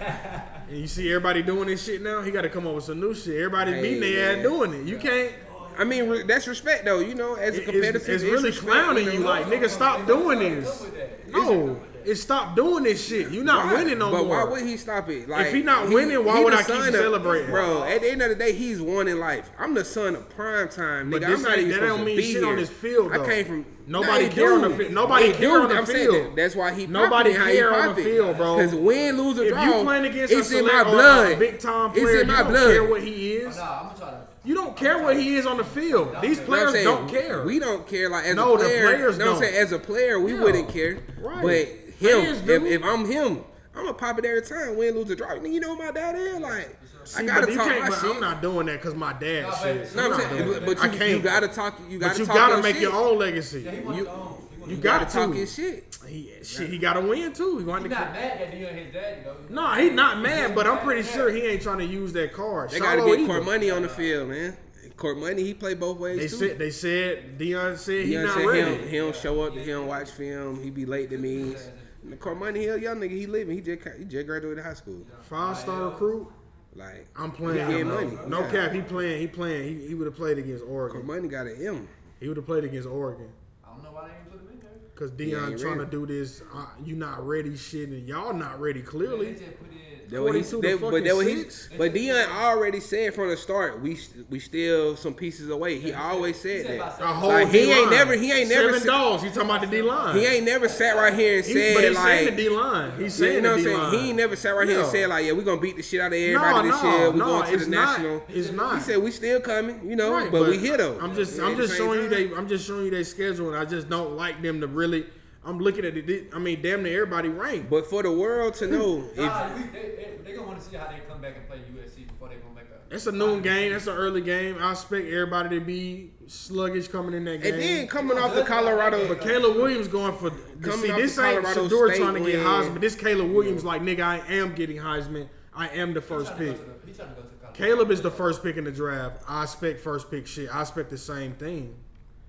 [SPEAKER 1] and you see everybody doing this shit now. He got to come up with some new shit. Everybody
[SPEAKER 3] Hey,
[SPEAKER 1] beating their ass
[SPEAKER 3] man.
[SPEAKER 1] doing it. You can't.
[SPEAKER 3] I mean, re- that's respect though. You know, as a
[SPEAKER 1] It,
[SPEAKER 3] competitor,
[SPEAKER 1] it's, it's really clowning you, like nigga, stop doing this. No, it's stop doing this shit. You not winning no
[SPEAKER 3] but
[SPEAKER 1] more.
[SPEAKER 3] why would he stop it? Like,
[SPEAKER 1] he not winning, why would
[SPEAKER 3] the
[SPEAKER 1] I keep
[SPEAKER 3] son
[SPEAKER 1] celebrating?
[SPEAKER 3] Bro, at the end of the day, he's one in life. I'm the son of prime time, nigga.
[SPEAKER 1] But
[SPEAKER 3] I'm
[SPEAKER 1] this
[SPEAKER 3] not
[SPEAKER 1] ain't-
[SPEAKER 3] even
[SPEAKER 1] that
[SPEAKER 3] supposed
[SPEAKER 1] don't
[SPEAKER 3] to
[SPEAKER 1] mean
[SPEAKER 3] be
[SPEAKER 1] shit
[SPEAKER 3] here.
[SPEAKER 1] on this field,
[SPEAKER 3] I
[SPEAKER 1] though.
[SPEAKER 3] came from
[SPEAKER 1] Nobody
[SPEAKER 3] Nah, it
[SPEAKER 1] care on the
[SPEAKER 3] do.
[SPEAKER 1] fi- nobody
[SPEAKER 3] It
[SPEAKER 1] care
[SPEAKER 3] do.
[SPEAKER 1] on the
[SPEAKER 3] I'm saying
[SPEAKER 1] field.
[SPEAKER 3] that- That's why he
[SPEAKER 1] Nobody
[SPEAKER 3] popping it how
[SPEAKER 1] care
[SPEAKER 3] he
[SPEAKER 1] on the
[SPEAKER 3] pop it.
[SPEAKER 1] field, bro.
[SPEAKER 3] Cause win, lose or
[SPEAKER 1] If
[SPEAKER 3] draw,
[SPEAKER 1] you playing against
[SPEAKER 3] it's
[SPEAKER 1] a
[SPEAKER 3] in
[SPEAKER 1] select
[SPEAKER 3] my
[SPEAKER 1] or a
[SPEAKER 3] blood.
[SPEAKER 1] big time player,
[SPEAKER 3] it's in
[SPEAKER 1] you
[SPEAKER 3] my
[SPEAKER 1] don't
[SPEAKER 3] blood.
[SPEAKER 1] care what he is.
[SPEAKER 2] Nah, I'm gonna try to.
[SPEAKER 1] You don't care what he is on the field. These
[SPEAKER 3] You know what
[SPEAKER 1] players
[SPEAKER 3] I'm
[SPEAKER 1] don't
[SPEAKER 3] saying?
[SPEAKER 1] care.
[SPEAKER 3] We don't care. Like as
[SPEAKER 1] No,
[SPEAKER 3] a
[SPEAKER 1] the
[SPEAKER 3] player,
[SPEAKER 1] players
[SPEAKER 3] you know what I'm
[SPEAKER 1] don't.
[SPEAKER 3] saying? As a player, we
[SPEAKER 1] Yeah.
[SPEAKER 3] wouldn't care.
[SPEAKER 1] Right.
[SPEAKER 3] But
[SPEAKER 1] Players
[SPEAKER 3] him,
[SPEAKER 1] do.
[SPEAKER 3] if, if I'm him, I'm gonna pop it every time. Win, lose, or draw. Nigga, You know what my dad is like. I
[SPEAKER 1] See,
[SPEAKER 3] gotta
[SPEAKER 1] but you
[SPEAKER 3] talk
[SPEAKER 1] can't-
[SPEAKER 3] my
[SPEAKER 1] but
[SPEAKER 3] shit.
[SPEAKER 1] I'm not doing that because my dad
[SPEAKER 2] Nah, but-
[SPEAKER 1] shit.
[SPEAKER 2] No,
[SPEAKER 3] You know
[SPEAKER 2] I'm
[SPEAKER 3] what
[SPEAKER 1] not
[SPEAKER 3] I'm saying?
[SPEAKER 1] doing
[SPEAKER 3] But,
[SPEAKER 1] that. I
[SPEAKER 3] but you,
[SPEAKER 1] can't.
[SPEAKER 3] you gotta talk. You gotta
[SPEAKER 1] but you
[SPEAKER 3] talk
[SPEAKER 1] gotta
[SPEAKER 3] your
[SPEAKER 1] make
[SPEAKER 3] shit.
[SPEAKER 1] your own legacy.
[SPEAKER 2] Yeah, he
[SPEAKER 1] you
[SPEAKER 2] wants to own. He wants
[SPEAKER 1] you
[SPEAKER 2] to
[SPEAKER 1] got
[SPEAKER 3] gotta talk
[SPEAKER 1] to.
[SPEAKER 3] your shit.
[SPEAKER 1] He, shit, he gotta win too. He wanted
[SPEAKER 2] He's
[SPEAKER 1] to.
[SPEAKER 2] not mad that he ain't his daddy though. You know?
[SPEAKER 1] Nah, he not mad, but I'm pretty sure he ain't trying to use that card.
[SPEAKER 3] They gotta
[SPEAKER 1] Shiloh
[SPEAKER 3] get
[SPEAKER 1] either.
[SPEAKER 3] Court Money on the field, man. Court Money, he play both ways
[SPEAKER 1] They
[SPEAKER 3] too.
[SPEAKER 1] said they said Dion said he
[SPEAKER 3] He
[SPEAKER 1] not
[SPEAKER 3] said he
[SPEAKER 1] ready.
[SPEAKER 3] don't, he don't show up. He don't watch film. He be late to meetings. And the Carmine Hill, young nigga, he living. He just ca- he just graduated high school.
[SPEAKER 1] Five star recruit.
[SPEAKER 3] Like
[SPEAKER 1] I'm playing.
[SPEAKER 3] He
[SPEAKER 1] him.
[SPEAKER 3] getting money.
[SPEAKER 1] No
[SPEAKER 3] Yeah.
[SPEAKER 1] cap. He playing. He playing. He, he would have played against Oregon.
[SPEAKER 3] Carmine got an M.
[SPEAKER 1] He would have played against Oregon.
[SPEAKER 2] I don't know why they ain't put him in there.
[SPEAKER 1] Cause
[SPEAKER 3] Yeah,
[SPEAKER 1] Dion
[SPEAKER 3] he
[SPEAKER 1] trying to
[SPEAKER 3] ready.
[SPEAKER 1] do this, uh, you not ready shit, and y'all not ready clearly.
[SPEAKER 2] They just put in.
[SPEAKER 3] That what he,
[SPEAKER 1] 42 to
[SPEAKER 3] that, but that what he,
[SPEAKER 1] fucking six.
[SPEAKER 3] but Dion already said from the start we we still some pieces away. He always said that.
[SPEAKER 1] A whole
[SPEAKER 3] Like, he
[SPEAKER 1] D-line.
[SPEAKER 3] ain't never- he ain't never
[SPEAKER 1] seven
[SPEAKER 3] said-
[SPEAKER 1] dogs. He talking about the D line.
[SPEAKER 3] He ain't never sat right here and
[SPEAKER 1] He-
[SPEAKER 3] said
[SPEAKER 1] but he's
[SPEAKER 3] like
[SPEAKER 1] saying the D line. He's saying
[SPEAKER 3] you know
[SPEAKER 1] the
[SPEAKER 3] what
[SPEAKER 1] D
[SPEAKER 3] I'm saying.
[SPEAKER 1] line.
[SPEAKER 3] He ain't never sat right here and
[SPEAKER 1] Yeah.
[SPEAKER 3] said like yeah we gonna beat the shit out of
[SPEAKER 1] no,
[SPEAKER 3] everybody this
[SPEAKER 1] no,
[SPEAKER 3] year. We
[SPEAKER 1] no,
[SPEAKER 3] going to
[SPEAKER 1] it's
[SPEAKER 3] the
[SPEAKER 1] not.
[SPEAKER 3] national.
[SPEAKER 1] It's not.
[SPEAKER 3] He said we still coming, you know,
[SPEAKER 1] Right,
[SPEAKER 3] but, we here though.
[SPEAKER 1] I'm just,
[SPEAKER 3] Yeah,
[SPEAKER 1] I'm
[SPEAKER 3] at the
[SPEAKER 1] just
[SPEAKER 3] same
[SPEAKER 1] showing you
[SPEAKER 3] time.
[SPEAKER 1] they, I'm just showing you their schedule, and I just don't like them to really. I'm looking at it. I mean, damn near everybody ranked.
[SPEAKER 3] But for the world to know if
[SPEAKER 2] Nah, we, they, they, they gonna want to see how they come back and play USC before they gonna make a.
[SPEAKER 1] That's a noon game. That's an early game. I expect everybody to be sluggish coming in that game.
[SPEAKER 3] and then coming off the Colorado,
[SPEAKER 1] But Caleb Williams going for
[SPEAKER 3] Coming
[SPEAKER 1] see
[SPEAKER 3] off
[SPEAKER 1] this
[SPEAKER 3] the
[SPEAKER 1] ain't
[SPEAKER 3] Colorado
[SPEAKER 1] Shador
[SPEAKER 3] State
[SPEAKER 1] trying to get
[SPEAKER 3] win.
[SPEAKER 1] Heisman. This Caleb Williams like nigga, I am getting Heisman. I am the
[SPEAKER 2] He
[SPEAKER 1] first
[SPEAKER 2] tryna go
[SPEAKER 1] pick.
[SPEAKER 2] to the- He trying to go to college.
[SPEAKER 1] Caleb is the first pick in the draft. I expect first pick shit. I expect the same thing.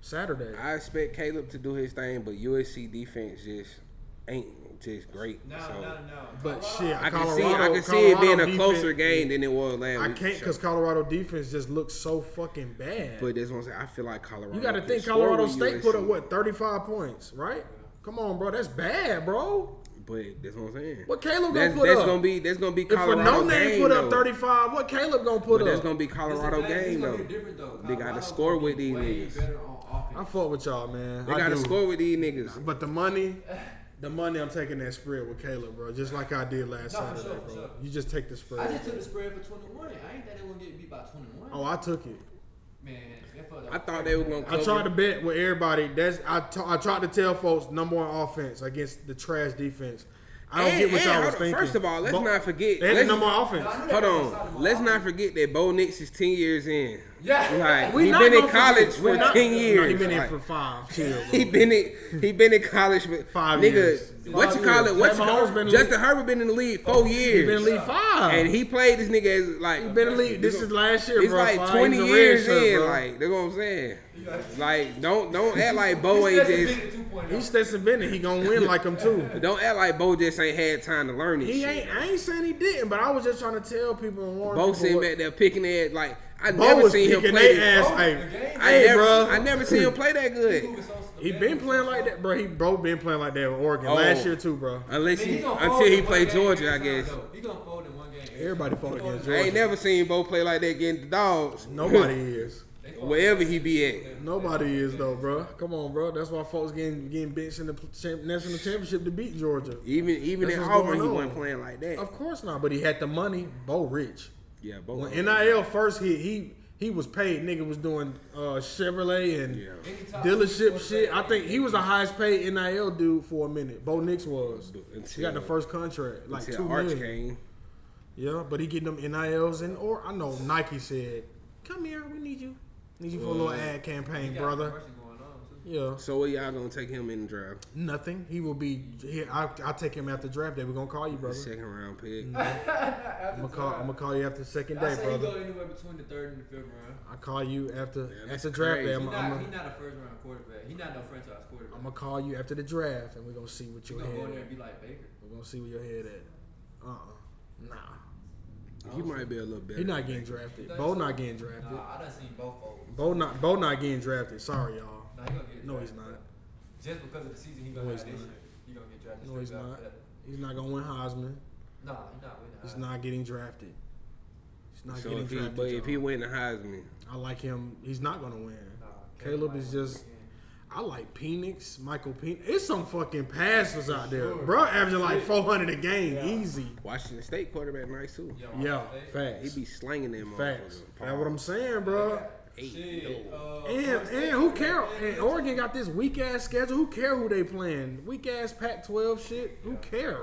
[SPEAKER 1] Saturday.
[SPEAKER 3] I expect Caleb to do his thing, but USC defense just ain't just great.
[SPEAKER 2] No,
[SPEAKER 3] so.
[SPEAKER 2] no, no.
[SPEAKER 1] But
[SPEAKER 2] Colorado-
[SPEAKER 1] shit,
[SPEAKER 3] I can
[SPEAKER 1] Colorado,
[SPEAKER 3] see I can see it
[SPEAKER 1] Colorado
[SPEAKER 3] being a
[SPEAKER 1] defense-
[SPEAKER 3] closer game than it was last
[SPEAKER 1] I
[SPEAKER 3] week.
[SPEAKER 1] can't because Colorado defense just looks so fucking bad.
[SPEAKER 3] but that's what I'm saying. I feel like Colorado.
[SPEAKER 1] you got to
[SPEAKER 3] can
[SPEAKER 1] think
[SPEAKER 3] score
[SPEAKER 1] Colorado
[SPEAKER 3] with
[SPEAKER 1] State
[SPEAKER 3] USC,
[SPEAKER 1] put up what thirty five points, right? Come on, bro, that's bad, bro.
[SPEAKER 3] But that's what I'm saying.
[SPEAKER 1] What Caleb gonna
[SPEAKER 3] that's,
[SPEAKER 1] put
[SPEAKER 3] that's
[SPEAKER 1] up?
[SPEAKER 3] gonna be that's gonna be
[SPEAKER 1] If a
[SPEAKER 3] Colorado
[SPEAKER 1] no
[SPEAKER 3] game.
[SPEAKER 1] name put up
[SPEAKER 3] though.
[SPEAKER 1] thirty five, what Caleb gonna put
[SPEAKER 3] but that's
[SPEAKER 1] up?
[SPEAKER 3] gonna be
[SPEAKER 2] This is
[SPEAKER 3] Colorado
[SPEAKER 2] the thing, it's
[SPEAKER 3] game
[SPEAKER 2] gonna
[SPEAKER 3] though.
[SPEAKER 2] be different, though.
[SPEAKER 3] They gotta
[SPEAKER 2] Colorado
[SPEAKER 3] score
[SPEAKER 2] gonna
[SPEAKER 3] with
[SPEAKER 2] be
[SPEAKER 3] these
[SPEAKER 2] way
[SPEAKER 3] niggas.
[SPEAKER 2] better on
[SPEAKER 1] I
[SPEAKER 2] offense.
[SPEAKER 1] fuck with y'all, man.
[SPEAKER 3] They
[SPEAKER 1] I
[SPEAKER 3] gotta
[SPEAKER 1] do.
[SPEAKER 3] score with these niggas.
[SPEAKER 1] But the money, the money, I'm taking that spread with Caleb, bro. Just like I did last
[SPEAKER 2] No, for
[SPEAKER 1] Saturday,
[SPEAKER 2] sure, for
[SPEAKER 1] bro.
[SPEAKER 2] sure.
[SPEAKER 1] You just take the
[SPEAKER 2] I
[SPEAKER 1] spread.
[SPEAKER 2] just took the spread for 21. I ain't thought they were gonna get beat by 21.
[SPEAKER 1] Oh, I took it.
[SPEAKER 2] Man, that fuck-
[SPEAKER 3] I thought they were gonna.
[SPEAKER 1] I
[SPEAKER 3] Cover.
[SPEAKER 1] tried to bet with everybody. That's I t- I tried to tell folks number one offense against the trash defense. I don't get what y'all was
[SPEAKER 3] hold on,
[SPEAKER 1] thinking.
[SPEAKER 3] First of all, let's
[SPEAKER 1] Bo-
[SPEAKER 3] not forget.
[SPEAKER 1] They had the
[SPEAKER 3] Let's,
[SPEAKER 1] number one
[SPEAKER 2] I knew
[SPEAKER 1] offense.
[SPEAKER 2] they
[SPEAKER 3] hold
[SPEAKER 2] were gonna start
[SPEAKER 3] on.
[SPEAKER 2] him
[SPEAKER 3] Let's
[SPEAKER 2] off.
[SPEAKER 3] not forget that Bo Nix is ten years in.
[SPEAKER 2] Yeah.
[SPEAKER 3] Like
[SPEAKER 1] We
[SPEAKER 3] he
[SPEAKER 1] not
[SPEAKER 3] been in
[SPEAKER 1] gonna forget.
[SPEAKER 3] college
[SPEAKER 1] We're
[SPEAKER 3] for
[SPEAKER 1] not-
[SPEAKER 3] ten years.
[SPEAKER 1] No, he been in
[SPEAKER 3] Like,
[SPEAKER 1] for five. Chill. Bro.
[SPEAKER 3] he been in he been in college for
[SPEAKER 1] Five
[SPEAKER 3] nigga,
[SPEAKER 1] years.
[SPEAKER 3] What
[SPEAKER 1] Five
[SPEAKER 3] you call
[SPEAKER 1] years.
[SPEAKER 3] it? What
[SPEAKER 1] Pat
[SPEAKER 3] you
[SPEAKER 1] Mahomes
[SPEAKER 3] call
[SPEAKER 1] been in
[SPEAKER 3] it?
[SPEAKER 1] the
[SPEAKER 3] Justin Herbert been in the league four years.
[SPEAKER 1] He been in league five.
[SPEAKER 3] and he played this nigga as like
[SPEAKER 1] He been in league. This is last year,
[SPEAKER 3] It's
[SPEAKER 1] bro.
[SPEAKER 3] like
[SPEAKER 1] Five.
[SPEAKER 3] twenty
[SPEAKER 1] He's a red
[SPEAKER 3] years
[SPEAKER 1] shirt,
[SPEAKER 3] in.
[SPEAKER 1] bro.
[SPEAKER 3] Like that's what I'm saying. Like don't don't act like Bo
[SPEAKER 2] He said
[SPEAKER 3] ain't
[SPEAKER 2] the
[SPEAKER 3] just
[SPEAKER 2] big 2.0.
[SPEAKER 1] He's Stetson Bennett. He gonna win like him too.
[SPEAKER 3] don't act like Bo just ain't had time to learn this
[SPEAKER 1] He
[SPEAKER 3] shit.
[SPEAKER 1] ain't. I ain't saying he didn't, but I was just trying to tell people and warn
[SPEAKER 3] Bo
[SPEAKER 1] people.
[SPEAKER 3] sitting
[SPEAKER 1] what-
[SPEAKER 3] back there picking at like I
[SPEAKER 1] Bo
[SPEAKER 3] never
[SPEAKER 1] was
[SPEAKER 3] seen him
[SPEAKER 1] kicking
[SPEAKER 3] play.
[SPEAKER 1] their
[SPEAKER 3] That,
[SPEAKER 1] ass.
[SPEAKER 2] Bo,
[SPEAKER 1] hey,
[SPEAKER 2] the game-
[SPEAKER 3] I
[SPEAKER 1] hey,
[SPEAKER 3] never
[SPEAKER 1] bro.
[SPEAKER 3] I never seen him play that
[SPEAKER 2] He
[SPEAKER 3] good.
[SPEAKER 2] was so-
[SPEAKER 1] He been playing like that, bro. He bro been playing like that with Oregon
[SPEAKER 3] Oh.
[SPEAKER 1] last year too, bro.
[SPEAKER 3] Unless
[SPEAKER 2] Man,
[SPEAKER 3] he,
[SPEAKER 2] he gonna
[SPEAKER 3] until
[SPEAKER 2] fold
[SPEAKER 3] he
[SPEAKER 2] in one
[SPEAKER 3] played
[SPEAKER 2] game
[SPEAKER 3] Georgia, I
[SPEAKER 2] every time,
[SPEAKER 3] guess.
[SPEAKER 2] though. He gonna fold in one game. every
[SPEAKER 1] Everybody
[SPEAKER 2] time.
[SPEAKER 1] fought
[SPEAKER 2] He
[SPEAKER 1] against
[SPEAKER 2] fold
[SPEAKER 3] I
[SPEAKER 2] in-
[SPEAKER 1] Georgia.
[SPEAKER 3] ain't never seen Bo play like that getting the dogs.
[SPEAKER 1] Nobody is.
[SPEAKER 2] they fought
[SPEAKER 3] Wherever he be at.
[SPEAKER 1] Nobody is though, bro. Come on, bro. That's why folks getting getting benched in the champ, national championship to beat Georgia.
[SPEAKER 3] Even even
[SPEAKER 1] That's
[SPEAKER 3] in
[SPEAKER 1] what's
[SPEAKER 3] Auburn,
[SPEAKER 1] going
[SPEAKER 3] he
[SPEAKER 1] on.
[SPEAKER 3] wasn't playing like that.
[SPEAKER 1] Of course not, but he had the money. Bo rich.
[SPEAKER 3] Yeah, Bo.
[SPEAKER 1] When NIL first hit, he he was paid. Nigga was doing uh, Chevrolet and
[SPEAKER 3] Yeah.
[SPEAKER 2] Any top
[SPEAKER 1] dealership
[SPEAKER 2] sports
[SPEAKER 1] shit.
[SPEAKER 2] fan,
[SPEAKER 1] I think he was the highest paid NIL dude for a minute. Bo Nix was. He got the
[SPEAKER 3] Until-
[SPEAKER 1] first contract, like two
[SPEAKER 3] Until Arch
[SPEAKER 1] million.
[SPEAKER 3] came.
[SPEAKER 1] Yeah, but he getting them NILs and or I know Nike said, "Come here, we need you, need you for a little ad
[SPEAKER 2] he
[SPEAKER 1] campaign,
[SPEAKER 2] got
[SPEAKER 1] brother."
[SPEAKER 2] commercials going on, too.
[SPEAKER 1] Yeah,
[SPEAKER 3] So where y'all gonna take him in the draft?
[SPEAKER 1] nothing. He will be here. I I take him after draft day. We're gonna call you,
[SPEAKER 3] The
[SPEAKER 1] brother. Mm.
[SPEAKER 3] second round pick.
[SPEAKER 1] I'm gonna call. I'm gonna call you after the second
[SPEAKER 2] I
[SPEAKER 1] day,
[SPEAKER 2] say he go
[SPEAKER 1] brother.
[SPEAKER 2] anywhere between the third and the fifth round.
[SPEAKER 1] I call you after
[SPEAKER 3] that's
[SPEAKER 1] after draft
[SPEAKER 3] crazy.
[SPEAKER 1] day. I'm
[SPEAKER 2] He's not,
[SPEAKER 1] gonna
[SPEAKER 2] he not a first round quarterback. He's not no franchise quarterback.
[SPEAKER 1] call you after the draft, and we're gonna see what
[SPEAKER 2] He's
[SPEAKER 1] your
[SPEAKER 2] gonna go in
[SPEAKER 1] head.
[SPEAKER 2] there and
[SPEAKER 1] At.
[SPEAKER 2] be like Baker.
[SPEAKER 1] We're gonna see where your head at. Uh, uh nah.
[SPEAKER 3] He might be a little better.
[SPEAKER 1] He not getting drafted. Bo not getting drafted.
[SPEAKER 2] Nah, I done seen both of them.
[SPEAKER 1] Bo not. Bo not getting drafted. Sorry, y'all.
[SPEAKER 2] Nah, he gonna get
[SPEAKER 1] No, he's
[SPEAKER 2] drafted.
[SPEAKER 1] not.
[SPEAKER 2] Just because of the season he gonna
[SPEAKER 1] No,
[SPEAKER 2] have
[SPEAKER 1] he's
[SPEAKER 2] this
[SPEAKER 1] not.
[SPEAKER 2] year, he gonna get drafted.
[SPEAKER 1] No, he's
[SPEAKER 2] straight
[SPEAKER 1] not.
[SPEAKER 2] after that.
[SPEAKER 1] He's not gonna win Heisman.
[SPEAKER 2] Nah, he not winning.
[SPEAKER 1] He's
[SPEAKER 2] Heisman.
[SPEAKER 1] not getting drafted. He's not
[SPEAKER 3] So
[SPEAKER 1] getting
[SPEAKER 3] if he,
[SPEAKER 1] drafted.
[SPEAKER 3] but if he
[SPEAKER 1] y'all.
[SPEAKER 3] win the Heisman,
[SPEAKER 1] I like him. He's not gonna win.
[SPEAKER 2] Nah,
[SPEAKER 1] Caleb
[SPEAKER 2] might
[SPEAKER 1] is
[SPEAKER 2] win
[SPEAKER 1] just.
[SPEAKER 2] again.
[SPEAKER 1] I like Penix, Michael Penix. It's some fucking passers out there, bro. Averaging like 400 a game, easy.
[SPEAKER 3] Washington State quarterback nice too.
[SPEAKER 2] Yo,
[SPEAKER 1] Yeah,
[SPEAKER 2] Ohio State.
[SPEAKER 3] He
[SPEAKER 1] facts,
[SPEAKER 3] be slanging them.
[SPEAKER 1] facts.
[SPEAKER 3] motherfuckers.
[SPEAKER 1] That's what I'm saying, bro.
[SPEAKER 3] Eight.
[SPEAKER 2] Shit, uh,
[SPEAKER 1] And
[SPEAKER 2] Ohio State-
[SPEAKER 1] and who care? And Oregon got this weak ass schedule. Who care who they playing? Weak ass Pac-12 shit. Who care?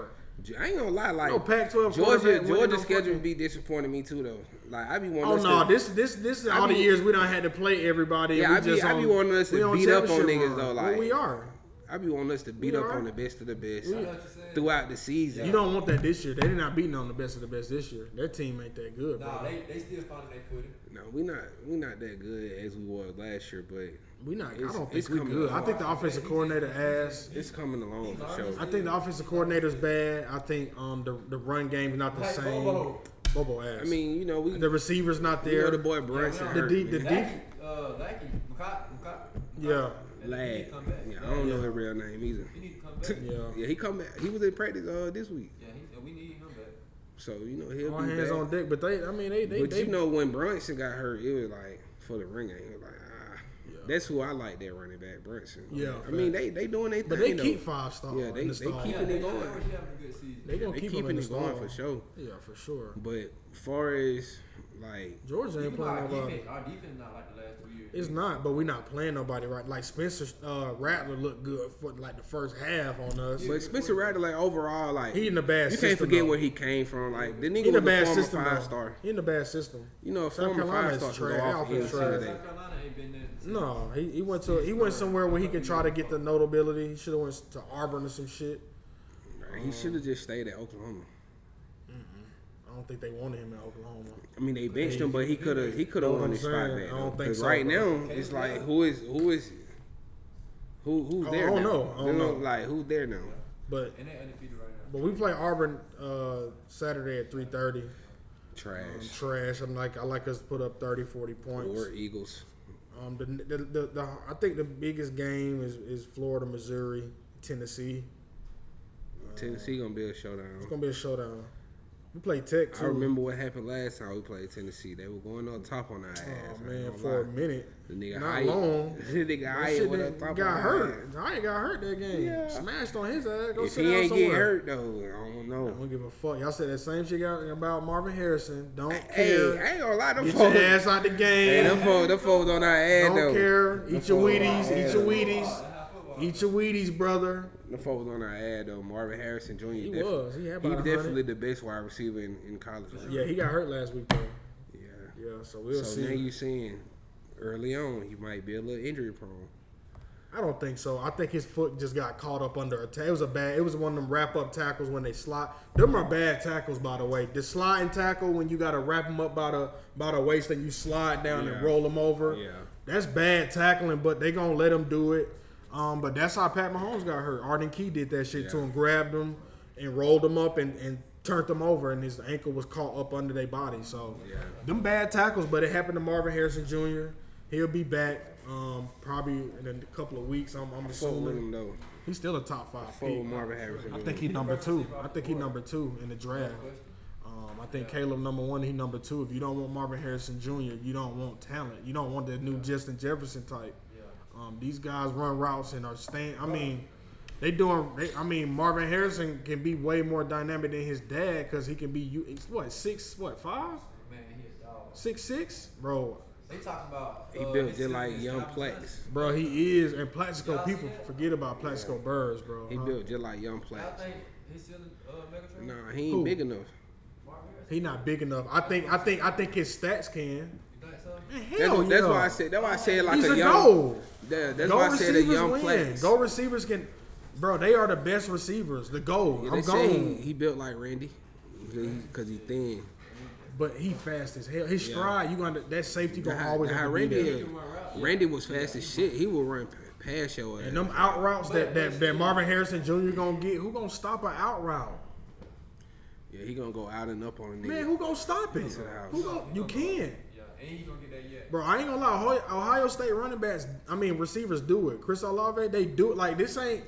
[SPEAKER 3] I ain't gonna lie, like
[SPEAKER 1] No Pac-12
[SPEAKER 3] Georgia,
[SPEAKER 1] quarterback winning
[SPEAKER 3] Georgia
[SPEAKER 1] no
[SPEAKER 3] schedule
[SPEAKER 1] fucking-
[SPEAKER 3] be disappointing me too though. Like I be wanting.
[SPEAKER 1] Oh
[SPEAKER 3] us
[SPEAKER 1] no!
[SPEAKER 3] to,
[SPEAKER 1] This this this is
[SPEAKER 3] I
[SPEAKER 1] all the
[SPEAKER 3] be-
[SPEAKER 1] years we don't had to play everybody.
[SPEAKER 3] Yeah,
[SPEAKER 1] we
[SPEAKER 3] I be-
[SPEAKER 1] just
[SPEAKER 3] I be
[SPEAKER 1] on-
[SPEAKER 3] wanting us to
[SPEAKER 1] we on
[SPEAKER 3] beat up on
[SPEAKER 1] championship
[SPEAKER 3] niggas,
[SPEAKER 1] run. Well,
[SPEAKER 3] though, like-
[SPEAKER 1] we are.
[SPEAKER 3] I be wanting us to beat
[SPEAKER 1] We
[SPEAKER 3] up
[SPEAKER 1] are.
[SPEAKER 3] on the best of the best
[SPEAKER 2] I know what you said.
[SPEAKER 3] throughout the season.
[SPEAKER 1] You don't want that this year. They did not beating on the best of the best this year. Their team ain't that good, bro.
[SPEAKER 2] Nah, they, they still finding their footing.
[SPEAKER 3] No, we not we not that good as we were last year, but
[SPEAKER 1] we not. I
[SPEAKER 3] It's-
[SPEAKER 1] don't
[SPEAKER 3] it's
[SPEAKER 1] think we
[SPEAKER 3] coming
[SPEAKER 1] good.
[SPEAKER 3] along.
[SPEAKER 1] I think the offensive coordinator ass.
[SPEAKER 3] it's coming along for sure.
[SPEAKER 1] I think the offensive coordinator's bad. I think um the the run game's not the
[SPEAKER 2] Like
[SPEAKER 1] same. Bobo,
[SPEAKER 2] Bobo.
[SPEAKER 1] ass.
[SPEAKER 3] I mean, you know, we
[SPEAKER 1] the receiver's not
[SPEAKER 3] you know
[SPEAKER 1] there.
[SPEAKER 3] the boy Brunson
[SPEAKER 2] Yeah,
[SPEAKER 1] the
[SPEAKER 3] hurt,
[SPEAKER 1] deep the
[SPEAKER 3] man.
[SPEAKER 1] deep.
[SPEAKER 2] Lackey, uh, Lackey, McCock, McCock.
[SPEAKER 1] Yeah.
[SPEAKER 3] Lad.
[SPEAKER 2] He come back.
[SPEAKER 3] Yeah, I don't know his real name either.
[SPEAKER 2] He need to come back.
[SPEAKER 1] Yeah.
[SPEAKER 3] Yeah, he come back. He was in practice uh this week,
[SPEAKER 2] Yeah, he, we need him back.
[SPEAKER 3] so you know he'll
[SPEAKER 1] All
[SPEAKER 3] be
[SPEAKER 1] hands
[SPEAKER 3] back.
[SPEAKER 1] on deck, but they. I mean, they they
[SPEAKER 3] but
[SPEAKER 1] they.
[SPEAKER 3] you know when Brunson got hurt, it was like for the ring game. It was like ah,
[SPEAKER 1] Yeah.
[SPEAKER 3] that's who I like that running back Brunson.
[SPEAKER 1] Yeah,
[SPEAKER 3] I mean they they doing their thing.
[SPEAKER 1] but they
[SPEAKER 3] though.
[SPEAKER 1] keep five stars.
[SPEAKER 3] Yeah, they-
[SPEAKER 1] in the
[SPEAKER 3] they
[SPEAKER 1] stars.
[SPEAKER 3] keep
[SPEAKER 2] Yeah,
[SPEAKER 3] Keeping it
[SPEAKER 2] they-
[SPEAKER 3] going.
[SPEAKER 2] They already having a good season.
[SPEAKER 1] They gonna
[SPEAKER 3] they
[SPEAKER 1] keep
[SPEAKER 3] keeping
[SPEAKER 1] them in
[SPEAKER 3] it
[SPEAKER 1] the stall.
[SPEAKER 3] going for sure.
[SPEAKER 1] Yeah, for sure.
[SPEAKER 3] But far as like
[SPEAKER 1] Georgia ain't
[SPEAKER 2] Even
[SPEAKER 1] playing
[SPEAKER 2] our,
[SPEAKER 1] nobody.
[SPEAKER 2] defense, our defense not like the last two years.
[SPEAKER 1] It's not, but we're not playing nobody right. Like Spencer uh, Rattler looked good for like the first half on us.
[SPEAKER 3] But Spencer Rattler, like overall, like
[SPEAKER 1] He in a bad
[SPEAKER 3] You
[SPEAKER 1] system,
[SPEAKER 3] can't forget
[SPEAKER 1] though.
[SPEAKER 3] where he came from. Like the nigga
[SPEAKER 1] he in
[SPEAKER 3] was
[SPEAKER 1] a
[SPEAKER 3] a
[SPEAKER 1] bad
[SPEAKER 3] former
[SPEAKER 1] system.
[SPEAKER 3] five
[SPEAKER 1] Five
[SPEAKER 3] star.
[SPEAKER 1] He in a bad system.
[SPEAKER 3] You know, a
[SPEAKER 1] South
[SPEAKER 3] former
[SPEAKER 1] Carolina
[SPEAKER 3] five
[SPEAKER 1] is
[SPEAKER 3] star
[SPEAKER 1] trash.
[SPEAKER 3] can go off
[SPEAKER 1] Offense
[SPEAKER 3] any
[SPEAKER 1] trash.
[SPEAKER 3] single day.
[SPEAKER 2] South Carolina ain't been there. since-
[SPEAKER 1] No, he, he went to he went somewhere where he could try to get the notability. He should have went to Auburn or some shit.
[SPEAKER 3] Like, He should have just stayed at Oklahoma.
[SPEAKER 1] I don't think they wanted him in Oklahoma.
[SPEAKER 3] I mean, they benched him, but he could have he could have
[SPEAKER 1] Know what
[SPEAKER 3] won
[SPEAKER 1] I'm
[SPEAKER 3] his spot
[SPEAKER 1] saying?
[SPEAKER 3] back.
[SPEAKER 1] I don't
[SPEAKER 3] though.
[SPEAKER 1] think
[SPEAKER 3] 'Cause
[SPEAKER 1] so,
[SPEAKER 3] Right
[SPEAKER 1] bro.
[SPEAKER 3] now, it's like who is who is who who's
[SPEAKER 1] I
[SPEAKER 3] there?
[SPEAKER 1] don't
[SPEAKER 3] now?
[SPEAKER 1] know. I don't
[SPEAKER 3] You
[SPEAKER 1] know.
[SPEAKER 3] Like who's there now?
[SPEAKER 1] But
[SPEAKER 2] And they undefeated right now.
[SPEAKER 1] but we play Auburn uh, Saturday at three thirty. Um,
[SPEAKER 3] Trash.
[SPEAKER 1] trash. I'm like I like us to put up 30, 40 points.
[SPEAKER 3] Or Eagles.
[SPEAKER 1] Um, the, the, the, the, I think the biggest game is, is Florida, Missouri, Tennessee.
[SPEAKER 3] Tennessee gonna be a
[SPEAKER 1] It's
[SPEAKER 3] showdown.
[SPEAKER 1] gonna be a showdown. We play Tech
[SPEAKER 3] I
[SPEAKER 1] too.
[SPEAKER 3] remember what happened last time we played Tennessee. They were going on top on our ass. I
[SPEAKER 1] Oh
[SPEAKER 3] ain't
[SPEAKER 1] man,
[SPEAKER 3] gonna
[SPEAKER 1] for a
[SPEAKER 3] lie.
[SPEAKER 1] minute,
[SPEAKER 3] The nigga
[SPEAKER 1] not
[SPEAKER 3] Hyatt-
[SPEAKER 1] long.
[SPEAKER 3] The nigga
[SPEAKER 1] That
[SPEAKER 3] Hyatt
[SPEAKER 1] shit
[SPEAKER 3] with a
[SPEAKER 1] didn't-
[SPEAKER 3] top
[SPEAKER 1] got
[SPEAKER 3] on
[SPEAKER 1] hurt. I ain't got hurt that game.
[SPEAKER 3] Yeah.
[SPEAKER 1] Smashed on his ass. Go
[SPEAKER 3] If
[SPEAKER 1] sit
[SPEAKER 3] he
[SPEAKER 1] down
[SPEAKER 3] ain't
[SPEAKER 1] somewhere.
[SPEAKER 3] get hurt though, I don't
[SPEAKER 1] I
[SPEAKER 3] know.
[SPEAKER 1] don't give a fuck. Y'all said that same shit out about Marvin Harrison. Don't
[SPEAKER 3] Hey,
[SPEAKER 1] care.
[SPEAKER 3] I ain't gonna lie, them
[SPEAKER 1] Get your
[SPEAKER 3] folks.
[SPEAKER 1] ass out the
[SPEAKER 3] Hey,
[SPEAKER 1] game.
[SPEAKER 3] them folks, them folks on our ass
[SPEAKER 1] don't
[SPEAKER 3] though.
[SPEAKER 1] care. Eat your
[SPEAKER 3] folks-
[SPEAKER 1] Wheaties. Eat your Wheaties.
[SPEAKER 2] That's how football
[SPEAKER 1] Eat your Wheaties, brother.
[SPEAKER 3] The folk was on our ad though. Marvin Harrison Jr.
[SPEAKER 4] He
[SPEAKER 3] defi-
[SPEAKER 4] was. He had about
[SPEAKER 3] he
[SPEAKER 4] 100.
[SPEAKER 3] definitely the best wide receiver in, in college. Right?
[SPEAKER 4] Yeah, he got hurt last week though.
[SPEAKER 3] Yeah.
[SPEAKER 1] Yeah, so we'll
[SPEAKER 3] so now
[SPEAKER 1] see.
[SPEAKER 3] you seeing early on you might be a little injury prone.
[SPEAKER 1] I don't think so. I think his foot just got caught up under a tackle. It was a bad. It was one of them wrap up tackles when they slide. Them are bad tackles, by the way. The sliding tackle when you got to wrap them up by the by the waist and you slide down
[SPEAKER 3] Yeah.
[SPEAKER 1] and roll them over.
[SPEAKER 3] Yeah.
[SPEAKER 1] that's bad tackling. But they gonna let him do it. Um, but that's how Pat Mahomes got hurt. Arden Key did that shit to
[SPEAKER 3] Yeah.
[SPEAKER 1] him, grabbed him and rolled him up and, and turned him over, and his ankle was caught up under their body. So
[SPEAKER 3] Yeah.
[SPEAKER 1] them bad tackles, but it happened to Marvin Harrison Jr. He'll be back um, probably in a couple of weeks. I'm, I'm
[SPEAKER 3] Fuck with him
[SPEAKER 1] assuming
[SPEAKER 3] though.
[SPEAKER 1] he's still a top five
[SPEAKER 3] Fuck
[SPEAKER 1] pick.
[SPEAKER 3] with Marvin Harrison.
[SPEAKER 1] I
[SPEAKER 3] Jr.
[SPEAKER 1] think he's number two. I think he's number two in the draft. Um, I think Caleb number one, he number two. If you don't want Marvin Harrison Jr., you don't want talent. You don't want that new Justin Jefferson type. Um, these guys run routes and are staying. I mean, they doing. They, I mean, Marvin Harrison can be way more dynamic than his dad because he can be you. he's What six? What five?
[SPEAKER 2] Man, he a dog.
[SPEAKER 1] Six six? Bro,
[SPEAKER 2] They talking about.
[SPEAKER 3] He
[SPEAKER 2] uh,
[SPEAKER 3] built
[SPEAKER 2] his
[SPEAKER 3] just like
[SPEAKER 2] siblings
[SPEAKER 3] young
[SPEAKER 2] not
[SPEAKER 3] Plex.
[SPEAKER 1] Bro, he is, and Plaxico people forget about Plaxico Burrs, bro.
[SPEAKER 3] He
[SPEAKER 1] Huh?
[SPEAKER 3] built just like young
[SPEAKER 2] I
[SPEAKER 3] Plex.
[SPEAKER 2] think he's still in uh, Megatron.
[SPEAKER 3] Nah, he ain't
[SPEAKER 1] Who?
[SPEAKER 3] big enough.
[SPEAKER 2] Marvin Harrison.
[SPEAKER 1] He not big enough. I think. I think. I think his stats can.
[SPEAKER 2] You think so?
[SPEAKER 3] That's,
[SPEAKER 1] Hell
[SPEAKER 3] that's
[SPEAKER 1] yeah.
[SPEAKER 3] why I said. That's why I said like
[SPEAKER 1] He's
[SPEAKER 3] a,
[SPEAKER 1] a
[SPEAKER 3] young.
[SPEAKER 1] goal.
[SPEAKER 3] Yeah, that's
[SPEAKER 1] Go
[SPEAKER 3] why I said a
[SPEAKER 1] receivers
[SPEAKER 3] young
[SPEAKER 1] win.
[SPEAKER 3] Plex.
[SPEAKER 1] Go receivers can. Bro, they are the best receivers. The goal.
[SPEAKER 3] Yeah, they
[SPEAKER 1] I'm
[SPEAKER 3] say
[SPEAKER 1] going.
[SPEAKER 3] he, he built like Randy because he thin.
[SPEAKER 1] but he fast as hell. His
[SPEAKER 3] Yeah.
[SPEAKER 1] stride, you gonna that safety
[SPEAKER 3] The
[SPEAKER 1] gonna
[SPEAKER 3] how,
[SPEAKER 1] always
[SPEAKER 3] the how
[SPEAKER 1] have to be
[SPEAKER 3] Randy
[SPEAKER 1] there.
[SPEAKER 3] is. Randy was fast as shit. He would run p- past your ass.
[SPEAKER 1] And them out routes that, that, that Marvin Harrison Jr. gonna get, who gonna stop an out route?
[SPEAKER 3] yeah, he gonna go out and up on a nigga.
[SPEAKER 1] Man, who gonna stop it?
[SPEAKER 3] to the house.
[SPEAKER 1] Who gonna, you can.
[SPEAKER 2] Yeah, and he gonna get that yet.
[SPEAKER 1] Bro, I ain't gonna lie. Ohio, Ohio State running backs, I mean receivers, do it. Chris Olave, they do it. Like this ain't,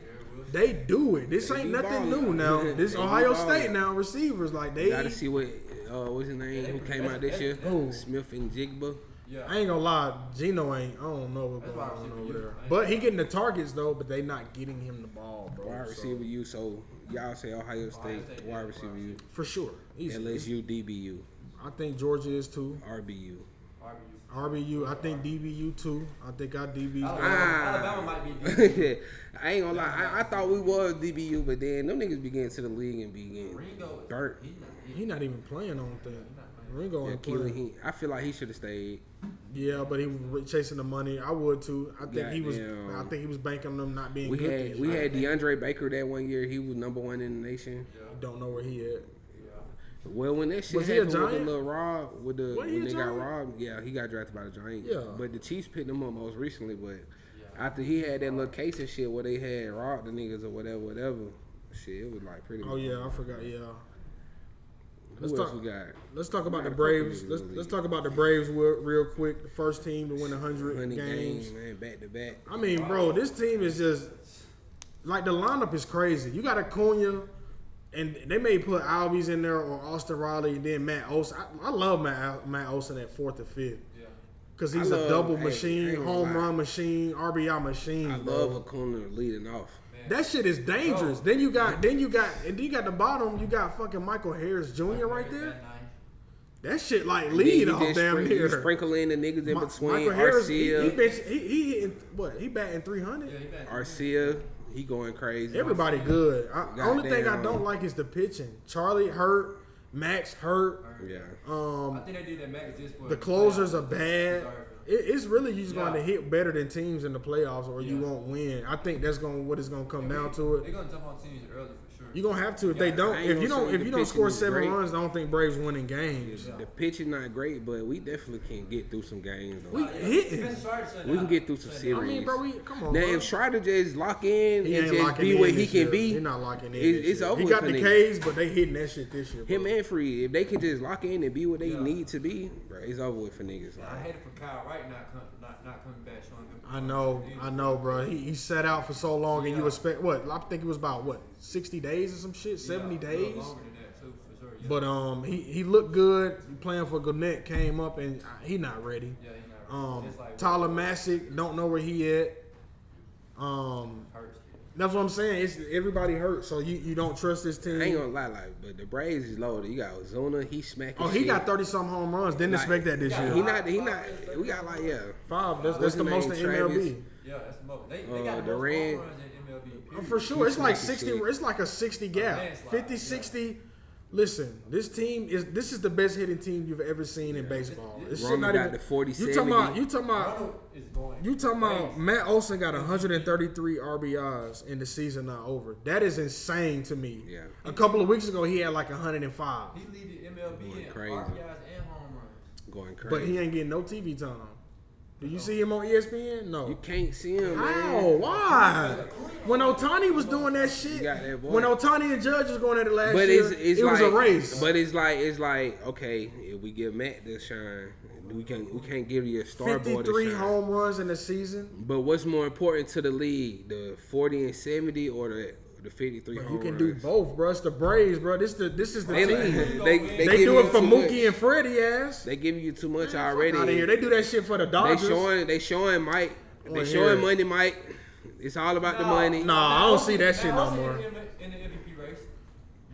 [SPEAKER 1] they do it. This
[SPEAKER 3] They
[SPEAKER 1] ain't
[SPEAKER 3] be
[SPEAKER 1] nothing
[SPEAKER 3] balling.
[SPEAKER 1] new now. This
[SPEAKER 3] They be
[SPEAKER 1] Ohio
[SPEAKER 3] balling.
[SPEAKER 1] State now receivers like they.
[SPEAKER 3] Gotta see what uh, what's his name who came out this year.
[SPEAKER 1] Who?
[SPEAKER 3] Smith and Jigba.
[SPEAKER 2] Yeah.
[SPEAKER 1] I ain't gonna lie, Gino ain't. I don't know what's
[SPEAKER 2] That's
[SPEAKER 1] going
[SPEAKER 2] why
[SPEAKER 1] on
[SPEAKER 2] receiver
[SPEAKER 1] over
[SPEAKER 2] you.
[SPEAKER 1] there.
[SPEAKER 2] I ain't-
[SPEAKER 1] But he getting the targets though, but they not getting him the ball, bro.
[SPEAKER 3] Wide
[SPEAKER 1] so-
[SPEAKER 3] receiver U. So y'all say Ohio State
[SPEAKER 2] State, yeah,
[SPEAKER 3] wide receiver U.
[SPEAKER 1] for sure. Easy.
[SPEAKER 3] LSU DBU
[SPEAKER 1] I think Georgia is too.
[SPEAKER 3] RBU.
[SPEAKER 2] Harvey.
[SPEAKER 1] RBU, I think DBU too. I think our DB's.
[SPEAKER 3] Oh.
[SPEAKER 2] Alabama, Alabama might be decent.
[SPEAKER 3] I ain't gonna lie. I, I thought we was DBU, but then them niggas be getting to the league and be getting
[SPEAKER 2] Ringo.
[SPEAKER 3] burnt.
[SPEAKER 2] He not, he,
[SPEAKER 1] He not even playing on thing. Ringo
[SPEAKER 3] Yeah,
[SPEAKER 1] ain't
[SPEAKER 3] Keelan,
[SPEAKER 1] playing.
[SPEAKER 3] he, I feel like he should have stayed.
[SPEAKER 1] Yeah, but he was chasing the money. I would too. I think he was.
[SPEAKER 3] Goddamn.
[SPEAKER 1] I think he was banking on them not being
[SPEAKER 3] We
[SPEAKER 1] good.
[SPEAKER 3] had
[SPEAKER 1] this
[SPEAKER 3] we
[SPEAKER 1] year.
[SPEAKER 3] had DeAndre Baker that one year. He was number one in the nation.
[SPEAKER 1] Don't know where he at.
[SPEAKER 3] Well, when that shit
[SPEAKER 1] Was he a
[SPEAKER 3] happened with the
[SPEAKER 1] Giant?
[SPEAKER 3] little Rob, with the
[SPEAKER 1] Was he
[SPEAKER 3] when
[SPEAKER 1] a
[SPEAKER 3] they got
[SPEAKER 1] Giant?
[SPEAKER 3] robbed, yeah, he got drafted by the Giants.
[SPEAKER 1] Yeah.
[SPEAKER 3] But the Chiefs picked him up most recently. But after he had that little case and shit where they had robbed the niggas or whatever, whatever, shit, it was like pretty.
[SPEAKER 1] Oh yeah, I forgot. Yeah.
[SPEAKER 3] Who
[SPEAKER 1] Let's
[SPEAKER 3] else
[SPEAKER 1] talk-
[SPEAKER 3] we got?
[SPEAKER 1] Let's talk about
[SPEAKER 3] Might
[SPEAKER 1] the
[SPEAKER 3] have
[SPEAKER 1] Braves.
[SPEAKER 3] fucking
[SPEAKER 1] Let's
[SPEAKER 3] been
[SPEAKER 1] let's
[SPEAKER 3] the
[SPEAKER 1] talk about the Braves real, real quick. The first team to win 100,
[SPEAKER 3] Honey
[SPEAKER 1] games.
[SPEAKER 3] games, man, back to back.
[SPEAKER 1] I mean, bro, this team is just like the lineup is crazy. You got Acuna, and they may put Albies in there or Austin Riley, and then Matt Olson. I, I love Matt Matt Olson at fourth and fifth
[SPEAKER 2] yeah.
[SPEAKER 1] because he's
[SPEAKER 3] I
[SPEAKER 1] a
[SPEAKER 3] love-
[SPEAKER 1] double
[SPEAKER 3] hey, I
[SPEAKER 1] machine,
[SPEAKER 3] ain't gonna
[SPEAKER 1] home
[SPEAKER 3] lie.
[SPEAKER 1] run machine, RBI machine.
[SPEAKER 3] I
[SPEAKER 1] bro.
[SPEAKER 3] love Acuna leading off.
[SPEAKER 1] That shit is dangerous. Then you got, then you got, and then you got the bottom. You got fucking Michael Harris Jr. right there.
[SPEAKER 2] That night.
[SPEAKER 1] That shit like
[SPEAKER 3] Then
[SPEAKER 1] lead
[SPEAKER 3] you
[SPEAKER 1] off
[SPEAKER 3] just
[SPEAKER 1] damn
[SPEAKER 3] sprinkle, you
[SPEAKER 1] near.
[SPEAKER 3] sprinkle in the niggas in
[SPEAKER 1] Mi-
[SPEAKER 3] between.
[SPEAKER 1] Michael Harris, he, he,
[SPEAKER 3] Arcia,
[SPEAKER 1] bitch- he, he hitting what? He batting three hundred.
[SPEAKER 2] Yeah, he back.
[SPEAKER 3] Arcia, he going crazy.
[SPEAKER 1] Everybody good. I,
[SPEAKER 3] Goddamn.
[SPEAKER 1] only thing I don't like is the pitching. Charlie hurt, Max hurt.
[SPEAKER 3] Yeah.
[SPEAKER 2] I
[SPEAKER 1] Um,
[SPEAKER 2] think they did that Max just for
[SPEAKER 1] the closers are bad.
[SPEAKER 2] Sorry.
[SPEAKER 1] It, it's really you just going to
[SPEAKER 2] Yeah.
[SPEAKER 1] hit better than teams in the playoffs, or you
[SPEAKER 2] Yeah.
[SPEAKER 1] won't win. I think that's going to what it's going to come down to
[SPEAKER 2] They're
[SPEAKER 1] it.
[SPEAKER 2] gonna jump on teams early for sure.
[SPEAKER 1] You're gonna have to if
[SPEAKER 2] Yeah,
[SPEAKER 1] they don't.
[SPEAKER 3] I ain't
[SPEAKER 1] If you
[SPEAKER 3] gonna
[SPEAKER 1] don't,
[SPEAKER 3] say
[SPEAKER 1] if
[SPEAKER 3] the
[SPEAKER 1] you don't
[SPEAKER 3] pitching
[SPEAKER 1] score
[SPEAKER 3] is
[SPEAKER 1] seven
[SPEAKER 3] great.
[SPEAKER 1] runs, I don't think Braves winning games.
[SPEAKER 3] The pitching not great, but we definitely can get through some games. Though.
[SPEAKER 1] We hitting.
[SPEAKER 2] Spencer Sartre
[SPEAKER 3] We can get through some
[SPEAKER 2] shut
[SPEAKER 3] series.
[SPEAKER 1] I mean, bro, we come on.
[SPEAKER 3] now,
[SPEAKER 1] bro.
[SPEAKER 3] if Strider just lock in
[SPEAKER 1] He
[SPEAKER 3] and
[SPEAKER 1] ain't
[SPEAKER 3] just
[SPEAKER 1] locking
[SPEAKER 3] be
[SPEAKER 1] in
[SPEAKER 3] what he
[SPEAKER 1] this
[SPEAKER 3] can
[SPEAKER 1] year.
[SPEAKER 3] be,
[SPEAKER 1] He's not locking in.
[SPEAKER 3] it's-
[SPEAKER 1] this
[SPEAKER 3] it's
[SPEAKER 1] year.
[SPEAKER 3] over
[SPEAKER 1] He
[SPEAKER 3] with
[SPEAKER 1] got
[SPEAKER 3] for
[SPEAKER 1] the
[SPEAKER 3] niggas.
[SPEAKER 1] K's, but they hitting that shit this year. Bro.
[SPEAKER 3] him and Free, if they can just lock in and be what they
[SPEAKER 2] Yeah.
[SPEAKER 3] need to be, bro, it's over with for niggas. Like,
[SPEAKER 2] I hate it for Kyle Wright not com- not not coming back showing good.
[SPEAKER 1] I know, I know, bro. He, he sat out for so long, and you
[SPEAKER 2] Yeah.
[SPEAKER 1] expect what? I think it was about what sixty days or some shit, seventy
[SPEAKER 2] Yeah, a little
[SPEAKER 1] days.
[SPEAKER 2] Longer than that too, for sure. Yeah.
[SPEAKER 1] But um, he, he looked good playing for Gannett. Came up and uh, he not ready.
[SPEAKER 2] yeah, he not
[SPEAKER 1] Um,
[SPEAKER 2] Just like
[SPEAKER 1] Tyler Massick don't know where he at. Um,
[SPEAKER 2] Hurts.
[SPEAKER 1] that's what I'm saying. It's everybody hurt, so you, you don't trust this
[SPEAKER 3] I ain't
[SPEAKER 1] team.
[SPEAKER 3] gonna lie, like, but the Braves is loaded. You got Ozuna, he smacking.
[SPEAKER 1] Oh, he
[SPEAKER 3] shit.
[SPEAKER 1] got thirty some home runs. Didn't
[SPEAKER 3] Like,
[SPEAKER 1] expect that this
[SPEAKER 3] He
[SPEAKER 1] year.
[SPEAKER 3] not. He not. We got like yeah.
[SPEAKER 1] Five. That's, that's the
[SPEAKER 3] What's his
[SPEAKER 1] most in
[SPEAKER 3] name?
[SPEAKER 1] MLB.
[SPEAKER 3] Travis.
[SPEAKER 2] Yeah, that's the most. They, they
[SPEAKER 3] Uh,
[SPEAKER 2] got the most
[SPEAKER 3] Durant.
[SPEAKER 2] home runs in MLB. period.
[SPEAKER 1] Oh, For sure, it's like
[SPEAKER 3] Smack
[SPEAKER 1] sixty.
[SPEAKER 3] shit.
[SPEAKER 1] It's like a sixty gap,
[SPEAKER 2] landslide,
[SPEAKER 1] 50,
[SPEAKER 2] yeah.
[SPEAKER 1] 60. Listen, this team is this is the best hitting team you've ever seen in baseball. It's shit
[SPEAKER 3] Roman
[SPEAKER 1] not
[SPEAKER 3] got
[SPEAKER 1] even.
[SPEAKER 3] the 40,
[SPEAKER 1] you talking about?
[SPEAKER 3] 70.
[SPEAKER 1] You talking about?
[SPEAKER 2] Ronald is going.
[SPEAKER 1] You talking about?
[SPEAKER 2] crazy.
[SPEAKER 1] Matt Olson got 133 RBIs in the season not over. That is insane to me.
[SPEAKER 3] Yeah.
[SPEAKER 1] A couple of weads ago, he had like 105,
[SPEAKER 2] He leaded MLB in
[SPEAKER 3] crazy.
[SPEAKER 2] RBIs and home runs.
[SPEAKER 3] Going crazy.
[SPEAKER 1] but he ain't getting no TV time. Do you see him on E ESPN?
[SPEAKER 3] you
[SPEAKER 1] No.
[SPEAKER 3] can't see him,
[SPEAKER 1] How?
[SPEAKER 3] man.
[SPEAKER 1] Why? When Otani was doing that shit,
[SPEAKER 3] got that boy.
[SPEAKER 1] when Otani and Judge was going at it last
[SPEAKER 3] But
[SPEAKER 1] year,
[SPEAKER 3] it's, it's
[SPEAKER 1] it
[SPEAKER 3] like,
[SPEAKER 1] was a race.
[SPEAKER 3] But it's like it's like okay, if we give Matt the shine, we can we can't give you a starboard the
[SPEAKER 1] 53
[SPEAKER 3] shine.
[SPEAKER 1] home runs in a season.
[SPEAKER 3] But what's more important to the league, the forty and seventy or the the fifty three?
[SPEAKER 1] You can do both, bro. It's the Braves, bro. This the this is the
[SPEAKER 3] They,
[SPEAKER 1] team. They,
[SPEAKER 3] they, they, give
[SPEAKER 1] do
[SPEAKER 3] you
[SPEAKER 1] it for
[SPEAKER 3] too
[SPEAKER 1] Mookie
[SPEAKER 3] Much.
[SPEAKER 1] and Freddie ass.
[SPEAKER 3] They give you too much
[SPEAKER 1] Out of
[SPEAKER 3] already.
[SPEAKER 1] here. They do that shit for the
[SPEAKER 3] They
[SPEAKER 1] Dodgers.
[SPEAKER 3] showing they showing Mike. They
[SPEAKER 1] Wanna hear
[SPEAKER 3] showing
[SPEAKER 1] it.
[SPEAKER 3] money, Mike. It's all about the
[SPEAKER 2] Nah,
[SPEAKER 3] money.
[SPEAKER 1] Nah, Oh, I don't see that shit no
[SPEAKER 2] Olsen
[SPEAKER 1] more.
[SPEAKER 2] In the, in the MVP race,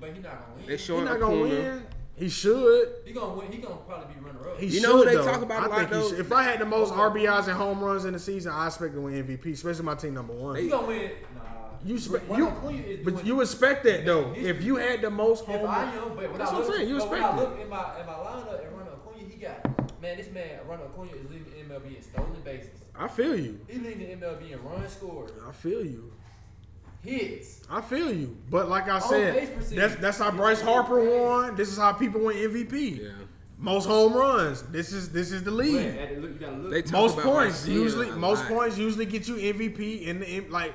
[SPEAKER 2] but he not gonna win.
[SPEAKER 3] They
[SPEAKER 1] He's
[SPEAKER 3] showing
[SPEAKER 1] not gonna
[SPEAKER 3] Acuna.
[SPEAKER 1] win. He should.
[SPEAKER 2] He gonna win. He gonna probably be runner up.
[SPEAKER 1] He
[SPEAKER 3] You
[SPEAKER 1] should,
[SPEAKER 3] know who they
[SPEAKER 1] though.
[SPEAKER 3] talk about a
[SPEAKER 1] I
[SPEAKER 3] lot,
[SPEAKER 1] think he
[SPEAKER 3] though?
[SPEAKER 1] should. If I had the most RBIs and home runs in the season, I expect to win MVP, especially my team number one.
[SPEAKER 2] He gonna win. Nah.
[SPEAKER 1] you, spe-
[SPEAKER 2] Ronald
[SPEAKER 1] you,
[SPEAKER 2] Acuna is
[SPEAKER 1] but
[SPEAKER 2] doing-
[SPEAKER 1] you expect that though.
[SPEAKER 2] He's-
[SPEAKER 1] If you had the most home,
[SPEAKER 2] If I
[SPEAKER 1] runs.
[SPEAKER 2] am, but when
[SPEAKER 1] That's what
[SPEAKER 2] I
[SPEAKER 1] I'm
[SPEAKER 2] look,
[SPEAKER 1] saying. You
[SPEAKER 2] but when
[SPEAKER 1] expect
[SPEAKER 2] I
[SPEAKER 1] it.
[SPEAKER 2] look in my in my lineup at Ronald Acuna, he got man. This man Ronald Acuna is leading the MLB in stolen bases.
[SPEAKER 1] I feel you.
[SPEAKER 2] He leading the MLB in runs scored,
[SPEAKER 1] I feel you.
[SPEAKER 2] hits.
[SPEAKER 1] I feel you. But like I
[SPEAKER 2] base
[SPEAKER 1] said,
[SPEAKER 2] percentage.
[SPEAKER 1] that's that's how Bryce Harper won. This is how people win MVP.
[SPEAKER 3] Yeah.
[SPEAKER 1] Most home runs. This is this is the
[SPEAKER 2] But
[SPEAKER 1] league.
[SPEAKER 2] at the look, you gotta look.
[SPEAKER 3] They talk
[SPEAKER 1] most
[SPEAKER 3] about Mike
[SPEAKER 1] points
[SPEAKER 3] Sina
[SPEAKER 1] usually
[SPEAKER 3] a
[SPEAKER 1] most
[SPEAKER 3] lot.
[SPEAKER 1] points usually get you MVP in the in- like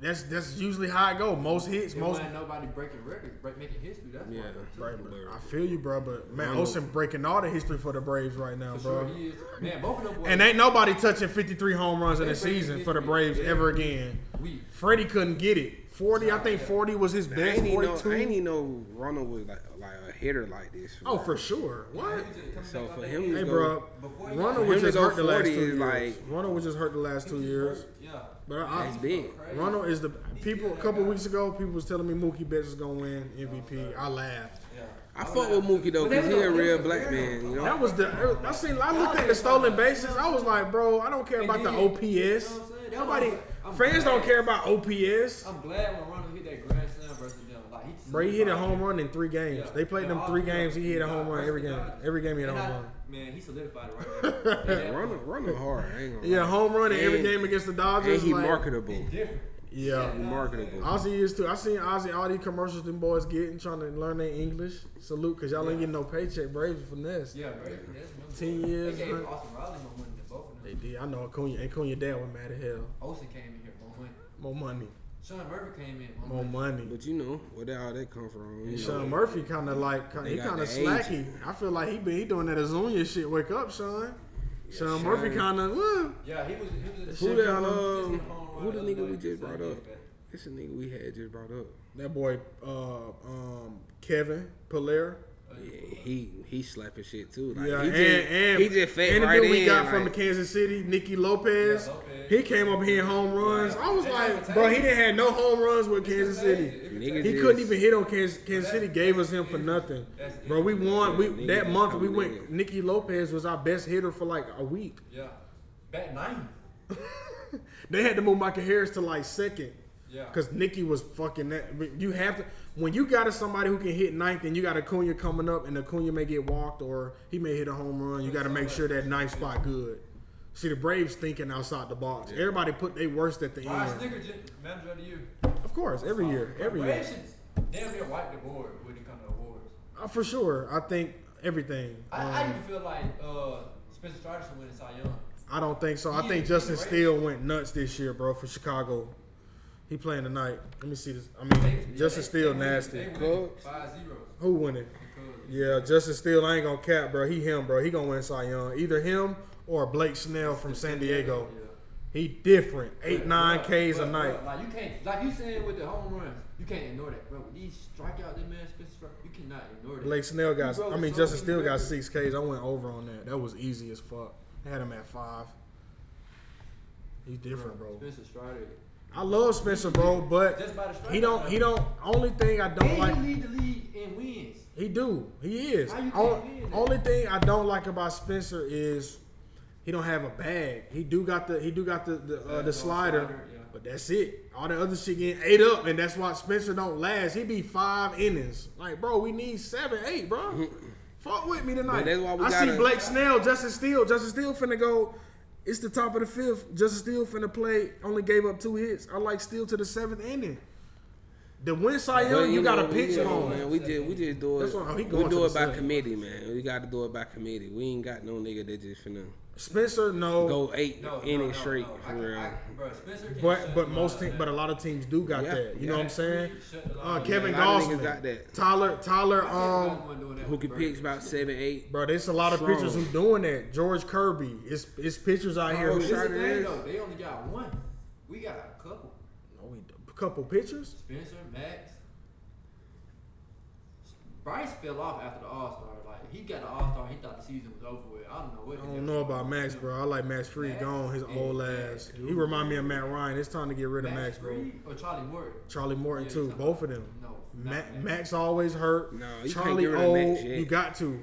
[SPEAKER 1] that's that's usually how it go. Most hits,
[SPEAKER 2] There
[SPEAKER 1] most
[SPEAKER 2] wasn't nobody breaking records, break, making history. That's
[SPEAKER 3] Yeah.
[SPEAKER 2] why.
[SPEAKER 1] Right, but I feel you, bro. But man,
[SPEAKER 3] Ronald-
[SPEAKER 1] Olsen breaking all the history for the Braves right now,
[SPEAKER 2] For sure,
[SPEAKER 1] bro.
[SPEAKER 2] he is. Man, both of them boys.
[SPEAKER 1] And ain't nobody touching 53 home runs in a
[SPEAKER 2] They breaking
[SPEAKER 1] season for the
[SPEAKER 2] history
[SPEAKER 1] Braves ever
[SPEAKER 2] every
[SPEAKER 1] again.
[SPEAKER 2] week.
[SPEAKER 1] Freddie couldn't get it. 40, I think 40 was his
[SPEAKER 3] I
[SPEAKER 1] best.
[SPEAKER 3] ain't even know, I
[SPEAKER 1] 42.
[SPEAKER 3] ain't even know Ronald was like like a hitter like this.
[SPEAKER 1] Oh, for sure. What?
[SPEAKER 3] So for him,
[SPEAKER 1] Hey,
[SPEAKER 3] to go-
[SPEAKER 1] bro.
[SPEAKER 2] Before he got-
[SPEAKER 1] Ronald
[SPEAKER 3] For
[SPEAKER 1] was
[SPEAKER 3] him to
[SPEAKER 1] just
[SPEAKER 3] go
[SPEAKER 1] hurt the last
[SPEAKER 3] 40
[SPEAKER 1] two
[SPEAKER 3] is
[SPEAKER 1] years.
[SPEAKER 3] like-
[SPEAKER 1] Ronald was just hurt the last two years.
[SPEAKER 2] Yeah.
[SPEAKER 1] But I,
[SPEAKER 3] That's big.
[SPEAKER 2] Crazy.
[SPEAKER 1] Ronald is the people. A couple weeks ago, people was telling me Mookie Betts is gonna win MVP. I laughed.
[SPEAKER 2] Yeah.
[SPEAKER 3] I fuck with Mookie though, cause he a real black man. You know,
[SPEAKER 1] That was the. I seen. I looked at the stolen bases. I was like, bro, I don't care about the OPS. Nobody, fans don't care about OPS.
[SPEAKER 2] I'm glad when Ronald hit that grand slam versus them. Like he.
[SPEAKER 1] Bro, he hit a home run in three games. They played them three games. He hit a home run every game. Every game he hit a home run.
[SPEAKER 2] Man, he solidified it right there.
[SPEAKER 3] Ronald, Ronald hard. I ain't gonna
[SPEAKER 1] Yeah,
[SPEAKER 3] lie.
[SPEAKER 1] home run in every
[SPEAKER 3] And-
[SPEAKER 1] game against the
[SPEAKER 3] and
[SPEAKER 1] Dodgers.
[SPEAKER 3] he
[SPEAKER 1] like-
[SPEAKER 3] marketable.
[SPEAKER 2] Different.
[SPEAKER 1] Yeah.
[SPEAKER 3] He marketable.
[SPEAKER 1] Ozzy is too. I seen Ozzy all these commercials them boys getting trying to learn their English. Salute, cause y'all ain't getting no paycheck. Braves finesse.
[SPEAKER 2] Yeah, bro. That's one.
[SPEAKER 1] 10 years,
[SPEAKER 2] They gave
[SPEAKER 1] huh?
[SPEAKER 2] Austin Riley more money than both of
[SPEAKER 1] They
[SPEAKER 2] them.
[SPEAKER 1] did. I know Acuna. Acuna dad was mad as hell.
[SPEAKER 2] Olsen came in here more money.
[SPEAKER 1] More money.
[SPEAKER 2] Sean Murphy came in more
[SPEAKER 1] More
[SPEAKER 2] money.
[SPEAKER 1] money.
[SPEAKER 3] But you know where that all that come from? You
[SPEAKER 1] And
[SPEAKER 3] know.
[SPEAKER 1] Sean Murphy kind of like
[SPEAKER 3] They
[SPEAKER 1] he
[SPEAKER 3] got
[SPEAKER 1] kind of
[SPEAKER 3] the
[SPEAKER 1] slacky. I feel like he been he doing that Azunia shit. Wake up, Sean. Sean
[SPEAKER 3] Sean.
[SPEAKER 1] Murphy kind of.
[SPEAKER 2] Yeah, he was. He uh, was
[SPEAKER 1] Who shit
[SPEAKER 3] Who
[SPEAKER 1] kinda-
[SPEAKER 2] Just
[SPEAKER 3] that? Um,
[SPEAKER 2] hit a home run
[SPEAKER 3] who the
[SPEAKER 2] other
[SPEAKER 3] nigga
[SPEAKER 2] day.
[SPEAKER 3] we just brought up?
[SPEAKER 2] Yeah.
[SPEAKER 3] It's a nigga we had just brought
[SPEAKER 2] Oh,
[SPEAKER 3] up.
[SPEAKER 1] That boy, uh, um, Kevin Polaire.
[SPEAKER 3] Yeah, he he slapping shit too. Like,
[SPEAKER 1] yeah,
[SPEAKER 3] he
[SPEAKER 1] and,
[SPEAKER 3] just,
[SPEAKER 1] and
[SPEAKER 3] he just fed
[SPEAKER 1] and the
[SPEAKER 3] right
[SPEAKER 1] dude we
[SPEAKER 3] in.
[SPEAKER 1] got
[SPEAKER 3] like,
[SPEAKER 1] from the Kansas City, Nicky Lopez.
[SPEAKER 2] Yeah, Lopez.
[SPEAKER 1] He came up here in home runs. I was
[SPEAKER 2] They
[SPEAKER 1] like,
[SPEAKER 2] contagious.
[SPEAKER 1] bro, he didn't have no home runs with Kansas City.
[SPEAKER 3] Niggas
[SPEAKER 1] He
[SPEAKER 3] just-
[SPEAKER 1] couldn't even hit on Kansas. Kansas City gave us him for nothing,
[SPEAKER 2] That's
[SPEAKER 1] bro. We won. We
[SPEAKER 3] niggas
[SPEAKER 1] that
[SPEAKER 3] just
[SPEAKER 1] month we
[SPEAKER 3] coming
[SPEAKER 1] went.
[SPEAKER 3] in.
[SPEAKER 1] Nicky Lopez was our best hitter for like a week.
[SPEAKER 2] Yeah. Bat 90.
[SPEAKER 1] They had to move Michael Harris to like second.
[SPEAKER 2] Yeah.
[SPEAKER 1] Because Nicky was fucking that. You have to when you got to somebody who can hit ninth, and you got Acuna coming up, and Acuna may get walked or he may hit a home run. You got to make sure that ninth spot good. See the Braves thinking outside the box. Everybody put their worst at the
[SPEAKER 2] Ryan
[SPEAKER 1] end.
[SPEAKER 2] Snickerson, manager of the year.
[SPEAKER 1] Of course, every year, every year,
[SPEAKER 2] Braves should damn near wipe the board when it comes to awards.
[SPEAKER 1] Uh, for sure. I think everything.
[SPEAKER 2] I, I
[SPEAKER 1] Um,
[SPEAKER 2] even feel like uh, Spencer Strider should win the Cy Young.
[SPEAKER 1] I don't think so. I
[SPEAKER 2] He
[SPEAKER 1] think
[SPEAKER 2] is-
[SPEAKER 1] Justin
[SPEAKER 2] he's great.
[SPEAKER 1] Steele went nuts this year, bro, for Chicago. He playing tonight. Let me see this. I mean, Justin Steele nasty.
[SPEAKER 3] Cubs?
[SPEAKER 2] Five zero.
[SPEAKER 1] Who won it? Yeah, Justin Steele, I ain't gonna cap, bro. He him, bro. He gonna win Cy Young. Either him or Blake Snell from San Diego. He different. Eight nine Ks a night.
[SPEAKER 2] Like you can't, like you said with the home runs, you can't ignore that, bro. When These strikeouts, that man Spencer Strider, you cannot ignore that.
[SPEAKER 1] Blake Snell got.
[SPEAKER 2] Bro,
[SPEAKER 1] I mean,
[SPEAKER 2] so
[SPEAKER 1] Justin Steele
[SPEAKER 2] many
[SPEAKER 1] got
[SPEAKER 2] records.
[SPEAKER 1] six Ks. I went over on that. That was easy as fuck. I had him at five. He different, bro.
[SPEAKER 2] Spencer Strider.
[SPEAKER 1] I love Spencer, bro, but
[SPEAKER 2] Just by the strikeout.
[SPEAKER 1] he don't. He don't. Only thing I don't
[SPEAKER 2] And
[SPEAKER 1] like.
[SPEAKER 2] he lead the league in wins.
[SPEAKER 1] He do. He is.
[SPEAKER 2] How you
[SPEAKER 1] On-
[SPEAKER 2] can't win that?
[SPEAKER 1] only thing I don't like about Spencer is He don't have a bag. He do got the he do got the the, uh, the slider,
[SPEAKER 2] slider, yeah.
[SPEAKER 1] but that's it. All the other shit getting ate up, and that's why Spencer don't last. He be five innings. Like, bro, we need seven, eight, bro. Fuck with me tonight.
[SPEAKER 3] But that's why we
[SPEAKER 1] I see
[SPEAKER 3] gotta-
[SPEAKER 1] Blake Snell, Justin Steele. Justin Steele finna go. It's the top of the fifth. Justin Steele finna play. Only gave up two hits. I like Steele to the seventh inning. The win Cy
[SPEAKER 3] But,
[SPEAKER 1] Young, you got
[SPEAKER 3] know,
[SPEAKER 1] a pitch
[SPEAKER 3] we,
[SPEAKER 1] on.
[SPEAKER 3] Man, we just we just do
[SPEAKER 1] That's why he
[SPEAKER 3] it.
[SPEAKER 1] going
[SPEAKER 3] We
[SPEAKER 1] to
[SPEAKER 3] do
[SPEAKER 1] the
[SPEAKER 3] it by
[SPEAKER 1] side.
[SPEAKER 3] committee, man. We got to do it by committee. We ain't got no nigga that just finna
[SPEAKER 1] Spencer, no.
[SPEAKER 3] go eight
[SPEAKER 2] No, no,
[SPEAKER 3] inning
[SPEAKER 2] no,
[SPEAKER 3] straight
[SPEAKER 2] no. I
[SPEAKER 3] for
[SPEAKER 2] can-
[SPEAKER 3] real.
[SPEAKER 2] I- bro, Spencer can
[SPEAKER 1] But
[SPEAKER 2] shut
[SPEAKER 1] but
[SPEAKER 2] the
[SPEAKER 1] most
[SPEAKER 2] line
[SPEAKER 1] team,
[SPEAKER 2] down.
[SPEAKER 1] but a lot of teams do got
[SPEAKER 3] Yeah.
[SPEAKER 1] that. You know what I'm saying?
[SPEAKER 2] Shut the line
[SPEAKER 1] Uh,
[SPEAKER 2] down.
[SPEAKER 1] Kevin
[SPEAKER 3] Yeah, a lot of
[SPEAKER 1] Gausman,
[SPEAKER 3] niggas got that.
[SPEAKER 1] Tyler Tyler,
[SPEAKER 2] I think
[SPEAKER 1] um,
[SPEAKER 2] Bob wasn't doing that
[SPEAKER 3] Who
[SPEAKER 2] with
[SPEAKER 3] can
[SPEAKER 2] Burton.
[SPEAKER 3] pitch about seven, eight?
[SPEAKER 1] bro, there's a lot of
[SPEAKER 3] Strong.
[SPEAKER 1] pitchers who doing that. George Kirby, it's it's pitchers out here.
[SPEAKER 3] Oh,
[SPEAKER 1] who-
[SPEAKER 2] This is the
[SPEAKER 3] Sharder
[SPEAKER 2] thing
[SPEAKER 3] is.
[SPEAKER 2] though, they only got one. We got a couple.
[SPEAKER 1] No, we- a couple pitchers.
[SPEAKER 2] Spencer, Max. Bryce fell off after the All Star. Like he got the All Star, he thought the season was over with. I don't know what.
[SPEAKER 1] I don't know about Max, bro. I like Max Freed
[SPEAKER 2] Max
[SPEAKER 1] gone. His
[SPEAKER 2] and
[SPEAKER 1] old
[SPEAKER 2] Max,
[SPEAKER 1] ass.
[SPEAKER 2] dude.
[SPEAKER 1] He remind me of Matt Ryan. It's time to get rid of
[SPEAKER 2] Max,
[SPEAKER 1] Max, bro.
[SPEAKER 2] Freed or Charlie Morton.
[SPEAKER 1] Charlie Morton
[SPEAKER 2] Yeah,
[SPEAKER 1] too.
[SPEAKER 2] he's not-
[SPEAKER 1] Both of them.
[SPEAKER 2] No,
[SPEAKER 1] Ma-
[SPEAKER 2] not Max.
[SPEAKER 1] Max always hurt.
[SPEAKER 3] No, you can't
[SPEAKER 1] Charlie
[SPEAKER 3] get rid of Max
[SPEAKER 1] old.
[SPEAKER 3] yet.
[SPEAKER 1] You got to.
[SPEAKER 2] No.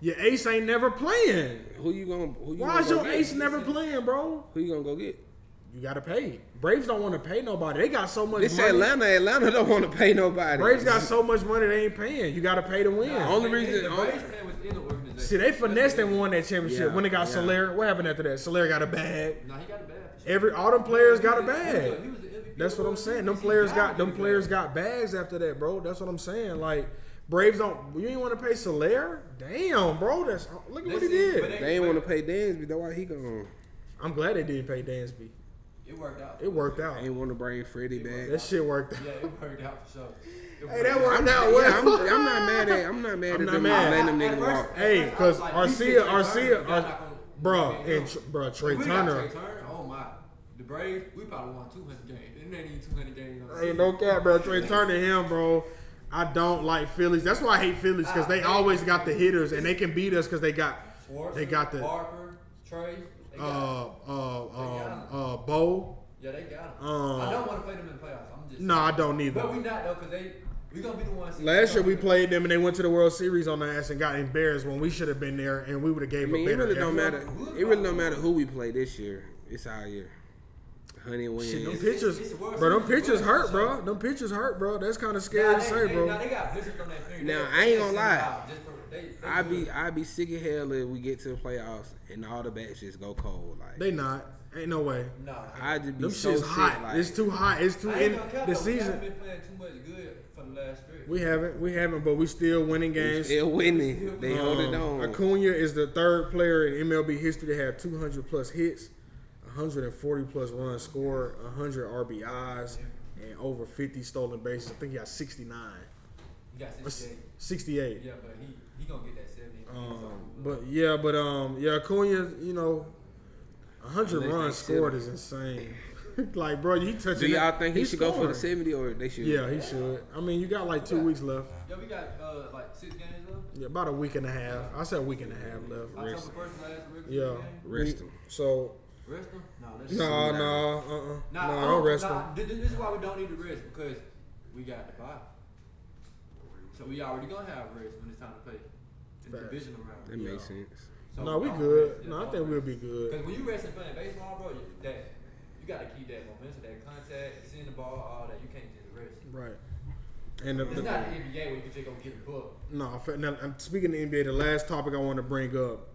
[SPEAKER 1] Your ace ain't never playing.
[SPEAKER 3] Who you gonna? Who you
[SPEAKER 1] Why
[SPEAKER 3] gonna
[SPEAKER 1] is
[SPEAKER 3] go
[SPEAKER 1] your
[SPEAKER 3] get?
[SPEAKER 1] ace never playing, bro?
[SPEAKER 3] Who you gonna go get?
[SPEAKER 1] You gotta pay. Braves don't want to pay nobody. They got so much
[SPEAKER 3] This
[SPEAKER 1] money.
[SPEAKER 3] Atlanta. Atlanta don't want to pay nobody.
[SPEAKER 1] Braves got so much money they ain't paying. You gotta pay to win.
[SPEAKER 3] Nah. Only
[SPEAKER 2] They-
[SPEAKER 3] reason-
[SPEAKER 2] the
[SPEAKER 3] only-
[SPEAKER 2] Braves fan was in the organization.
[SPEAKER 1] See, they finessed and won that championship
[SPEAKER 3] Yeah,
[SPEAKER 1] when they got
[SPEAKER 3] yeah.
[SPEAKER 1] Soler. What happened after that? Soler got a bag.
[SPEAKER 2] Nah, he got a bad.
[SPEAKER 1] Every all them players got a
[SPEAKER 2] He was- he was- he
[SPEAKER 1] bag.
[SPEAKER 2] was the MVP
[SPEAKER 1] That's what I'm
[SPEAKER 2] award.
[SPEAKER 1] saying. Them
[SPEAKER 2] He
[SPEAKER 1] players
[SPEAKER 2] died
[SPEAKER 1] got them
[SPEAKER 2] because of
[SPEAKER 1] players
[SPEAKER 2] that.
[SPEAKER 1] got bags after that, bro. That's what I'm saying. Like Braves don't. You ain't want to pay Soler? Damn, bro. That's look at what he
[SPEAKER 2] Listen, but
[SPEAKER 1] did.
[SPEAKER 2] they-
[SPEAKER 3] They ain't want to pay Dansby. That's why he gone.
[SPEAKER 1] I'm glad they didn't pay Dansby.
[SPEAKER 2] It worked out.
[SPEAKER 1] It worked out.
[SPEAKER 3] They ain't want to bring Freddie back.
[SPEAKER 1] That shit worked. out.
[SPEAKER 2] Yeah, it worked out for sure. It
[SPEAKER 1] Hey, that
[SPEAKER 2] out.
[SPEAKER 1] worked out
[SPEAKER 3] Yeah,
[SPEAKER 1] well.
[SPEAKER 3] I'm, I'm not mad at. I'm not mad
[SPEAKER 1] I'm
[SPEAKER 3] at
[SPEAKER 1] not
[SPEAKER 3] them
[SPEAKER 1] mad.
[SPEAKER 3] letting them
[SPEAKER 2] At
[SPEAKER 3] niggas
[SPEAKER 2] first-
[SPEAKER 3] walk.
[SPEAKER 1] Hey, because
[SPEAKER 2] Like, you
[SPEAKER 1] Arcia,
[SPEAKER 2] said Trey Turner,
[SPEAKER 1] Arcia,
[SPEAKER 2] you got
[SPEAKER 1] Ar-
[SPEAKER 2] knocked on-
[SPEAKER 1] bro,
[SPEAKER 2] Yeah.
[SPEAKER 1] and tr- bro, Trey
[SPEAKER 2] If we got Trey
[SPEAKER 1] Turner.
[SPEAKER 2] Turner. Oh my, the Braves. We probably won 200 games. It ain't even 200 games. on the
[SPEAKER 1] Ain't
[SPEAKER 2] season.
[SPEAKER 1] no cap, bro. Trey Turner, him, bro. I don't like Phillies. That's why I hate Phillies because they always got the hitters and they can beat us because they got
[SPEAKER 2] Swartz,
[SPEAKER 1] they got the uh
[SPEAKER 2] Harper, Trey. They got,
[SPEAKER 1] uh um, uh Bo.
[SPEAKER 2] yeah, they got him.
[SPEAKER 1] um,
[SPEAKER 2] I don't want to play them in the playoffs. I'm just.
[SPEAKER 1] No, I don't
[SPEAKER 2] But
[SPEAKER 1] either.
[SPEAKER 2] we not though, cause they we gonna be the ones.
[SPEAKER 1] Last year we played them and they went to the World Series on their ass and got embarrassed when we should have been there and we would have gave
[SPEAKER 3] I mean,
[SPEAKER 1] a
[SPEAKER 3] it
[SPEAKER 1] better.
[SPEAKER 3] really don't
[SPEAKER 1] effort.
[SPEAKER 3] matter. It really don't matter who we play this year. It's our year. Honey
[SPEAKER 1] Shit, them
[SPEAKER 3] Williams.
[SPEAKER 1] pitchers,
[SPEAKER 2] it's the World
[SPEAKER 1] bro. Them
[SPEAKER 2] Series,
[SPEAKER 1] pitchers
[SPEAKER 2] bro.
[SPEAKER 1] hurt, bro. Them pitchers hurt, bro. That's kind of
[SPEAKER 2] Nah,
[SPEAKER 1] scary to
[SPEAKER 2] they-
[SPEAKER 1] say,
[SPEAKER 2] they-
[SPEAKER 1] bro.
[SPEAKER 2] nah, they got blizzards on their finger.
[SPEAKER 3] Now,
[SPEAKER 2] They-
[SPEAKER 3] I ain't
[SPEAKER 2] they
[SPEAKER 3] gonna
[SPEAKER 2] send
[SPEAKER 3] lie.
[SPEAKER 2] it out just for- they- they
[SPEAKER 3] I'd
[SPEAKER 2] good.
[SPEAKER 3] be I'd be sick of hell if we get to the playoffs and all the bats just go cold. Like
[SPEAKER 1] They not. Ain't no way.
[SPEAKER 2] Nah.
[SPEAKER 3] I'd just be
[SPEAKER 1] Them
[SPEAKER 3] so
[SPEAKER 1] shit's
[SPEAKER 3] sick.
[SPEAKER 1] hot.
[SPEAKER 3] Like
[SPEAKER 1] it's too hot. It's too
[SPEAKER 2] I
[SPEAKER 1] in
[SPEAKER 2] ain't gonna count
[SPEAKER 1] the
[SPEAKER 2] though. We
[SPEAKER 1] season.
[SPEAKER 2] haven't been playing too much good for the last three.
[SPEAKER 1] We haven't. We haven't. But we still winning games.
[SPEAKER 3] they're winning. They hold it
[SPEAKER 1] Um,
[SPEAKER 3] on.
[SPEAKER 1] Acuna is the third player in MLB history to have 200 plus hits, 140 plus runs scored, 100 RBIs, and over 50 stolen bases. I think he got 69,
[SPEAKER 2] He got
[SPEAKER 1] Or s-
[SPEAKER 2] 68.
[SPEAKER 1] 68.
[SPEAKER 2] Yeah, but he he gonna get that 70. He's
[SPEAKER 1] Um,
[SPEAKER 2] on-
[SPEAKER 1] but yeah, but um, yeah, Acuna, you know, 100
[SPEAKER 3] Unless they
[SPEAKER 1] runs
[SPEAKER 3] sit
[SPEAKER 1] scored
[SPEAKER 3] him.
[SPEAKER 1] is insane. like, bro, you touching?
[SPEAKER 3] Do
[SPEAKER 1] that-
[SPEAKER 3] y'all think he
[SPEAKER 1] he's
[SPEAKER 3] should go for the
[SPEAKER 1] scoring.
[SPEAKER 3] seventy or they should?
[SPEAKER 1] Yeah, he should. I mean, you got like two weeks left.
[SPEAKER 2] Yo, we got uh, like six games left.
[SPEAKER 1] Yeah, about a week and a half. I said a week and a half left.
[SPEAKER 2] October
[SPEAKER 1] Rest.
[SPEAKER 2] first, last regular
[SPEAKER 1] Yeah.
[SPEAKER 2] game.
[SPEAKER 3] Rest
[SPEAKER 1] We-
[SPEAKER 3] him.
[SPEAKER 1] So
[SPEAKER 2] Rest them? No, that's
[SPEAKER 1] no, no, uh, uh
[SPEAKER 2] Nah,
[SPEAKER 1] no,
[SPEAKER 2] I
[SPEAKER 1] don't rest him.
[SPEAKER 2] nah, thi- thi- This is why we don't need to rest because we got the bye. So we already gonna have rest when it's time to play in the
[SPEAKER 1] Facts.
[SPEAKER 2] divisional round.
[SPEAKER 3] That makes sense.
[SPEAKER 2] So
[SPEAKER 1] No, we
[SPEAKER 2] don't rest,
[SPEAKER 1] good.
[SPEAKER 2] yeah,
[SPEAKER 1] No, I
[SPEAKER 2] don't
[SPEAKER 1] think
[SPEAKER 2] rest.
[SPEAKER 1] we'll be good.
[SPEAKER 2] Because when you rest and playing baseball, bro, you, that you got to keep that momentum, that contact, seeing the ball, all that. You can't just rest.
[SPEAKER 1] Right. And the,
[SPEAKER 2] It's
[SPEAKER 1] the,
[SPEAKER 2] not the NBA where you can just go get a book.
[SPEAKER 1] no, fa- now, I'm speaking of NBA. The last topic I want to bring up,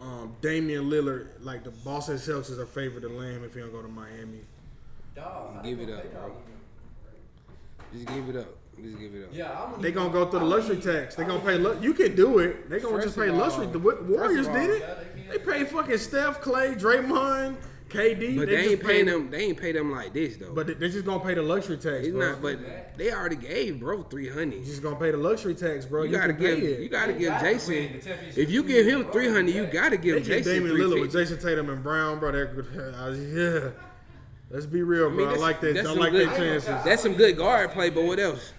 [SPEAKER 1] um, Damian Lillard, like the Boston Celtics are favored to lamb if he don't go to Miami.
[SPEAKER 2] Dog, how they
[SPEAKER 3] Give it
[SPEAKER 2] gonna
[SPEAKER 3] up,
[SPEAKER 2] play
[SPEAKER 3] bro.
[SPEAKER 2] dog again?
[SPEAKER 3] Just give it up. Just give it up.
[SPEAKER 2] Yeah, I'm
[SPEAKER 1] They gonna go through the
[SPEAKER 2] I
[SPEAKER 1] luxury
[SPEAKER 2] need-
[SPEAKER 1] tax. They
[SPEAKER 2] I
[SPEAKER 1] gonna
[SPEAKER 2] need-
[SPEAKER 1] pay. Lu- you can do it. They gonna
[SPEAKER 3] First
[SPEAKER 1] just pay
[SPEAKER 3] of all-
[SPEAKER 1] luxury. The Wa- Warriors
[SPEAKER 3] all,
[SPEAKER 1] did
[SPEAKER 2] yeah,
[SPEAKER 1] it.
[SPEAKER 2] they can.
[SPEAKER 1] They paid fucking Steph, Clay, Draymond, KD.
[SPEAKER 3] But they, ain't
[SPEAKER 1] just
[SPEAKER 3] pay
[SPEAKER 1] paid-
[SPEAKER 3] them. They ain't pay them like this though.
[SPEAKER 1] But they- they just gonna pay the luxury tax,
[SPEAKER 3] it's
[SPEAKER 1] bro.
[SPEAKER 3] not. But they already gave bro three hundred.
[SPEAKER 1] you just gonna pay the luxury tax, bro.
[SPEAKER 3] You gotta
[SPEAKER 1] can pay
[SPEAKER 3] give.
[SPEAKER 1] it.
[SPEAKER 3] You gotta
[SPEAKER 2] They
[SPEAKER 3] give
[SPEAKER 2] got to win
[SPEAKER 3] Jason.
[SPEAKER 2] the championship.
[SPEAKER 3] If you give him three hundred, you
[SPEAKER 2] Yeah.
[SPEAKER 3] gotta
[SPEAKER 1] They
[SPEAKER 3] give
[SPEAKER 1] get
[SPEAKER 3] Jason
[SPEAKER 1] Damian Lillard with
[SPEAKER 3] three
[SPEAKER 1] Jason Tatum and Brown, bro. They're good. I- Yeah, let's be real, bro. I,
[SPEAKER 3] that's-
[SPEAKER 1] like that.
[SPEAKER 3] that's
[SPEAKER 1] I
[SPEAKER 3] some
[SPEAKER 1] like
[SPEAKER 3] good-
[SPEAKER 1] their chances.
[SPEAKER 3] That's some good guard play. But what else?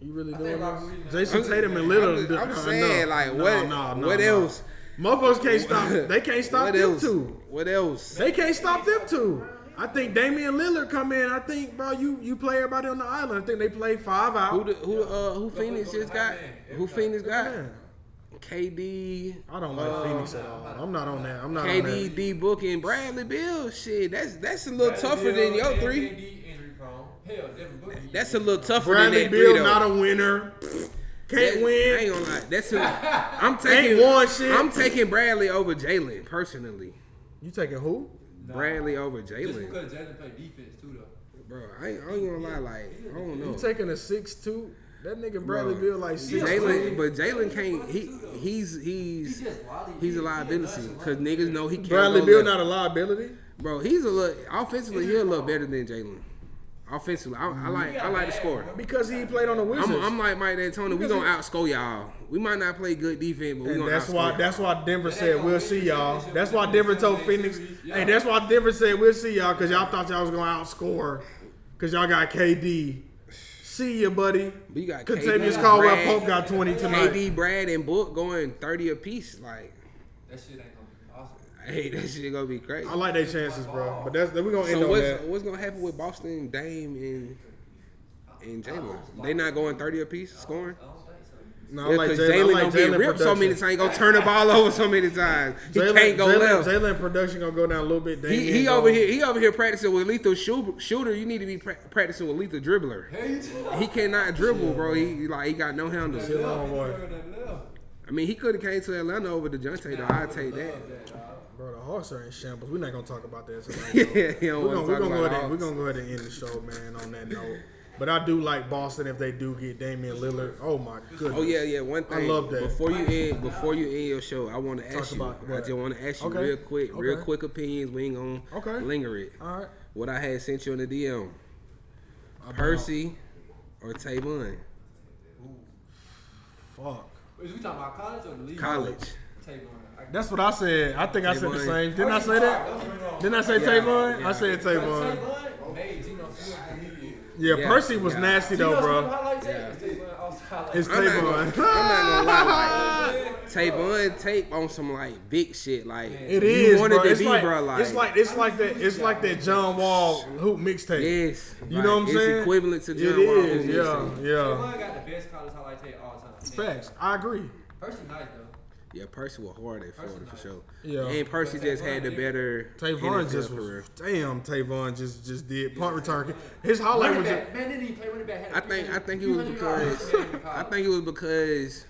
[SPEAKER 1] You really
[SPEAKER 2] I
[SPEAKER 1] doing
[SPEAKER 2] think Robert
[SPEAKER 1] this?
[SPEAKER 2] Williams-
[SPEAKER 1] Jason
[SPEAKER 3] I'm-
[SPEAKER 1] Tatum and
[SPEAKER 3] I'm
[SPEAKER 1] Lillard.
[SPEAKER 3] just- I'm
[SPEAKER 1] uh,
[SPEAKER 3] saying,
[SPEAKER 1] no.
[SPEAKER 3] like,
[SPEAKER 1] No,
[SPEAKER 3] what-
[SPEAKER 1] no, no,
[SPEAKER 3] what
[SPEAKER 1] no.
[SPEAKER 3] else?
[SPEAKER 1] Motherfuckers can't stop. They can't stop
[SPEAKER 3] what
[SPEAKER 1] them
[SPEAKER 3] else?
[SPEAKER 1] two.
[SPEAKER 3] What else?
[SPEAKER 1] They can't stop them two. I think Damian Lillard come in. I think, bro, you you play everybody on the island. I think they play five out.
[SPEAKER 3] Who the, who uh who Phoenix
[SPEAKER 2] go to
[SPEAKER 3] just
[SPEAKER 2] the high
[SPEAKER 3] got?
[SPEAKER 2] man.
[SPEAKER 3] Who Phoenix got?
[SPEAKER 1] Man,
[SPEAKER 3] KD,
[SPEAKER 1] I don't like Phoenix at all. I'm not on that. I'm not on
[SPEAKER 3] KD,
[SPEAKER 1] that.
[SPEAKER 3] D Book, and Bradley Bill. Shit, that's that's a little tougher
[SPEAKER 2] Bill
[SPEAKER 3] than your
[SPEAKER 2] and
[SPEAKER 3] three.
[SPEAKER 2] KD injury prone. Hell, Devin Booker.
[SPEAKER 3] That's a little tougher
[SPEAKER 1] Bradley
[SPEAKER 3] than that three,
[SPEAKER 1] Bill
[SPEAKER 3] though.
[SPEAKER 1] not a winner. Can't
[SPEAKER 3] That- I
[SPEAKER 1] win.
[SPEAKER 3] ain't gonna lie. That's a, I'm taking
[SPEAKER 1] won shit.
[SPEAKER 3] I'm taking Bradley over Jalen personally.
[SPEAKER 1] You taking who?
[SPEAKER 3] Bradley over
[SPEAKER 2] Just
[SPEAKER 3] Jalen,
[SPEAKER 2] because Jalen play defense too though.
[SPEAKER 3] bro. I ain't, I ain't gonna lie. Like I don't know.
[SPEAKER 1] You taking a six two? That nigga Bradley
[SPEAKER 3] Bro,
[SPEAKER 1] Bill like six
[SPEAKER 3] Jalen, but Jalen can't. He he's he's he's a liability because niggas know he can't.
[SPEAKER 1] Bradley
[SPEAKER 3] go
[SPEAKER 1] Bill
[SPEAKER 3] left.
[SPEAKER 1] not a liability.
[SPEAKER 3] Bro, he's a little offensively. He's a little better than Jalen. Offensively, I, I like I like the score.
[SPEAKER 1] Because he played on the Wizards.
[SPEAKER 3] I'm, I'm like Mike D'Antoni. We gonna outscore y'all. We might not play good defense, but we
[SPEAKER 1] and
[SPEAKER 3] gonna
[SPEAKER 1] that's
[SPEAKER 3] outscore.
[SPEAKER 1] why
[SPEAKER 3] y'all.
[SPEAKER 1] that's why Denver
[SPEAKER 2] They
[SPEAKER 1] said
[SPEAKER 2] gonna
[SPEAKER 1] we'll
[SPEAKER 2] win
[SPEAKER 1] see
[SPEAKER 2] the
[SPEAKER 1] y'all.
[SPEAKER 2] championship
[SPEAKER 1] That's why
[SPEAKER 2] in the
[SPEAKER 1] Denver told
[SPEAKER 2] seven-game
[SPEAKER 1] Phoenix.
[SPEAKER 2] series.
[SPEAKER 1] Hey, that's why Denver said we'll see y'all because y'all thought y'all was gonna outscore because y'all got KD. See ya, buddy.
[SPEAKER 3] But you got
[SPEAKER 1] Contavious
[SPEAKER 3] KD,
[SPEAKER 1] Caldwell
[SPEAKER 3] Brad,
[SPEAKER 1] Pope got 20 tonight.
[SPEAKER 3] KD, Brad, and Book going thirty apiece. Like,
[SPEAKER 2] That shit ain't gonna be possible.
[SPEAKER 3] hey, that shit gonna be crazy.
[SPEAKER 1] I like their chances, bro. But that's we're gonna end
[SPEAKER 3] So
[SPEAKER 1] on
[SPEAKER 3] what's,
[SPEAKER 1] that.
[SPEAKER 3] what's gonna happen with Boston, Dame, and and Jalen? They not going thirty apiece scoring.
[SPEAKER 2] I don't think so.
[SPEAKER 1] No, I
[SPEAKER 3] Yeah,
[SPEAKER 1] like
[SPEAKER 3] cause
[SPEAKER 1] Jalen. I
[SPEAKER 3] Jalen
[SPEAKER 1] like
[SPEAKER 3] gonna get
[SPEAKER 1] Jalen
[SPEAKER 3] ripped so many
[SPEAKER 1] production.
[SPEAKER 3] times, gonna turn the ball over so many times. He
[SPEAKER 1] Jalen-
[SPEAKER 3] can't go
[SPEAKER 1] Jalen-
[SPEAKER 3] left.
[SPEAKER 1] Jalen production gonna go down a little bit.
[SPEAKER 3] He,
[SPEAKER 1] Damian
[SPEAKER 3] he
[SPEAKER 1] gonna-
[SPEAKER 3] over here. He over here practicing with lethal shoo- shooter. You need to be pra- practicing with lethal dribbler.
[SPEAKER 2] Hell, you too.
[SPEAKER 3] He cannot dribble, bro. He like he got no handles.
[SPEAKER 1] Chill on, boy.
[SPEAKER 2] Boy.
[SPEAKER 3] I mean, he could have came to Atlanta over DeJounte, though. I take that.
[SPEAKER 1] Bro, the Hawks are in shambles. We're not gonna talk about that tonight.
[SPEAKER 3] Yeah,
[SPEAKER 1] though.
[SPEAKER 3] you
[SPEAKER 1] we're
[SPEAKER 3] don't wanna
[SPEAKER 1] gonna, we're
[SPEAKER 3] talk
[SPEAKER 1] gonna
[SPEAKER 3] about
[SPEAKER 1] go ahead. And, we're
[SPEAKER 3] Hawks.
[SPEAKER 1] gonna go ahead and end the show, man. On that note, but I do like Boston if they do get Damian Lillard. Oh my goodness.
[SPEAKER 3] Oh yeah, yeah. One thing.
[SPEAKER 1] love that.
[SPEAKER 3] Before you end, before you end your show, I want to
[SPEAKER 1] Talk
[SPEAKER 3] ask you.
[SPEAKER 1] about
[SPEAKER 3] I
[SPEAKER 1] what?
[SPEAKER 3] just want to ask you
[SPEAKER 1] Okay.
[SPEAKER 3] real quick, real
[SPEAKER 1] Okay.
[SPEAKER 3] quick opinions. We ain't gonna
[SPEAKER 1] Okay.
[SPEAKER 3] linger it.
[SPEAKER 1] All right.
[SPEAKER 3] What I had sent you in the DM:
[SPEAKER 1] I'm
[SPEAKER 3] Percy or Tayvon?
[SPEAKER 1] out. Fuck.
[SPEAKER 2] Is we talking about college or the league?
[SPEAKER 3] College.
[SPEAKER 2] Take one. I-
[SPEAKER 1] That's what I said. I think I said the
[SPEAKER 3] Tavon.
[SPEAKER 1] same. Didn't I say that?
[SPEAKER 2] Don't get me wrong.
[SPEAKER 1] Didn't I say
[SPEAKER 3] Yeah,
[SPEAKER 1] Tavon?
[SPEAKER 3] yeah.
[SPEAKER 1] I said Tavon.
[SPEAKER 2] Uh, Tavon made Geno Smith who he is.
[SPEAKER 1] Yeah,
[SPEAKER 3] Yeah,
[SPEAKER 1] Percy was
[SPEAKER 3] yeah.
[SPEAKER 1] nasty
[SPEAKER 2] Geno
[SPEAKER 1] though,
[SPEAKER 2] Smith
[SPEAKER 1] bro.
[SPEAKER 2] highlight tape is Tavon also highlight
[SPEAKER 1] It's
[SPEAKER 2] tape.
[SPEAKER 3] I'm not gonna-
[SPEAKER 1] Tavon.
[SPEAKER 3] I'm not gonna lie. Like, Tayvon tape on some like big shit. Like
[SPEAKER 1] It
[SPEAKER 3] you
[SPEAKER 1] is,
[SPEAKER 3] wanted
[SPEAKER 1] bro.
[SPEAKER 3] to
[SPEAKER 1] It's
[SPEAKER 3] be,
[SPEAKER 1] like,
[SPEAKER 3] bro. Like,
[SPEAKER 1] it's like it's like that it's like that John Wall hoop mixtape.
[SPEAKER 3] yes.
[SPEAKER 1] You
[SPEAKER 3] like,
[SPEAKER 1] know what I'm
[SPEAKER 3] it's
[SPEAKER 1] saying?
[SPEAKER 3] equivalent to John
[SPEAKER 1] It
[SPEAKER 3] Wall.
[SPEAKER 1] is,
[SPEAKER 3] who we
[SPEAKER 1] yeah,
[SPEAKER 3] see.
[SPEAKER 1] yeah.
[SPEAKER 2] Tavon got the best college highlight tape all time.
[SPEAKER 1] Facts. I agree.
[SPEAKER 2] Percy nice though.
[SPEAKER 3] Yeah, Percy was hard at Florida for sure.
[SPEAKER 1] Yeah.
[SPEAKER 3] And Percy just had the better
[SPEAKER 1] Tavon
[SPEAKER 3] NFL
[SPEAKER 1] just
[SPEAKER 3] career.
[SPEAKER 1] was, damn. Tavon just just did punt return. His highlight
[SPEAKER 2] Running
[SPEAKER 1] was
[SPEAKER 2] back.
[SPEAKER 1] just,
[SPEAKER 2] Man, didn't he play running back? Had a
[SPEAKER 3] I think I think it
[SPEAKER 2] 300
[SPEAKER 3] was because
[SPEAKER 2] yards in
[SPEAKER 3] I
[SPEAKER 2] college.
[SPEAKER 3] think it was because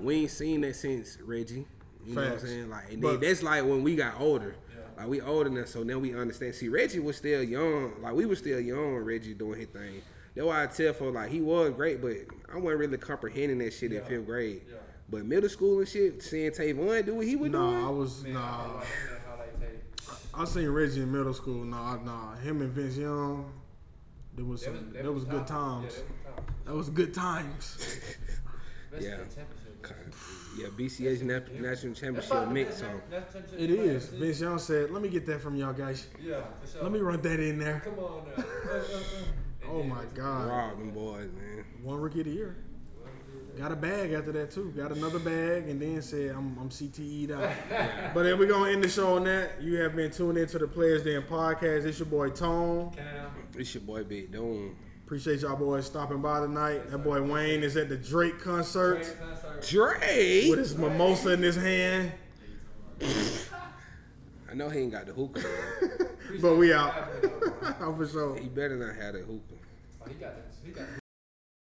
[SPEAKER 3] we ain't seen that since Reggie. You know what I'm
[SPEAKER 1] Facts.
[SPEAKER 3] saying? Like, and
[SPEAKER 1] But-
[SPEAKER 3] then that's like when we got older. Like we older now, so now we understand. See, Reggie was still young. Like we were still young. when Reggie doing his thing. That's why I tell for like he was great, but I wasn't really comprehending that shit in fifth grade. But middle school and shit, seeing Tavon do what he was
[SPEAKER 1] nah. I
[SPEAKER 3] doing.
[SPEAKER 1] was
[SPEAKER 2] Man, I
[SPEAKER 1] nah.
[SPEAKER 2] like that highlight tape.
[SPEAKER 1] I seen Reggie in middle school. Nah, nah. Him and Vince Young. There was
[SPEAKER 2] That was-
[SPEAKER 1] some,
[SPEAKER 2] that
[SPEAKER 1] there was good times.
[SPEAKER 2] Yeah, that was
[SPEAKER 1] That was good times.
[SPEAKER 2] Best
[SPEAKER 3] Yeah.
[SPEAKER 2] in the championship.
[SPEAKER 3] Yeah, BCS nat- national
[SPEAKER 2] That's
[SPEAKER 3] championship
[SPEAKER 2] probably the
[SPEAKER 3] mix.
[SPEAKER 2] best
[SPEAKER 3] So
[SPEAKER 2] na- national championship
[SPEAKER 1] It
[SPEAKER 2] player
[SPEAKER 1] is.
[SPEAKER 2] I've seen.
[SPEAKER 1] Vince Young said, "Let me get that from y'all guys.
[SPEAKER 2] Yeah, for sure.
[SPEAKER 1] Let me run that in there."
[SPEAKER 2] Come on now. Uh, uh, uh.
[SPEAKER 1] Oh
[SPEAKER 2] And
[SPEAKER 1] my
[SPEAKER 2] then-
[SPEAKER 1] God.
[SPEAKER 3] raw them boys, man.
[SPEAKER 1] One rookie of the year. Got a bag after that too. Got another bag and then said I'm I'm CTE'd out. but then we're gonna end the show on that. You have been tuned into the Players Den podcast. It's your boy Tone.
[SPEAKER 2] Cam.
[SPEAKER 3] It's your boy Big Doom.
[SPEAKER 1] Appreciate y'all boys stopping by tonight. That boy Wayne is at the Drake concert
[SPEAKER 2] Great concert.
[SPEAKER 3] Dre.
[SPEAKER 1] with his mimosa in his hand.
[SPEAKER 3] I know he ain't got the hookah.
[SPEAKER 1] But we out. For sure.
[SPEAKER 3] he better not have the hookah.
[SPEAKER 2] Oh, he got this. He got this.